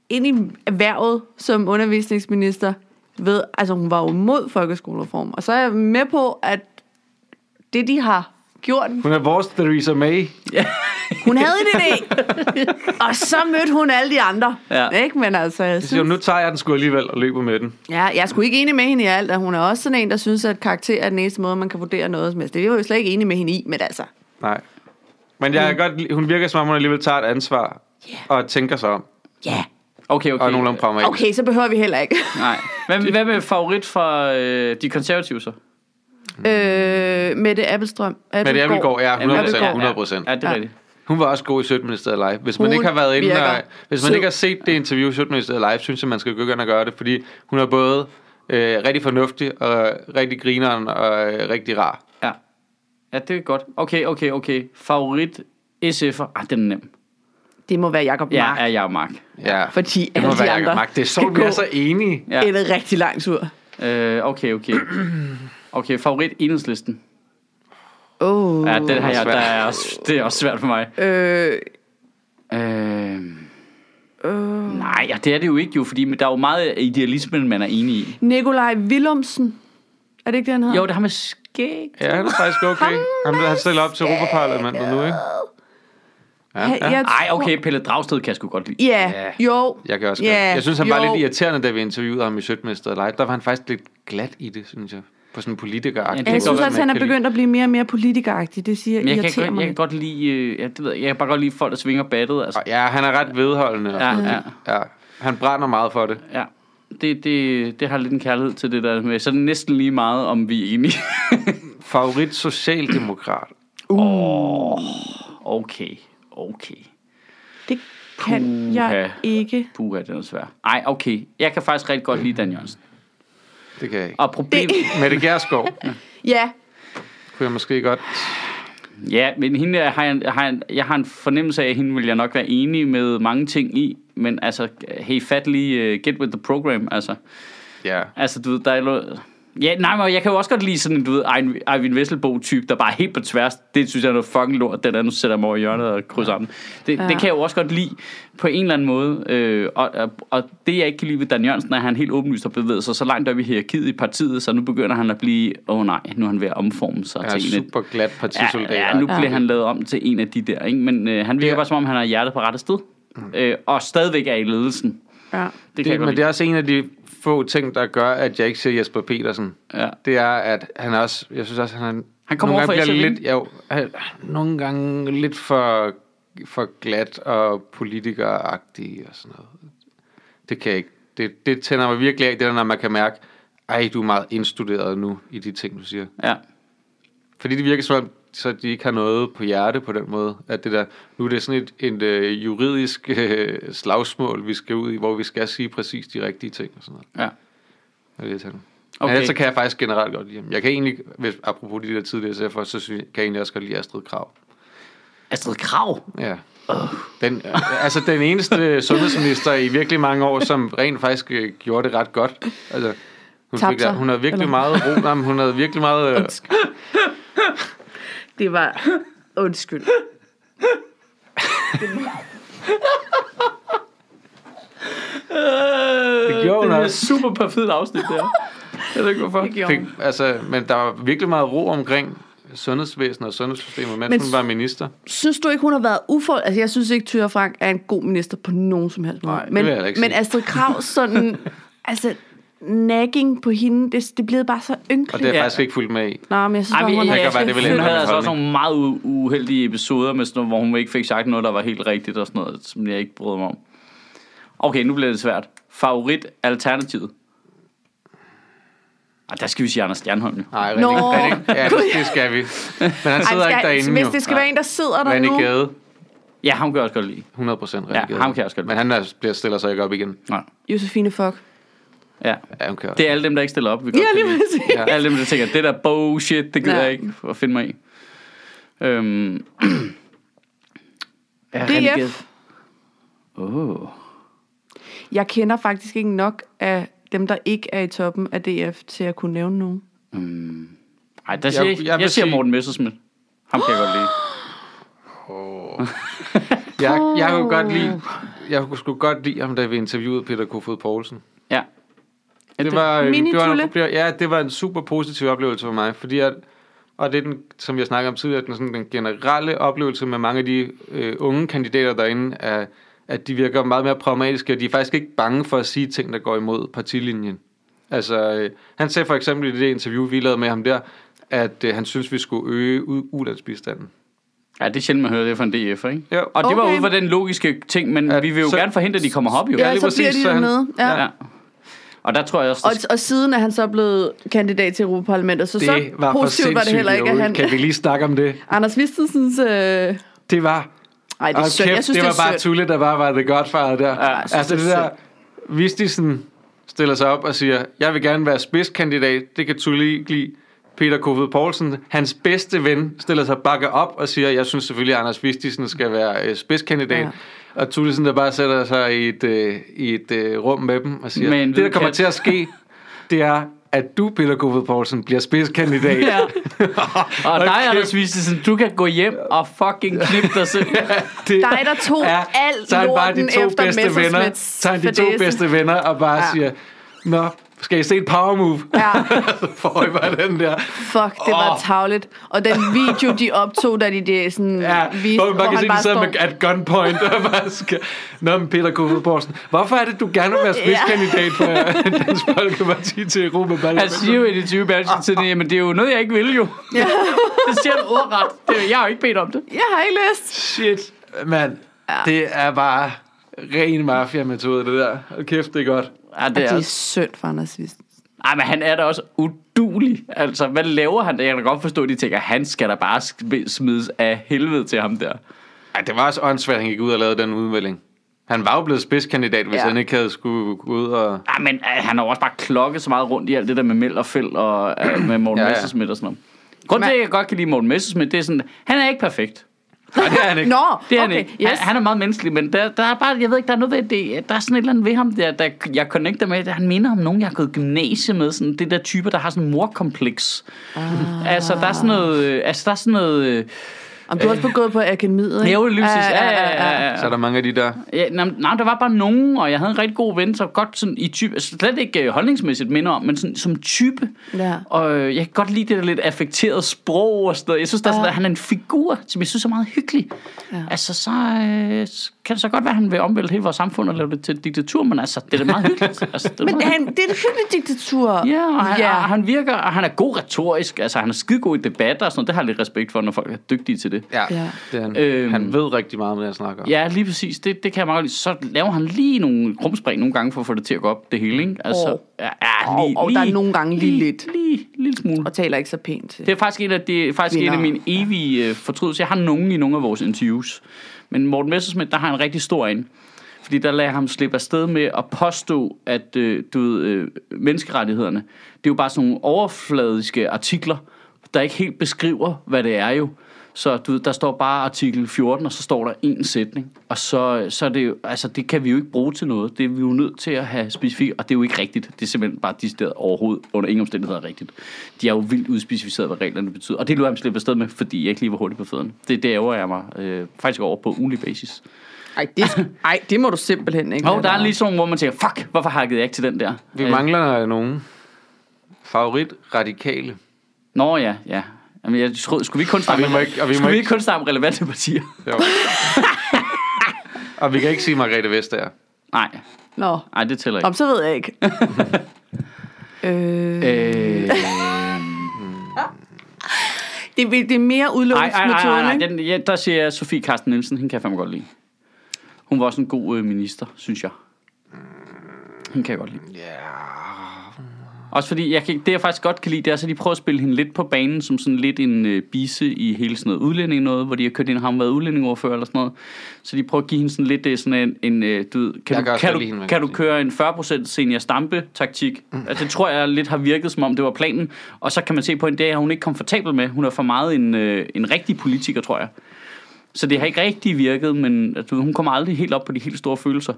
Speaker 1: ind i erhvervet som undervisningsminister ved... Altså, hun var jo mod folkeskolereform. Og så er jeg med på, at det, de har gjort...
Speaker 2: Hun er vores Theresa May.
Speaker 1: Hun havde
Speaker 3: <laughs>
Speaker 1: en idé, og så mødte hun alle de andre.
Speaker 3: Ja.
Speaker 1: Ikke? Men altså, jeg
Speaker 2: Så
Speaker 1: synes,
Speaker 2: nu tager jeg den sgu alligevel og løber med den.
Speaker 1: ja, jeg er sgu ikke enig med hende i alt, og hun er også sådan en, der synes, at karakter er den eneste måde, man kan vurdere noget som helst. Det er jeg jo slet ikke enig med hende i, men altså...
Speaker 2: Nej. Men jeg mm. godt, lide- hun virker som om, hun alligevel tager et ansvar.
Speaker 1: Ja.
Speaker 2: Og tænker sig om.
Speaker 1: Ja, yeah.
Speaker 3: Okay, okay.
Speaker 2: Og er nogenlunde pragmatisk.
Speaker 1: okay, så behøver vi heller ikke.
Speaker 3: Nej. Hvem, hvem er favorit fra øh, de konservative så?
Speaker 1: Øh, Mette Appelstrøm.
Speaker 2: Men det er Abelgaard, Mm. ja, 100
Speaker 1: Abildgaard.
Speaker 2: 100 procent.
Speaker 3: Ja, ja, det er
Speaker 1: Ja.
Speaker 3: rigtigt.
Speaker 2: Hun var også god i Sødministeriet Live. Hvis man
Speaker 1: Hun
Speaker 2: ikke har været inde
Speaker 1: virker
Speaker 2: og, hvis man
Speaker 1: sød.
Speaker 2: ikke har set det interview i Sødministeriet Live, synes jeg, man skal gå ind og gøre det, fordi hun er både øh, rigtig fornuftig, og rigtig grineren, og øh, rigtig rar.
Speaker 3: Ja. ja, det er godt. Okay, okay, okay. Favorit SF'er. Ah, den er nem.
Speaker 1: Det må være Jacob
Speaker 3: Ja,
Speaker 1: Mark.
Speaker 3: er jeg og Mark.
Speaker 2: Ja.
Speaker 1: Fordi
Speaker 2: det må
Speaker 1: alle de
Speaker 2: være Jacob
Speaker 1: andre
Speaker 2: Mark. Det er så,
Speaker 1: skal
Speaker 2: vi
Speaker 1: gå.
Speaker 2: er så enige.
Speaker 1: Ja. En rigtig lang tur.
Speaker 3: Øh, okay, okay. Okay, favorit enhedslisten.
Speaker 1: Oh.
Speaker 3: Ja, den har
Speaker 2: er
Speaker 3: jeg,
Speaker 2: svært.
Speaker 3: der er også, det er også svært for mig.
Speaker 1: Øh,
Speaker 3: Øh,
Speaker 1: øh,
Speaker 3: nej, ja, det er det jo ikke jo, fordi men der er jo meget af idealismen, man er enig i.
Speaker 1: Nikolaj Willumsen. Er det ikke det, han hedder?
Speaker 3: Jo, det har med skæg.
Speaker 2: Ja, han er faktisk okay. Han, han stiller op til Europaparlamentet nu, ikke?
Speaker 1: ja. Jeg
Speaker 3: Nej,
Speaker 1: tror-
Speaker 3: okay, Pelle Dragsted kan jeg sgu godt lide.
Speaker 1: Ja,
Speaker 2: Ja.
Speaker 1: jo.
Speaker 2: Jeg kan også
Speaker 1: Ja,
Speaker 2: yeah, Jeg synes, han var
Speaker 1: jo.
Speaker 2: lidt irriterende, da vi interviewede ham i Sødministeriet Live. Der var han faktisk lidt glat i det, synes jeg. På sådan en politiker ja,
Speaker 3: det
Speaker 1: Ja,
Speaker 3: kan
Speaker 1: jeg synes
Speaker 3: godt
Speaker 1: også, han er begyndt at blive mere og mere politikeragtig. Det siger,
Speaker 3: Men jeg,
Speaker 1: irriterer
Speaker 3: kan, godt,
Speaker 1: mig.
Speaker 3: jeg kan godt lide, øh, ja, det ved jeg, jeg kan bare godt lide folk, der svinger battet. Altså.
Speaker 2: Ja, han er ret vedholdende. og
Speaker 3: Ja,
Speaker 2: sådan noget. ja. Han brænder meget for det.
Speaker 3: Ja, det, det, det har lidt en kærlighed til det der med. Så er det næsten lige meget, om vi er enige. <laughs>
Speaker 2: Favorit socialdemokrat.
Speaker 3: Okay, okay.
Speaker 1: Det kan Puh, jeg
Speaker 3: Puha.
Speaker 1: ikke.
Speaker 3: Puha, den er svær. Ej, okay. Jeg kan faktisk rigtig godt lide Dan Jørgensen.
Speaker 2: Det kan jeg ikke.
Speaker 3: Og problem...
Speaker 2: Mette Gerskov
Speaker 1: Ja,
Speaker 2: kunne jeg måske godt.
Speaker 3: <laughs> Ja, men hende er- har jeg, har jeg, jeg har en fornemmelse af, at hende vil jeg nok være enig med mange ting i. Men altså, hey, fat lige, uh, get with the program, altså.
Speaker 2: Ja.
Speaker 3: Altså, du ved, der er noget... Ja, nej, men jeg kan jo også godt lide sådan en, du ved, Eivind- Eivind Vesselbo-type, der bare er helt på tværs. Det synes jeg er noget fucking lort, den anden sætter mig over i hjørnet og krydser ja. den. Det, ja. det kan jeg jo også godt lide på en eller anden måde. Øh, og, og, og, det, jeg ikke kan lide ved Dan Jørgensen, er, at han helt åbenlyst har bevæget sig så langt op i hierarkiet i partiet, så nu begynder han at blive, åh oh, nej, nu er han ved at omforme sig
Speaker 2: Jeg er
Speaker 3: til en af
Speaker 2: super glat partisoldat.
Speaker 3: Ja, ja, nu bliver han lavet om til en af de der, ikke? men øh, han virker
Speaker 2: Ja. Mm.
Speaker 3: bare som om, han har hjertet på rette sted. Øh, og stadigvæk er i ledelsen. Det
Speaker 1: ja.
Speaker 3: kan det, jeg
Speaker 2: det,
Speaker 3: godt
Speaker 2: men
Speaker 3: lide.
Speaker 2: det er også en af de få ting, der gør, at jeg ikke ser Jesper Petersen.
Speaker 3: Ja.
Speaker 2: Det er, at han også... Jeg synes også, at han...
Speaker 3: Han kommer
Speaker 2: nogle
Speaker 3: over
Speaker 2: gange
Speaker 3: fra
Speaker 2: bliver
Speaker 3: SF,
Speaker 2: lidt, jo, han, Nogle gange lidt for, for glat og politikeragtig og sådan noget. Det kan jeg ikke. Det, det tænder mig virkelig af, det der, når man kan mærke, ej, du er meget indstuderet nu i de ting, du siger.
Speaker 3: Ja.
Speaker 2: Fordi det virker som om, så de ikke har noget på hjerte på den måde. At det der, nu er det sådan et, et øh, juridisk øh, slagsmål, vi skal ud i, hvor vi skal sige præcis de rigtige ting og sådan noget.
Speaker 3: ja.
Speaker 2: Det er irriterende. Okay.
Speaker 3: Okay.
Speaker 2: Men ellers så kan jeg faktisk generelt godt lide ham. Jeg kan egentlig, hvis, apropos de der tidligere SF'er, så synes, jeg- kan jeg egentlig også godt lide Astrid Krav.
Speaker 3: Astrid Krav.
Speaker 2: Ja. Den, altså den
Speaker 1: <laughs>
Speaker 2: eneste sundhedsminister i virkelig mange år, som rent faktisk øh, gjorde det ret godt. Altså, hun,
Speaker 1: Tabte
Speaker 2: fik,
Speaker 1: sig,
Speaker 2: hun havde virkelig
Speaker 1: eller?
Speaker 2: meget ro, nej, men hun havde virkelig meget... Øh,
Speaker 1: Det var... <laughs> Undskyld.
Speaker 2: det gjorde
Speaker 3: Øh,
Speaker 2: hun
Speaker 3: Det er
Speaker 2: også.
Speaker 3: super perfekt afsnit, det her. Jeg ved ikke, hvorfor.
Speaker 1: Det gjorde
Speaker 2: Fik,
Speaker 1: hun.
Speaker 2: altså, men der var virkelig meget ro omkring sundhedsvæsenet og sundhedssystemet,
Speaker 1: Men
Speaker 2: mens men, hun var minister.
Speaker 1: Synes du ikke, hun har været ufor... Altså, jeg synes ikke, Tyre Frank er en god minister på nogen som helst måde.
Speaker 2: Nej, det
Speaker 1: men,
Speaker 2: vil jeg da ikke
Speaker 1: men
Speaker 2: sige.
Speaker 1: Astrid Krav,
Speaker 2: <laughs>
Speaker 1: sådan... altså, nagging på hende, det, det blev bare så
Speaker 2: Og det er
Speaker 1: ynkeligt.
Speaker 2: jeg
Speaker 3: Ja.
Speaker 2: faktisk ikke fuldt med i.
Speaker 1: Nå, men jeg synes,
Speaker 3: Ej,
Speaker 1: bare,
Speaker 3: men,
Speaker 1: hun
Speaker 3: jeg,
Speaker 1: har
Speaker 2: kan
Speaker 3: jeg,
Speaker 2: være,
Speaker 1: været
Speaker 2: det er
Speaker 3: hun
Speaker 2: vel ændret
Speaker 3: havde
Speaker 2: hans
Speaker 3: altså også
Speaker 2: holdning.
Speaker 3: nogle meget u- uheldige episoder, med sådan noget, hvor hun ikke fik sagt noget, der var helt rigtigt og sådan noget, som jeg ikke brød mig om. Okay, nu bliver det svært. Favorit Alternativet. Ah, der skal vi sige Anders Stjernholm. jo.
Speaker 2: Nej,
Speaker 1: Nå.
Speaker 2: René, René, ja, det, det skal vi. Men han sidder ikke derinde
Speaker 1: Hvis
Speaker 2: jo.
Speaker 1: det skal være en, der sidder der
Speaker 2: René
Speaker 1: nu...
Speaker 2: Gade,
Speaker 3: Ja, ham kan jeg også godt lide.
Speaker 2: 100 procent
Speaker 3: Ja, ham kan jeg også godt
Speaker 2: Men han er, bliver stiller sig ikke op igen.
Speaker 3: Nej.
Speaker 1: Josefine Fock.
Speaker 3: Ja.
Speaker 2: Ja, hun kan også.
Speaker 3: Det er alle dem, der ikke stiller op. Vi godt
Speaker 1: Ja,
Speaker 3: kan
Speaker 1: lige
Speaker 3: lide.
Speaker 1: præcis. <laughs>
Speaker 3: Ja. Alle dem, der tænker, det der bullshit, det gider
Speaker 1: Ja.
Speaker 3: jeg ikke at finde mig i. Øhm. <clears throat> Ja,
Speaker 1: DF.
Speaker 3: Oh.
Speaker 1: Jeg kender faktisk ikke nok af dem, der ikke er i toppen af DF, til at kunne nævne nogen.
Speaker 3: Ej, der siger jeg,
Speaker 2: Jeg-
Speaker 3: ikke-
Speaker 2: jeg
Speaker 3: jeg,
Speaker 2: vil
Speaker 3: jeg siger
Speaker 2: sige-
Speaker 3: Morten Messerschmidt. Ham kan jeg godt lide.
Speaker 2: Jeg, jeg kunne godt lide, jeg kunne sgu godt lide ham, da vi interviewede Peter Kofod Poulsen.
Speaker 3: Ja. ja
Speaker 2: Det var, øh,
Speaker 1: Mini
Speaker 2: det var,
Speaker 1: Tulle.
Speaker 2: det var, ja, det var en super positiv oplevelse for mig, fordi at, og det er den, som jeg snakkede om tidligere, den, sådan, den generelle oplevelse med mange af de øh, unge kandidater derinde, er, at de virker meget mere pragmatiske, og de er faktisk ikke bange for at sige ting, der går imod partilinjen. Altså, øh, han sagde for eksempel i det interview, vi lavede med ham der, at øh, han synes, vi skulle øge u- ulandsbistanden.
Speaker 3: Ja, det er sjældent, man hører det fra en DF'er, ikke?
Speaker 2: Jo.
Speaker 3: Og det var
Speaker 1: Okay.
Speaker 3: ud fra den logiske ting, men
Speaker 2: Ja,
Speaker 3: vi vil jo
Speaker 2: så-
Speaker 3: gerne forhindre, at de kommer op, jo.
Speaker 1: Ja,
Speaker 2: lige
Speaker 1: så bliver
Speaker 2: præcis,
Speaker 1: de
Speaker 2: så han-
Speaker 1: dernede. Ja.
Speaker 3: ja. Og der tror jeg også,
Speaker 1: Og,
Speaker 3: der
Speaker 1: og siden er han så blevet kandidat til Europaparlamentet, så så
Speaker 2: Det var for
Speaker 1: positivt var det
Speaker 2: sindssygt.
Speaker 1: heller ikke, at
Speaker 2: Joel.
Speaker 1: han...
Speaker 2: Kan vi lige snakke om det?
Speaker 1: Anders Vistelsens... Øh... Ej,
Speaker 2: Det var
Speaker 1: det er
Speaker 2: Og
Speaker 1: synd. Altså, Jeg synes, det,
Speaker 2: det var
Speaker 1: er
Speaker 2: bare
Speaker 1: synd.
Speaker 2: Tulle, der bare var The Godfather der. Ja,
Speaker 1: jeg synes,
Speaker 2: altså det,
Speaker 1: det er
Speaker 2: der, Vistisen stiller sig op og siger, jeg vil gerne være spidskandidat, det kan Tulle ikke lide. Peter Kofod Poulsen, hans bedste ven, stiller sig bakke op og siger, jeg synes selvfølgelig, at Anders Vistisen skal være øh, spidskandidat.
Speaker 1: Ja.
Speaker 2: Ja. Og Tullesen der bare sætter sig i et, øh, i et øh, rum med dem og siger,
Speaker 3: Med en
Speaker 2: det
Speaker 3: hvid
Speaker 2: der kommer
Speaker 3: kat."
Speaker 2: til at ske, det er, at du, Peter Kofod Poulsen, bliver spidskandidat.
Speaker 1: <laughs>
Speaker 3: Ja. Og dig,
Speaker 2: kæft.
Speaker 3: Anders Vistesen, du kan gå hjem og fucking knippe dig selv.
Speaker 2: det
Speaker 1: Dig, der tog alt
Speaker 2: så er han bare
Speaker 1: lorten
Speaker 2: de to
Speaker 1: efter
Speaker 2: bedste venner,
Speaker 1: Messerschmidts
Speaker 2: så er han de to
Speaker 1: fadæse.
Speaker 2: bedste venner og bare
Speaker 1: Ja.
Speaker 2: ja. siger, Nå, skal I se et power move?
Speaker 1: Ja.
Speaker 2: <laughs> så får I bare den der.
Speaker 1: Fuck, det var
Speaker 2: Åh.
Speaker 1: tavligt. Og den video, de optog, da de det sådan...
Speaker 2: Ja,
Speaker 1: viste,
Speaker 2: hvor man bare kan se,
Speaker 1: han
Speaker 2: de sidder med
Speaker 1: står-
Speaker 2: at gunpoint og bare skal... Nå, men Peter Kofod Borsen, hvorfor er det, du gerne vil være spidskandidat
Speaker 1: <laughs>
Speaker 2: for øh, Dansk Folkeparti til Europa?
Speaker 3: Han siger jo i det 20 bachelor til det, men det er jo noget, jeg ikke vil jo.
Speaker 1: Ja.
Speaker 3: <laughs> Det siger han ordret. Det, er- jeg har jo ikke bedt om det.
Speaker 1: Jeg har ikke læst.
Speaker 2: Shit, mand. Det er bare ren mafia-metode, det der. Og kæft, det er godt.
Speaker 3: Ja,
Speaker 1: Det er, det er synd for Anders Vistels.
Speaker 3: Ej, men han er da også udulig. Altså, hvad laver han? Jeg kan da godt forstå, at de tænker, han skal da bare sk- smides af helvede til ham der.
Speaker 2: Ej, det var også åndssvagt, at han gik ud og lavede den udmelding. Han var jo blevet spidskandidat, hvis
Speaker 1: Ja.
Speaker 2: ja. han ikke havde skulle gå ud og...
Speaker 3: Ej, men øh, han har jo også bare klokket så meget rundt i alt det der med Meld og Fæld og øh, med Morten <clears throat> ja, ja.
Speaker 2: Ja, ja.
Speaker 3: Messerschmidt og sådan noget. Grunden til, at jeg godt kan lide Morten Messerschmidt, det er sådan, han er ikke perfekt.
Speaker 2: Nej, det er han ikke.
Speaker 1: Nå,
Speaker 3: Det er okay,
Speaker 1: okay,
Speaker 3: han ikke. Yes. Han,
Speaker 1: yes.
Speaker 3: han er meget menneskelig, men der, der er bare, jeg ved ikke, der er noget ved det. Der er sådan et eller andet ved ham, der, der jeg connecter med. Han minder om nogen, jeg har gået i gymnasie med. Sådan det der typer, der har sådan en morkompleks. Ah. Altså, der er sådan noget... øh, Altså, der er sådan noget... øh,
Speaker 1: Om du har også gået på akademiet, ikke?
Speaker 3: Hævelysis. Ja, ja, ja. ja.
Speaker 2: Så er der mange af de der...
Speaker 3: Ja, nej, men- nej, der var bare nogen, og jeg havde en rigtig god ven, så godt sådan i type, altså slet ikke øh, holdningsmæssigt minder om, men sådan, som type.
Speaker 1: Ja.
Speaker 3: Og øh, jeg kan godt lide det der lidt affekterede sprog og sådan noget. Jeg synes, der er sådan,
Speaker 1: Ja.
Speaker 3: at han er en figur, som jeg synes er meget hyggelig. Ja. Altså, så øh, s- kan det så godt være, at han vil omvælde hele vores samfund og lave det til et diktatur, men altså, det er da meget
Speaker 1: <laughs>
Speaker 3: hyggeligt. Altså, det er
Speaker 1: Men
Speaker 3: meget
Speaker 1: han, det er et hyggeligt diktatur.
Speaker 3: Ja, og han,
Speaker 1: Ja.
Speaker 3: yeah. og han virker, og han er god retorisk, altså han er skidegod i debatter og sådan noget. Det har jeg lidt respekt for, når folk er dygtige til det.
Speaker 2: Ja,
Speaker 1: Ja.
Speaker 2: ja. Det er han.
Speaker 3: Øhm.
Speaker 2: Øhm. han ved rigtig meget om det, han snakker om.
Speaker 3: Ja, lige præcis. Det, det kan jeg meget godt lide. Så laver han lige nogle krumspring nogle gange for at få det til at gå op, det hele, ikke? Altså,
Speaker 1: Åh.
Speaker 3: ja, ja, lige,
Speaker 1: og der er nogle gange lige lidt.
Speaker 3: Lige, lige, lille smule.
Speaker 1: Og taler ikke så pænt til.
Speaker 3: Det er faktisk en af, det er faktisk en af
Speaker 1: Vinder.
Speaker 3: mine evige øh, fortrydelser. Jeg har nogen i nogle af vores interviews. Men Morten Messerschmidt, der har en rigtig stor en. Fordi der lader jeg ham slippe afsted med at påstå, at øh, du ved, øh, menneskerettighederne, det er jo bare sådan nogle overfladiske artikler, der ikke helt beskriver, hvad det er jo. Så du ved, der står bare artikel 14, og så står der en sætning. Og så, så er det jo, altså det kan vi jo ikke bruge til noget. Det er vi jo nødt til at have specifikt, og det er jo ikke rigtigt. Det er simpelthen bare de steder overhovedet under ingen omstændigheder rigtigt. De er jo vildt udspecificeret, hvad reglerne betyder. Og det løber jeg ham slippe afsted med, fordi jeg ikke lige var hurtigt på fødderne. Det, det ærger jeg mig øh, faktisk over på ugenlig basis.
Speaker 1: Ej, det, ej, det må du simpelthen ikke.
Speaker 3: Og
Speaker 1: lade
Speaker 3: der er
Speaker 1: være.
Speaker 3: lige sådan nogle, hvor man tænker, fuck, hvorfor hakkede jeg ikke til den der?
Speaker 2: Vi mangler nogen. Favorit radikale.
Speaker 3: Øh, Nå ja, ja. Jamen, jeg troede, skulle vi ikke kun
Speaker 2: Og vi
Speaker 3: snakke,
Speaker 2: må ikke- og vi må
Speaker 3: skulle vi
Speaker 2: ikke-
Speaker 3: ikke kun snakke om relevante partier?
Speaker 2: Jo. og vi kan ikke sige Margrethe Vestager.
Speaker 3: Nej,
Speaker 1: Nå,
Speaker 3: nej, det tæller ikke.
Speaker 1: Om, så ved jeg ikke. <laughs> øh,
Speaker 3: Øh,
Speaker 1: det, er- det er mere
Speaker 3: nej, nej, nej,
Speaker 1: udlånsmetoden,
Speaker 3: nej, nej.
Speaker 1: ikke?
Speaker 3: Den, ja, der siger jeg Sofie Karsten Nielsen, hende kan jeg fandme godt lide. Hun var også en god øh, minister, synes jeg. Hende kan jeg godt lide. Også fordi, jeg kan, det jeg faktisk godt kan lide, det er, så de prøver at spille hende lidt på banen, som sådan lidt en øh, bise i hele sådan noget udlænding noget, hvor de har kørt ind, har hun været udlændingoverfører eller sådan noget. Så de prøver at give hende sådan lidt øh, sådan en, en øh, du ved, kan,
Speaker 2: Jeg
Speaker 3: du,
Speaker 2: kan også
Speaker 3: kan,
Speaker 2: godt
Speaker 3: du,
Speaker 2: lide hende, man
Speaker 3: kan
Speaker 2: kan
Speaker 3: du
Speaker 2: sige. Mm.
Speaker 3: køre en 40% senior stampe taktik? Altså, det tror jeg lidt har virket, som om det var planen. Og så kan man se på en dag, at hun ikke er komfortabel med. Hun er for meget en, øh, en rigtig politiker, tror jeg. Så det har ikke rigtig virket, men altså, hun kommer aldrig helt op på de helt store følelser.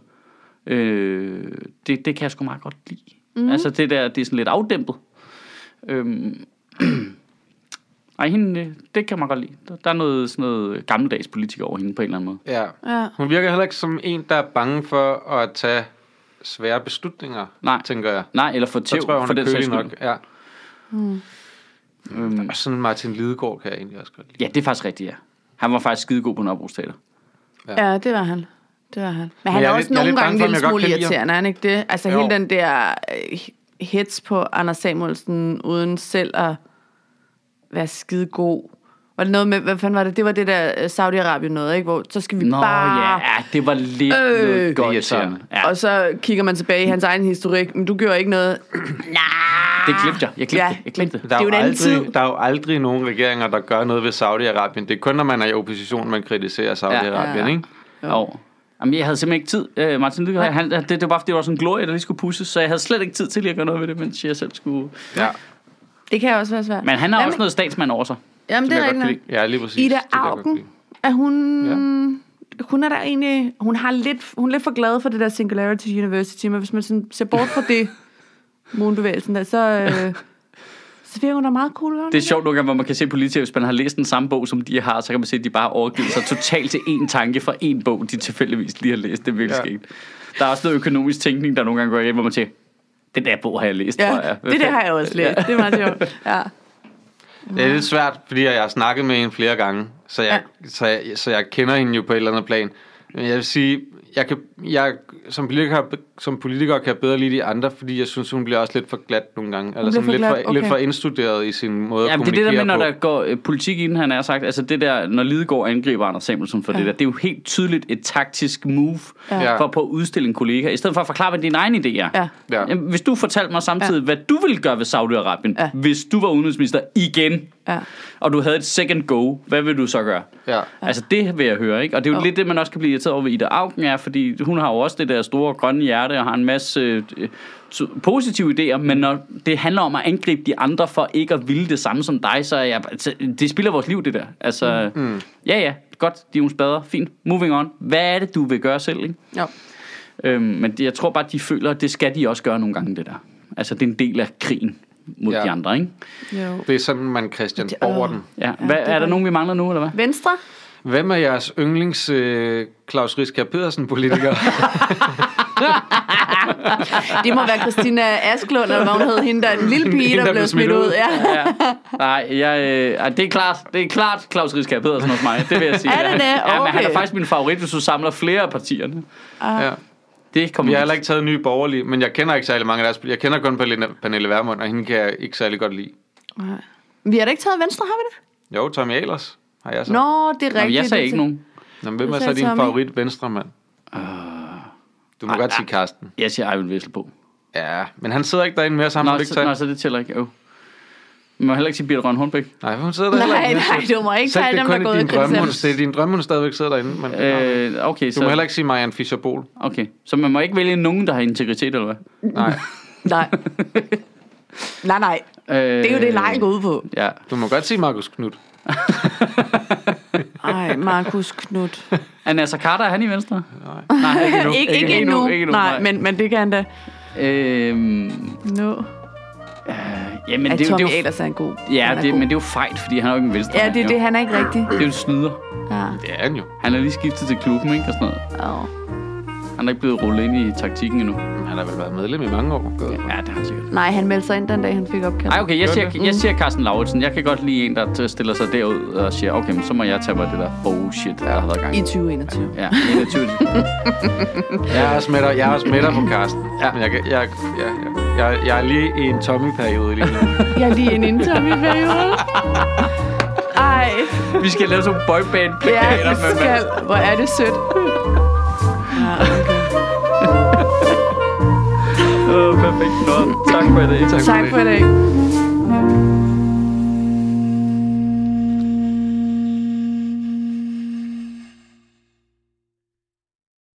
Speaker 3: Øh, det, det kan jeg sgu meget godt lide. Mm. Altså det der, det er sådan lidt afdæmpet. Øhm, <clears throat> ej, hende, øh, det kan man godt lide. Der, der er noget, sådan noget gammeldags politik over hende på en eller anden måde.
Speaker 2: Ja.
Speaker 1: Ja.
Speaker 2: Hun virker heller ikke som en, der er bange for at tage svære beslutninger,
Speaker 3: Nej.
Speaker 2: tænker jeg.
Speaker 3: Nej, eller for
Speaker 2: Så
Speaker 3: tæv,
Speaker 2: tror jeg, hun
Speaker 3: for
Speaker 2: er
Speaker 3: den sags
Speaker 2: kølig
Speaker 3: skyld.
Speaker 2: nok. Ja.
Speaker 3: Øhm,
Speaker 2: Og sådan Martin Lidegaard kan jeg egentlig også godt lide.
Speaker 3: ja, det er faktisk rigtigt, ja. Han var faktisk skidegod på Nørrebro Teater.
Speaker 1: Ja, det var han. Det var han. Men, han
Speaker 2: jeg
Speaker 1: er,
Speaker 2: er
Speaker 1: også
Speaker 2: lidt- jeg
Speaker 1: nogle
Speaker 2: er lidt
Speaker 1: gange en
Speaker 2: bange for, om
Speaker 1: lille smule
Speaker 2: jeg godt kan lide ham.
Speaker 1: irriterende, er han ikke det? Altså
Speaker 2: Jo.
Speaker 1: hele den der øh, hits på Anders Samuelsen, uden selv at være skide god. Var det noget med, hvad fanden var det? Det var det der øh, Saudi-Arabien noget, ikke? Hvor så skal vi
Speaker 3: Nå
Speaker 1: bare...
Speaker 3: ja, ja, det var lidt øh,
Speaker 1: Øh.
Speaker 3: noget godt
Speaker 2: Irriterende.
Speaker 3: sådan. Ja,
Speaker 1: Og så kigger man tilbage i hans egen historik, men du gjorde ikke noget.
Speaker 3: det glemte jeg. Jeg glemte,
Speaker 1: Ja,
Speaker 3: ja, jeg glemte det.
Speaker 1: men-
Speaker 2: Der er,
Speaker 1: Det er
Speaker 2: jo
Speaker 1: jo en anden
Speaker 2: aldrig,
Speaker 1: tid.
Speaker 2: der er jo aldrig nogen regeringer, der gør noget ved Saudi-Arabien. Det er kun, når man er i opposition, man kritiserer
Speaker 1: Ja,
Speaker 2: Saudi-Arabien,
Speaker 1: ja.
Speaker 2: ikke?
Speaker 3: Jo. Jamen, jeg havde simpelthen ikke tid. Øh, Martin Luther, han, det, det var bare, fordi det var sådan en glorie, der lige skulle pusses, så jeg havde slet ikke tid til lige at gøre noget ved det, mens jeg selv skulle...
Speaker 2: Ja,
Speaker 1: Det kan også være svært.
Speaker 3: Men han har
Speaker 1: Hvad
Speaker 3: også
Speaker 1: med-
Speaker 3: noget statsmand over sig. som
Speaker 1: Jamen, det er
Speaker 3: jeg godt
Speaker 1: rigtigt.
Speaker 3: kan
Speaker 1: nok.
Speaker 3: lide.
Speaker 2: ja lige præcis.
Speaker 1: Ida
Speaker 2: Det kan jeg godt
Speaker 1: Augen,
Speaker 2: lide.
Speaker 1: at hun... Ja. Hun er der egentlig... Hun, har lidt, hun er lidt for glad for det der Singularity University, men hvis man sådan ser bort fra
Speaker 2: <laughs>
Speaker 1: det, moonbevægelsen der, så... Øh, så virker hun da meget cool. gør hun
Speaker 3: Det er
Speaker 1: ikke
Speaker 3: sjovt nogle gange, hvor man kan se politikere, hvis man har læst den samme bog, som de har, så kan man se, at de bare har overgivet sig totalt til én tanke fra én bog, de tilfældigvis lige har læst. Det er virkelig ja.
Speaker 2: Ja.
Speaker 3: skægt. Der er også noget økonomisk tænkning, der nogle gange går igen, hvor man tænker, den der bog har jeg læst, tror
Speaker 1: Ja,
Speaker 3: jeg. Hvad
Speaker 1: det der
Speaker 3: fanden?
Speaker 1: har jeg også læst. Det er meget sjovt. Ja.
Speaker 2: Det er lidt svært, fordi jeg har snakket med hende flere gange, så jeg, ja. så jeg, så jeg kender hende jo på et eller andet plan. Men jeg vil sige, jeg, kan, jeg som politiker, som politiker kan jeg bedre lide de andre, fordi jeg synes, hun bliver også lidt for glat nogle gange. Eller
Speaker 1: bliver
Speaker 2: sådan
Speaker 1: for
Speaker 2: lidt,
Speaker 1: glat,
Speaker 2: for, lidt
Speaker 1: okay.
Speaker 2: for indstuderet i sin måde at
Speaker 3: Jamen, det er
Speaker 2: kommunikere
Speaker 3: det der med, når
Speaker 2: på.
Speaker 3: der går øh, politik inden, han er sagt. Altså det der, når Lidegaard angriber Anders Samuelsen for ja.
Speaker 1: Ja.
Speaker 3: det der, det er jo helt tydeligt et taktisk move
Speaker 1: Ja.
Speaker 3: ja. for at prøve at udstille en kollega, i stedet for at forklare, hvad dine egne idéer er.
Speaker 1: Ja.
Speaker 2: Ja.
Speaker 3: Jamen, Hvis du fortalte mig samtidig, ja. hvad du ville gøre ved Saudi-Arabien, ja.
Speaker 1: Ja.
Speaker 3: hvis du var udenrigsminister igen,
Speaker 1: Ja.
Speaker 3: og du havde et second go, hvad vil du så gøre?
Speaker 2: Ja.
Speaker 3: Altså det vil jeg høre, ikke? Og det er jo
Speaker 1: Jo.
Speaker 3: lidt det, man også kan blive irriteret over ved Ida Augen er, fordi hun har jo også det der store grønne hjerte og har en masse øh, t- positive idéer, men når det handler om at angribe de andre for ikke at ville det samme som dig, så er jeg, så det spilder vores liv, det der. Altså, mm. ja ja, godt, de er nogle spader, fint, moving on. Hvad er det, du vil gøre selv, ikke?
Speaker 1: Jo.
Speaker 3: Øhm, men det, jeg tror bare, de føler, at det skal de også gøre nogle gange, det der. Altså, det er en del af krigen mod
Speaker 2: Ja.
Speaker 3: ja. de andre, ikke?
Speaker 1: jo.
Speaker 2: Det er sådan, man Christian
Speaker 1: Det-
Speaker 2: over
Speaker 1: åh.
Speaker 2: den.
Speaker 3: Ja. Hvad,
Speaker 1: det er
Speaker 3: er, er der
Speaker 1: rigtigt.
Speaker 3: nogen, vi mangler nu, eller hvad?
Speaker 1: Venstre?
Speaker 2: Hvem er jeres yndlings øh, Claus Riskær
Speaker 1: <laughs>
Speaker 2: Pedersen-politiker?
Speaker 1: Det må være Christina Asklund, eller hvad hun hed, hende der er en lille pige,
Speaker 2: Hende,
Speaker 1: der,
Speaker 2: der
Speaker 1: blev smidt ud. Ja.
Speaker 3: ja. Nej, jeg, øh, ej, det er klart, det er klart Claus Rieskær Pedersen hos mig. Det vil jeg sige.
Speaker 1: <laughs> Er det det?
Speaker 3: Ja, men han er
Speaker 1: Okay.
Speaker 3: faktisk min favorit, hvis du samler flere af partierne.
Speaker 2: ja.
Speaker 3: Det kommer
Speaker 2: Vi har heller ikke taget nye borgerlige, men jeg kender ikke særlig mange af deres. Jeg kender kun Pernille, Pernille Vermund, og hende kan jeg ikke særlig godt lide.
Speaker 1: Nej. Vi har da ikke taget Venstre, har vi det? Jo,
Speaker 2: Jo, Tommy Ahlers har jeg så.
Speaker 1: Nå, det
Speaker 3: Nå,
Speaker 1: er rigtigt.
Speaker 3: men jeg sagde
Speaker 1: det-
Speaker 3: ikke nogen.
Speaker 2: Nå, men hvem er
Speaker 1: Jeg
Speaker 2: så
Speaker 1: sagde
Speaker 2: din
Speaker 1: Tommy.
Speaker 2: favorit venstremand?
Speaker 3: Øh.
Speaker 2: Du må
Speaker 3: Ej,
Speaker 2: godt
Speaker 3: ej.
Speaker 2: sige Karsten.
Speaker 3: Jeg siger Eivind Vesselbo.
Speaker 2: Ja, men han sidder ikke derinde mere sammen med
Speaker 3: Nå, så,
Speaker 2: Victor.
Speaker 3: nå, så det tæller ikke. Jo. Man må heller ikke sige Birte Røn Hornbæk.
Speaker 2: Nej, hun sidder der heller
Speaker 1: Nej,
Speaker 2: ikke.
Speaker 1: nej, du må ikke
Speaker 2: Så
Speaker 1: tage
Speaker 2: det
Speaker 1: dem,
Speaker 2: er
Speaker 1: der
Speaker 2: kun
Speaker 1: går
Speaker 2: i
Speaker 1: ud
Speaker 2: din
Speaker 1: i
Speaker 2: drømme, hun,
Speaker 1: Christian.
Speaker 2: det er din drømme, hun stadigvæk sidder derinde. Men, øh,
Speaker 3: Øh, okay,
Speaker 2: du må
Speaker 3: så,
Speaker 2: heller ikke sige Marianne Fischer-Bol.
Speaker 3: okay, så man må ikke vælge nogen, der har integritet, eller hvad? <laughs>
Speaker 2: Nej,
Speaker 1: Nej. nej, nej.
Speaker 3: Øh,
Speaker 1: <laughs> Det er jo det, lejen går ud på.
Speaker 3: Ja.
Speaker 2: du må godt sige Markus Knud.
Speaker 1: Ej, Markus Knud.
Speaker 3: Anna Sakata, er han i Venstre?
Speaker 2: Nej.
Speaker 3: Nej, <laughs> ikke endnu.
Speaker 1: <laughs> ikke, ikke, endnu.
Speaker 3: Ikke endnu.
Speaker 1: Nej, men, men det kan han da
Speaker 3: Øhm,
Speaker 1: nå.
Speaker 3: jamen,
Speaker 1: At
Speaker 3: det, er jo-
Speaker 1: Tommy
Speaker 3: det er jo...
Speaker 1: Ahlers er en god.
Speaker 3: Ja,
Speaker 1: han er
Speaker 3: det,
Speaker 1: god.
Speaker 3: men det er jo fejl, fordi han er jo ikke en venstre.
Speaker 1: Ja, det er det. Han er ikke rigtig.
Speaker 3: Det er jo en snyder.
Speaker 1: Ja.
Speaker 2: Det er han jo.
Speaker 3: Han er lige skiftet til klubben, ikke? Og sådan noget.
Speaker 1: Åh.
Speaker 3: Han er ikke blevet rullet ind i taktikken endnu.
Speaker 2: Men han har vel været medlem i mange år.
Speaker 3: Ja, det har han sikkert.
Speaker 1: Nej, han meldte sig ind den dag, han fik opkald.
Speaker 3: Nej, okay, jeg
Speaker 2: Gør
Speaker 3: siger,
Speaker 2: det?
Speaker 1: Mm.
Speaker 3: jeg siger Carsten Lauritsen. Jeg kan godt lide en, der t- stiller sig derud og siger, okay, men så må jeg tage mig af det der bullshit, der har været gang.
Speaker 1: I
Speaker 3: i."
Speaker 1: 2021.
Speaker 3: Ja, 21.
Speaker 1: <laughs>
Speaker 2: Jeg er også med dig, jeg er også med dig på Karsten. Ja. Men jeg, kan- jeg, jeg, jeg, jeg, jeg er lige i en Tommy-periode lige
Speaker 3: <laughs>
Speaker 2: nu.
Speaker 1: Jeg er lige en intern i periode. Ej,
Speaker 3: Vi skal lave sådan nogle
Speaker 1: ja,
Speaker 3: boyband-plakater.
Speaker 1: vi
Speaker 3: med- med-
Speaker 1: skal. Hvor er det sødt. Ja, okay.
Speaker 3: Åh, perfekt. Nå, tak for i dag.
Speaker 1: Tak for i dag.